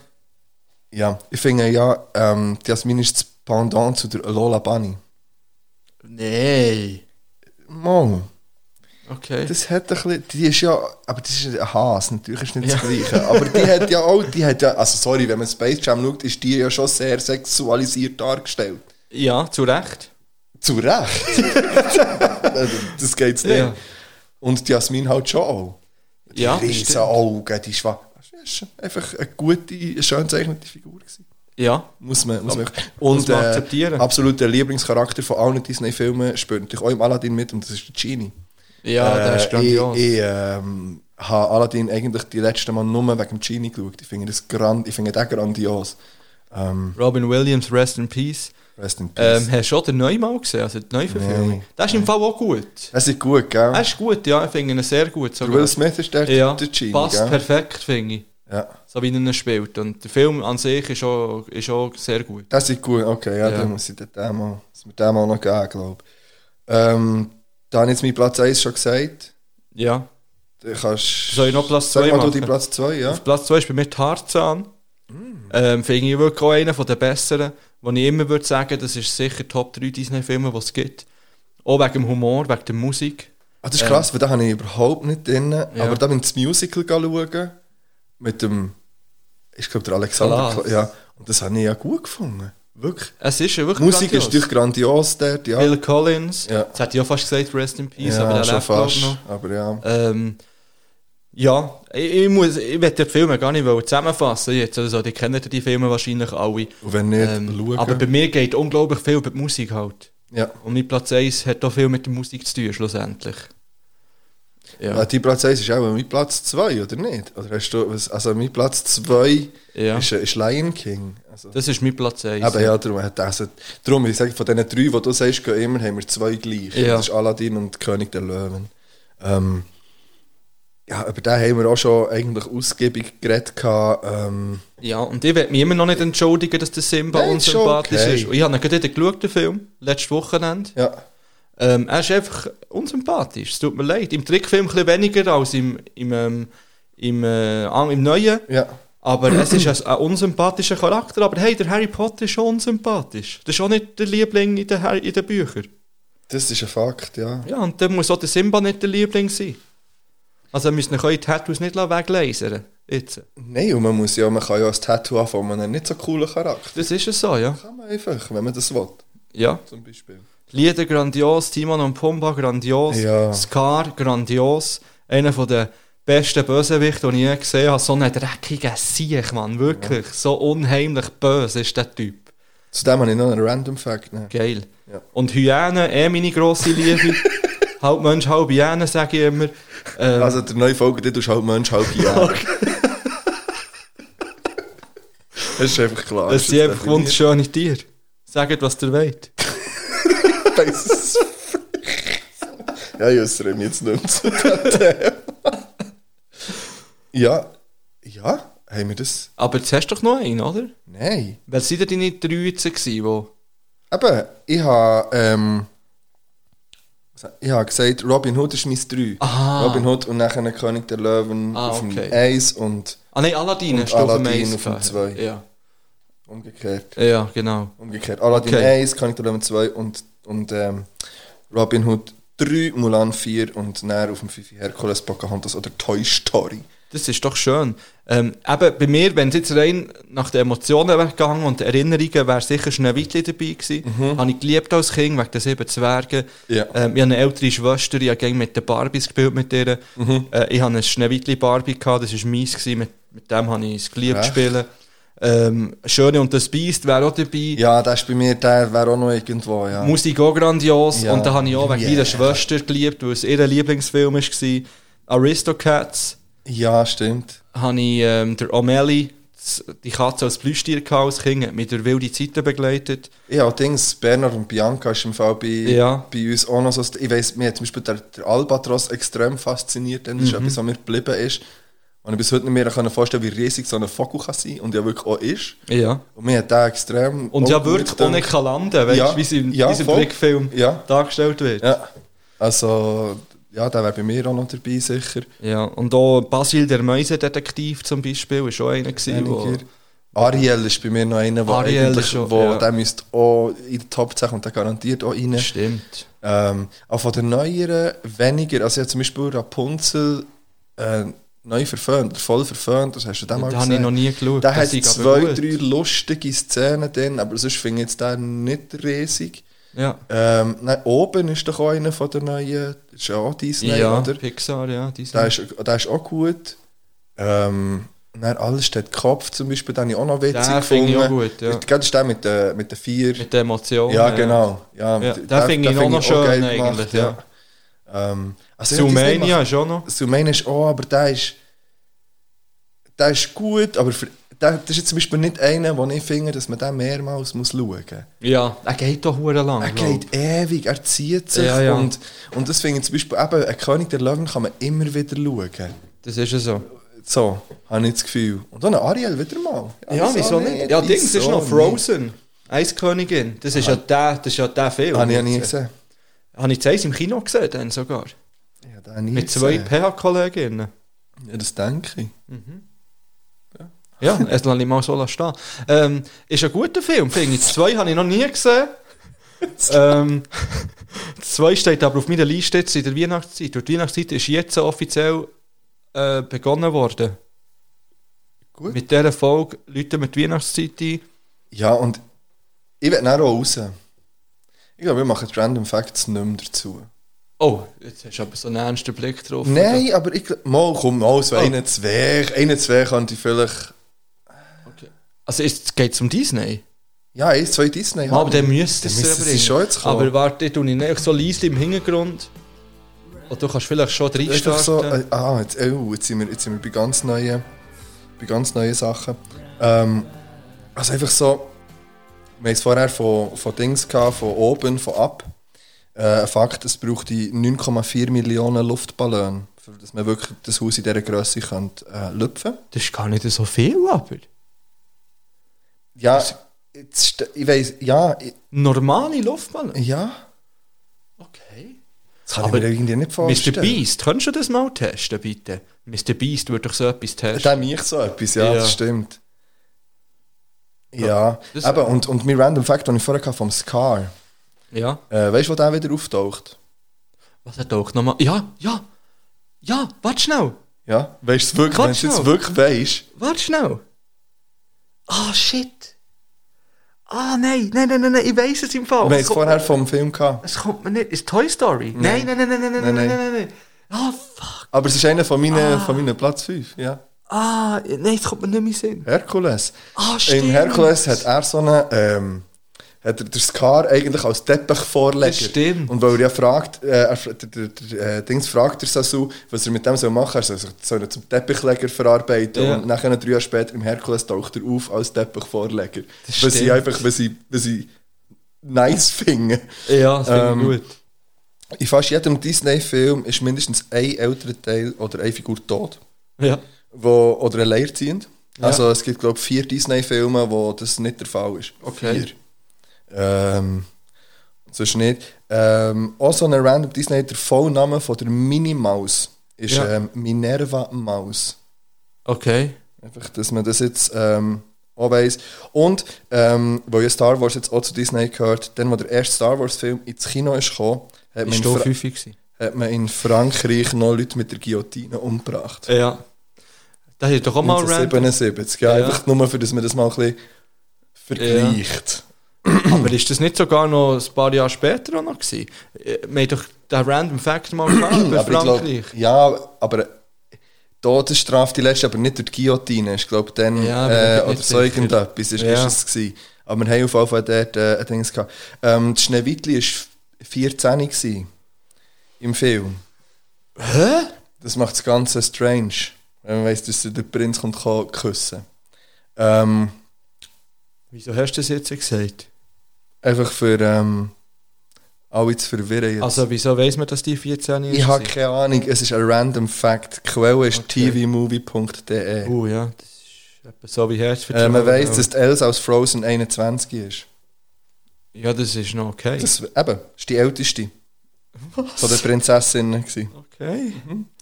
Ja. Ich finde ja, ähm, die Jasmin ist das Pendant zu der Lola Bunny.
Nein.
Mal.
Okay.
Das hat ein bisschen, die ist ja, aber das ist ein Hase, natürlich ist nicht das
Ja.
Gleiche. Aber die hat ja auch, die hat ja, also sorry, wenn man Space Jam schaut, ist die ja schon sehr sexualisiert dargestellt.
ja, zu Recht.
Zu Recht. das geht's nicht.
Ja.
Und die Jasmin halt schon auch. Die
Ja,
riesen
stimmt.
Augen, die schwach. Das war einfach eine gute, schön gezeichnete Figur. Gewesen.
Ja.
Muss man, muss man, und,
man akzeptieren.
Äh, absolut der Lieblingscharakter von allen Disney-Filmen spielt natürlich auch im Aladdin mit und das ist der Genie. Äh,
Ja, das Ah, ist grandios.
Ich, ich ähm, habe Aladdin eigentlich die letzten Mal nur wegen dem Genie geschaut. Ich finde das grand, ich finde den grandios. eh.
Robin Williams, rest in peace.
Rest in Peace.
Ähm, hast du auch den Neumann gesehen, also die Neuverfilmung?
Nein.
Das ist im Fall auch gut.
es ist gut, gell?
Er ist gut, ja, ich finde ihn sehr gut. Sogar.
Will Smith ist der,
ja,
der Genie,
passt
gell?
perfekt, finde ich,
Ja.
so wie er ihn spielt. Und der Film an sich ist auch, ist auch sehr gut.
Das ist gut, okay, ja,
Ja.
dann muss ich den dem auch, muss mir dem auch noch geben, glaube ich. Ähm, da habe ich jetzt meinen Platz 1 schon gesagt.
Ja.
Du kannst,
Soll ich noch Platz
Sag
zwei
mal du
machen?
die Platz 2, ja?
Auf Platz 2 ist bei mir Tarzan.
Mm.
Ähm, finde ich wirklich auch einer von den besseren, wo ich immer würde sagen, das ist sicher Top 3 Disney-Filme, die es gibt. Auch wegen dem Humor, wegen der Musik.
Ah, das ist
Ähm.
krass, weil da habe ich überhaupt nicht drin. Aber da bin ich das Musical schauen. Mit dem, ich glaube, der Alexander.
Klaas.
Ja. Und das habe ich ja gut gefunden. Wirklich.
Es ist ja wirklich
Musik ist
grandios.
natürlich grandios dort, ja.
Bill Collins,
Ja.
das hätte ich auch fast gesagt, Rest in Peace, aber
ja,
der
schon
lebt glaub
fast.
ich, noch.
Aber ja.
Ähm, ja, ich, ich, muss, ich will die Filme gar nicht wollen zusammenfassen. Jetzt, also, die kennen die Filme wahrscheinlich alle.
Und wenn nicht,
Ähm,
schauen.
aber bei mir geht unglaublich viel über die Musik halt.
ja.
Und mein Platz 1 hat auch viel mit der Musik zu tun, schlussendlich. Ja.
Ah, Dein Platz 1 ist auch mein Platz 2, oder nicht? Oder hast du, was- also mein Platz 2
Ja.
ist, äh, ist Lion King. Also,
Das ist mein Platz 1.
eben, ja, darum, hat also, darum ich sage, von diesen drei, die du sagst, gehen immer, haben wir zwei gleich.
Ja.
Das ist Aladdin und König der Löwen. Ähm, ja, über den haben wir auch schon eigentlich ausgiebig geredet. gehabt, Ähm,
Ja, und ich werde mich immer noch nicht entschuldigen, dass der Simba
Nein, ist schon
unsympathisch
okay.
ist. Und ich habe ihn gerade wieder geschaut, den Film, letztes Wochenende.
ja.
Ähm, er ist einfach unsympathisch, es tut mir leid. Im Trickfilm ein bisschen weniger als im, im, ähm, im, äh, an- im Neuen.
Ja.
Aber es ist ein, ein unsympathischer Charakter. Aber hey, der Harry Potter ist schon unsympathisch. Das ist auch nicht der Liebling in den, Har- in den Büchern.
Das ist ein Fakt, ja.
Ja, und dann muss auch der Simba nicht der Liebling sein. Also müssen wir die Tattoos nicht weglasern Jetzt.
Nein, und man muss ja, man kann ja ein Tattoo haben von einem nicht so coolen Charakter.
Das ist es so, ja.
Kann man einfach, wenn man das will,
Ja.
zum Beispiel.
Lieder grandios, Timon und Pumba grandios,
Ja.
Scar grandios. Einer von der besten Bösewichte, die ich je gesehen habe. So einen dreckigen Sieg, Mann. Wirklich. So unheimlich böse ist der Typ.
Zudem habe ich noch einen Random Fact. Ne?
Geil.
Ja.
Und Hyänen, eh meine grosse Liebe. halb Mensch, halb Hyäne, sage ich immer. Ähm,
Also der neue Folge, die tust du halb Mensch, halb Jahr. Also, das ist einfach klar.
das sind einfach wunderschöne Tiere. Sagt, was ihr wollt.
wunderschön. ja, ich äußere mich jetzt nicht mehr zu diesem Thema. Ja, ja, haben wir das?
Aber jetzt hast du doch noch einen, oder?
Nein.
Weil sind denn deine drei jetzt gewesen, wo...
Eben, ich habe ähm, ich habe gesagt, Robin Hood ist mein 3.
Aha.
Robin Hood und nachher König der Löwen
Ah,
auf
okay.
dem 1 und
Ah nein, Aladdin
Und
hast du auf dem
Aladdin
Eis
auf dem
gehabt.
Zwei.
Ja.
umgekehrt.
ja, genau.
Umgekehrt. Aladdin
Okay.
1, König der Löwen 2 und, und ähm, Robin Hood 3, Mulan 4 und nachher auf dem 5 Herkules, Pocahontas oder Toy Story.
Das ist doch schön. Ähm, eben, bei mir, wenn es jetzt rein nach den Emotionen weggegangen und den Erinnerungen, wäre sicher Schneewittli dabei gewesen. Habe ich geliebt als Kind, wegen den sieben Zwergen.
Mhm. Ja.
Ähm, ich habe eine ältere Schwester, ich habe gerne mit den Barbies gespielt mit ihr.
Mhm.
Äh, ich habe ein Schneewittli-Barbie gehabt, das war meins, gewesen. mit, mit dem habe ich es geliebt zu
Echt?
spielen. Ähm, Schöne und das Biest wäre auch dabei.
Ja, das ist bei mir, der wäre auch noch irgendwo, ja.
Musik auch grandios.
Ja.
Und da habe ich auch wegen
Yeah.
meiner Schwester geliebt, weil es ihr Lieblingsfilm war. Aristocats
ja, stimmt.
habe ich ähm, der O'Malley, z- die Katze als Plüschtier gehabt als Kind, hat mich durch wilde Zeiten begleitet.
Ja, Dings, Bernhard und Bianca ist im Fall bei,
Ja.
bei uns auch noch so. Ich weiss, mir hat zum Beispiel der, der Albatros extrem fasziniert. denn Das
Mhm.
ist etwas, was mir geblieben ist. Und ich bis heute nicht mehr kann vorstellen wie riesig so ein Vogel kann sein und ja wirklich auch ist.
Ja.
Und mir hat der extrem.
Und ja, wirklich ohne
ungedacht.
kann landen, weißt du,
Oh, Ja.
wie sie in
Ja,
diesem
voll.
Trickfilm
Ja.
dargestellt wird.
Ja. Also, ja, der wäre bei mir auch noch dabei, sicher.
Ja, Und auch Basil, der Mäusedetektiv zum Beispiel, war schon einer. Gewesen, wo,
Einiger. Ariel ist bei mir noch einer, der
Ariel
eigentlich,
ist schon-
wo,
ja.
der müsste auch in die Top 10 und der garantiert auch rein.
Stimmt.
Ähm, auch von den neueren weniger. Also, ich habe zum Beispiel Rapunzel äh, neu verföhnt, voll verföhnt. Das hast du den mal
Da
gesehen.
habe ich noch nie geschaut.
Der
Das
hat
sei aber
zwei,
gut.
drei lustige Szenen drin, aber sonst finde ich jetzt den nicht riesig.
Ja,
Ähm, nein, oben ist doch auch einer von den neuen. Ist ja auch Disney,
ja
oder?
Pixar, ja. Die sind-
Der ist, der ist auch gut. Ähm, dann alles steht Kopf zum Beispiel, den habe ich auch noch witzig
Den finde ich auch gut, ja.
Gerade ist der mit den, mit den vier.
mit den Emotionen.
Ja, genau. Ja,
Ja,
den-
den
den
finde ich
finde
noch
auch
schön
geil gemacht,
eigentlich,
Ähm, also ja, Disney
Sumania
macht-
ist auch noch.
Sumania ist auch, aber der ist, der ist gut, aber für, der, das ist jetzt zum Beispiel nicht einer, wo ich finde, dass man den mehrmals muss schauen muss.
Ja, er geht doch hure lang.
Er
glaub.
geht ewig, er zieht sich
Ja, ja.
Und, und das finde ich zum Beispiel, eben, ein König der Löwen kann man immer wieder schauen.
Das ist ja so.
So, habe ich das Gefühl. Und dann Ariel wieder mal.
Ja, wieso nicht? Ja, Dings ist
wieso
noch
nicht?
Frozen. Ah. Eiskönigin. Das ist ja der, das ist ja der Film.
Habe ich ja nie gesehen.
Habe ich zuerst im Kino gesehen, dann sogar.
Ja, den habe ich nie
Mit zwei
gesehen.
PH-Kolleginnen.
Ja, das denke ich.
Ja, es lasse ich mal so stehen. Ähm, ist ein guter Film, finde ich. Die Zwei habe ich noch nie gesehen. ähm, die zwei steht aber auf meiner Liste jetzt in der Weihnachtszeit. Und die Weihnachtszeit ist jetzt offiziell äh, begonnen worden.
Gut.
Mit dieser Folge läuten wir die Weihnachtszeit ein.
Ja, und Ich will dann auch raus. Ich glaube, wir machen die Random Facts nicht mehr dazu.
Oh, jetzt hast du aber so einen ernsten Blick drauf.
Nein, aber ich glaube, mal komm, mal
Oh.
so einen, zwei, einen, zwei könnte ich vielleicht,
Okay. Also es geht es um Disney?
ja, eins, zwei Disney
aber dann müsste es
Dann müsste
ja
sie
bringen.
schon jetzt kommen.
Aber warte, ich tue ihn nicht so leise im Hintergrund. Und du kannst vielleicht schon
Das ist doch
reinstarten.
so, äh, ah, jetzt, oh, jetzt, sind wir, jetzt sind wir bei ganz neuen, bei ganz neuen Sachen. Ähm, also einfach so, wir haben es vorher von, von Dings gehabt, von oben, von ab. Äh, ein Fakt, es braucht die 9,4 Millionen Luftballons, für dass man wirklich das Haus in dieser Größe könnte, äh, lüpfen
das ist gar nicht so viel, aber...
Ja, Also, jetzt, ste- ich weiss, ja, ich,
Normale Luftballon?
ja,
Okay.
das kann
Aber
ich mir irgendwie nicht
Mr.
vorstellen.
Beast, könntest du das mal testen, bitte? Mr. Beast würde doch so etwas testen.
Der mich so etwas, ja,
Ja.
das stimmt. Ja,
das-
aber und, und mein Random Fact, den ich vorher hatte, vom Scar.
Ja.
Äh, weißt du, wo der wieder auftaucht?
Was hat auch nochmal... Ja, ja. Ja, warte schnell.
Ja? Weißt du wirklich, wenn
Quatsch
du jetzt
noch.
wirklich weißt?
Warte schnell. Ah, shit. Ah, nein, nein, nein, nein, nein, ich weiß es im Fall.
Wir haben es
kommt-
vorher vom Film gehabt.
es kommt mir nicht. Ist Toy Story? Nein, nein, nein, nein, nein, nein,
Nein,
nein, nein, nein. Ah, fuck.
Aber es ist einer von meinen, von meinen Platz 5. Ja.
Ah, nein, es kommt mir nicht mehr in den Sinn.
Herkules.
Ah, stimmt.
Im Herkules hat er so einen. Ähm, hat er den Scar eigentlich als Teppich vorlegt.
Das stimmt.
Und weil er ja fragt, äh, er, fra- der, der, der, äh, Dings fragt er Sasu, was er mit dem soll machen soll. Er soll sich soll ihn zum Teppichleger verarbeiten.
Ja.
Und nachher, drei Jahre später, im Herkules taucht er auf als Teppichvorleger.
Das
Was sie
stimmt.
einfach, was sie, was sie nice finden.
Ja, das finde
Ähm,
ich gut.
In fast jedem Disney-Film ist mindestens ein älterer Teil oder eine Figur tot
Ja.
wo, oder eine leerziehend. Also es gibt, glaube ich, vier Disney-Filme, wo das nicht der Fall ist.
Okay.
Vier. Ähm, sonst nicht. Ähm, auch so ein random Disney, der Vollname von der Minimaus ist
Ja.
ähm, Minerva Maus.
Okay.
Einfach, dass man das jetzt ähm, auch weiss. Und, ähm, weil ja Star Wars jetzt auch zu Disney gehört, dann, wo der erste Star Wars-Film ins Kino ist gekommen, hat man, in
Ist du
Fra-
häufig
hat man in Frankreich noch Leute mit der Guillotine umgebracht.
Ja. Das ist doch auch mal random.
1977, ja,
Ja.
einfach nur, für dass man das mal ein bisschen vergleicht.
Aber ist das nicht sogar noch ein paar Jahre später auch noch gewesen? Äh, Wir haben doch den Random Fact mal gehabt bei
Aber ich glaub,
Frankreich.
ja, aber Todesstrafe die letzte, aber nicht durch die Guillotine. Ich glaube, dann
Ja, aber ich
äh,
bin
oder
nicht
so
sicher.
irgendetwas ist,
Ja.
ist es gewesen. Aber wir haben auf jeden Fall dort äh, ein Dings gehabt. Ähm, das Schneewittli war 14 gewesen, im Film.
Hä?
Das macht das Ganze strange. Wenn man weiss, dass der Prinz kommt kann küssen ähm,
Wieso hast du das jetzt gesagt?
Einfach für ähm, alle zu verwirren jetzt.
Also, wieso weiss man, dass die 14 ist?
Ich habe keine Ahnung, es ist ein random Fact. Die Quelle ist tvmovie.de.
Oh ja, das ist etwa so wie
Äh,
Herzvertrauen.
man weiss, dass die Elsa aus Frozen 21 ist.
Ja, das ist noch okay.
Das eben, ist die älteste von den Prinzessinnen. Gewesen.
okay.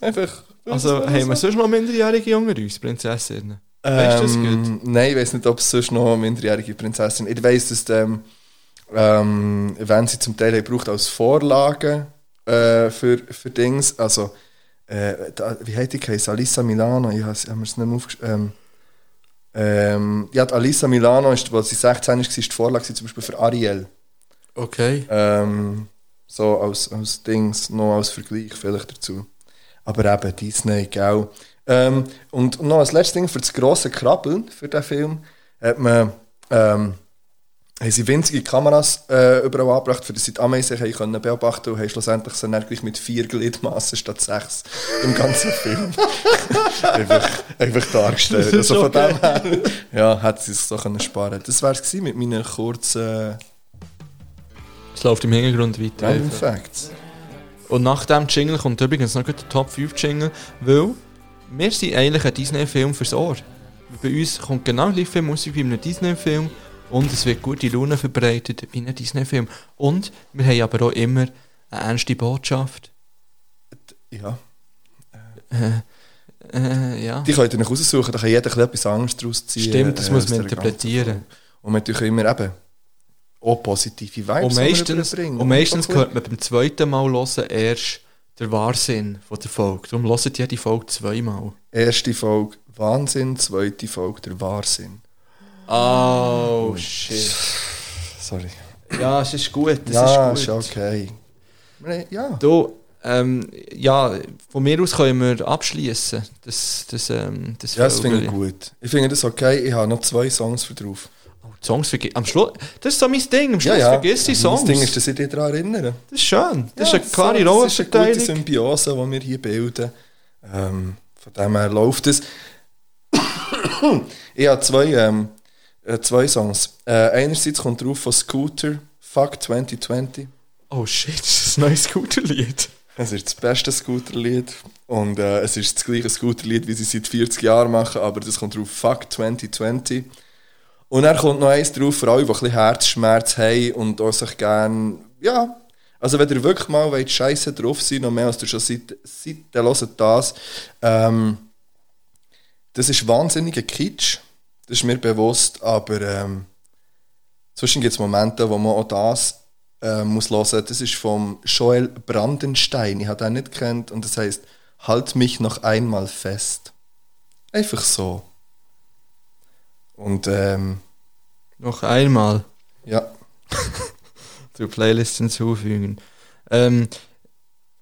Einfach.
Also, haben wir sonst noch minderjährige Jungen uns, Prinzessinnen? Weißt du das gut?
ähm, Nein, ich weiß nicht, ob es sonst noch minderjährige Prinzessinnen Ich weiß, dass ähm, ähm, wenn sie zum Teil haben braucht als Vorlage äh, für, für Dings, also äh, da, wie heißt die Case? Alissa Milano, ich habe es nicht mehr aufgeschrieben. Ähm, ähm, ja, die Alissa Milano, ist, als sie 16 war, war die Vorlage zum Beispiel für Ariel.
Okay.
Ähm, so als, als Dings, noch als Vergleich vielleicht dazu. Aber eben Disney, gell. Ähm, und noch als letztes Ding für das grosse Krabbeln für den Film hat man ähm, haben sie winzige Kameras äh, überall angebracht, für dass sie die Ameisen haben können beobachten und haben schlussendlich sind dann gleich mit vier Gliedmassen statt sechs im ganzen Film einfach, einfach dargestellt.
Das ist
Also von
okay.
dem her, ja, hätte sie es so können sparen. Das wäre es mit meinen kurzen äh,
Es läuft im Hintergrund weiter.
Random
einfach.
Facts.
Und nach dem Jingle kommt übrigens noch gleich der Top 5 Jingle, weil wir sind eigentlich ein Disney-Film fürs Ohr. Bei uns kommt genau gleich viel Musik wie in einem Disney-Film und es wird gute Laune verbreitet wie in einem Disney-Film. Und wir haben aber auch immer eine ernste Botschaft.
Ja.
Äh, ja.
Die könnt ihr euch aussuchen, da kann jeder ein bisschen etwas anderes daraus ziehen.
Stimmt, das
äh,
muss
aus
man
dieser
interpretieren.
ganzen- Und natürlich immer eben auch positive Vibes
Und
die wir
meistens,
rüberbringen.
und meistens
Voll cool.
hört man beim zweiten Mal hören erst den Wahrsinn von der Folge. Darum hört ihr die Folge zweimal.
Erste Folge Ah, Wahnsinn, zweite Folge der Wahrsinn.
Oh, shit.
Sorry.
Ja, es ist gut. Es
ja,
ist
ist,
gut.
okay. Wir- Ja.
Du, ähm, ja, von mir aus können wir abschließen. Das, das, ähm, das
Ja, das finde ich
Vögel.
gut. Ich finde das okay. Ich habe noch zwei Songs für drauf.
Songs vergi am Schluss, das ist so mein Ding, am Schluss vergiss die Songs.
Das Ding ist, dass ich dich daran erinnere.
das ist schön. Das
Ja,
ist eine klare
so, Das ist eine gute
Rollenverteilung.
Symbiose, die wir hier bilden. Ähm, von dem her läuft es. ich habe zwei, ähm, äh, zwei Songs. Äh, einerseits kommt drauf von Scooter, Fuck 2020.
Oh shit, das ist ein neues Scooter-Lied.
Es ist das beste Scooter-Lied. Und äh, es ist das gleiche Scooter-Lied, wie sie seit 40 Jahren machen, aber das kommt drauf Fuck 2020. Und dann kommt noch eins drauf, für alle, die ein bisschen Herzschmerz haben und auch sich gerne, ja, also wenn ihr wirklich mal wollt, scheiße drauf sein noch mehr als ihr schon seid, seid dann hört das. Ähm, das ist wahnsinniger Kitsch, das ist mir bewusst, aber ähm, zwischen gibt es Momente, wo man auch das äh, muss hören. Das ist vom Joel Brandenstein. Ich habe den nicht kennt und das heißt Halt mich noch einmal fest. Einfach so. Und ähm,
Noch einmal
ja,
zur Playlist hinzufügen. Ähm,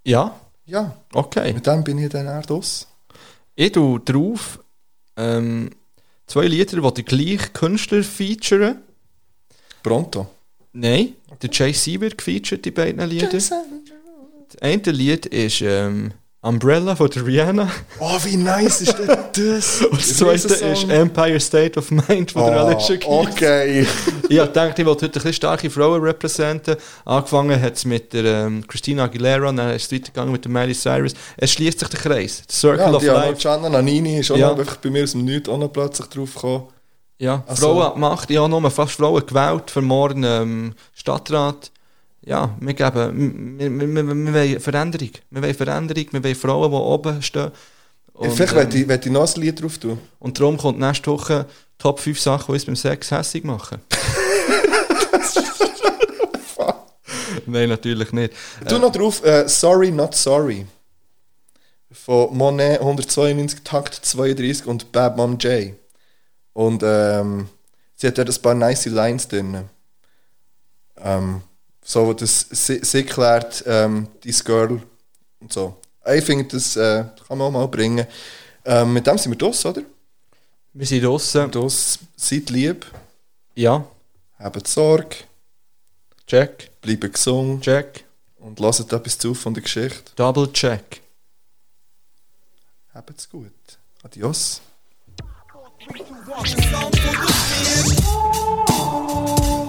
ja,
ja,
okay.
mit dem bin ich dann auch aus.
Ich tue drauf ähm, zwei Lieder, die den gleichen Künstler featuren.
Pronto.
Nein, der JC wird gefeatured, die beiden Lieder. Das äh, eine Lied ist ähm, Umbrella von der Rihanna
Oh, wie nice ist denn das? Ah,
und das zweite ist Empire State of Mind von der Alicia Keys.
okay.
Ich hab gedacht, ich wollte heute ein bisschen starke Frauen repräsentieren. Angefangen hat es mit der ähm, Christina Aguilera, dann ist es weitergegangen mit der Miley Cyrus. Es schließt sich der Kreis. The Circle
Ja, und
of
die Anna
Life.
Gianna Nannini ist auch
Ja.
noch einfach bei mir aus dem Nichts auch noch plötzlich drauf gekommen.
Ja,
Ach so.
Frauen hat gemacht. Ich habe nur fast Frauen gewählt für morgen ähm, Stadtrat. Ja, wir geben, wir, wir, wir, wir wollen Veränderung. Wir wollen Veränderung, wir wollen Frauen, die oben stehen. Und,
Vielleicht
ähm,
ähm, ich, möchte ich noch ein Lied drauf tun.
und darum kommt nächste Woche Top 5 Sachen, die uns beim Sex hässig machen. Nein, natürlich nicht.
Tu noch drauf, äh, Sorry Not Sorry. Von Monet 192, Takt 32 und Bad Mom J. Und ähm, sie hat dort ein paar nice Lines drin. Ähm, so, wo das sie, sie klärt, ähm, «This Girl» und so. Ich finde, das äh, kann man auch mal bringen. Ähm, mit dem sind wir draus, oder?
Wir sind draussen.
Draus, seid lieb,
Ja,
habt Sorge,
check,
bleibt gesund
check,
und lasst etwas zu von der Geschichte.
double check.
Habt's gut. Adios.
Thank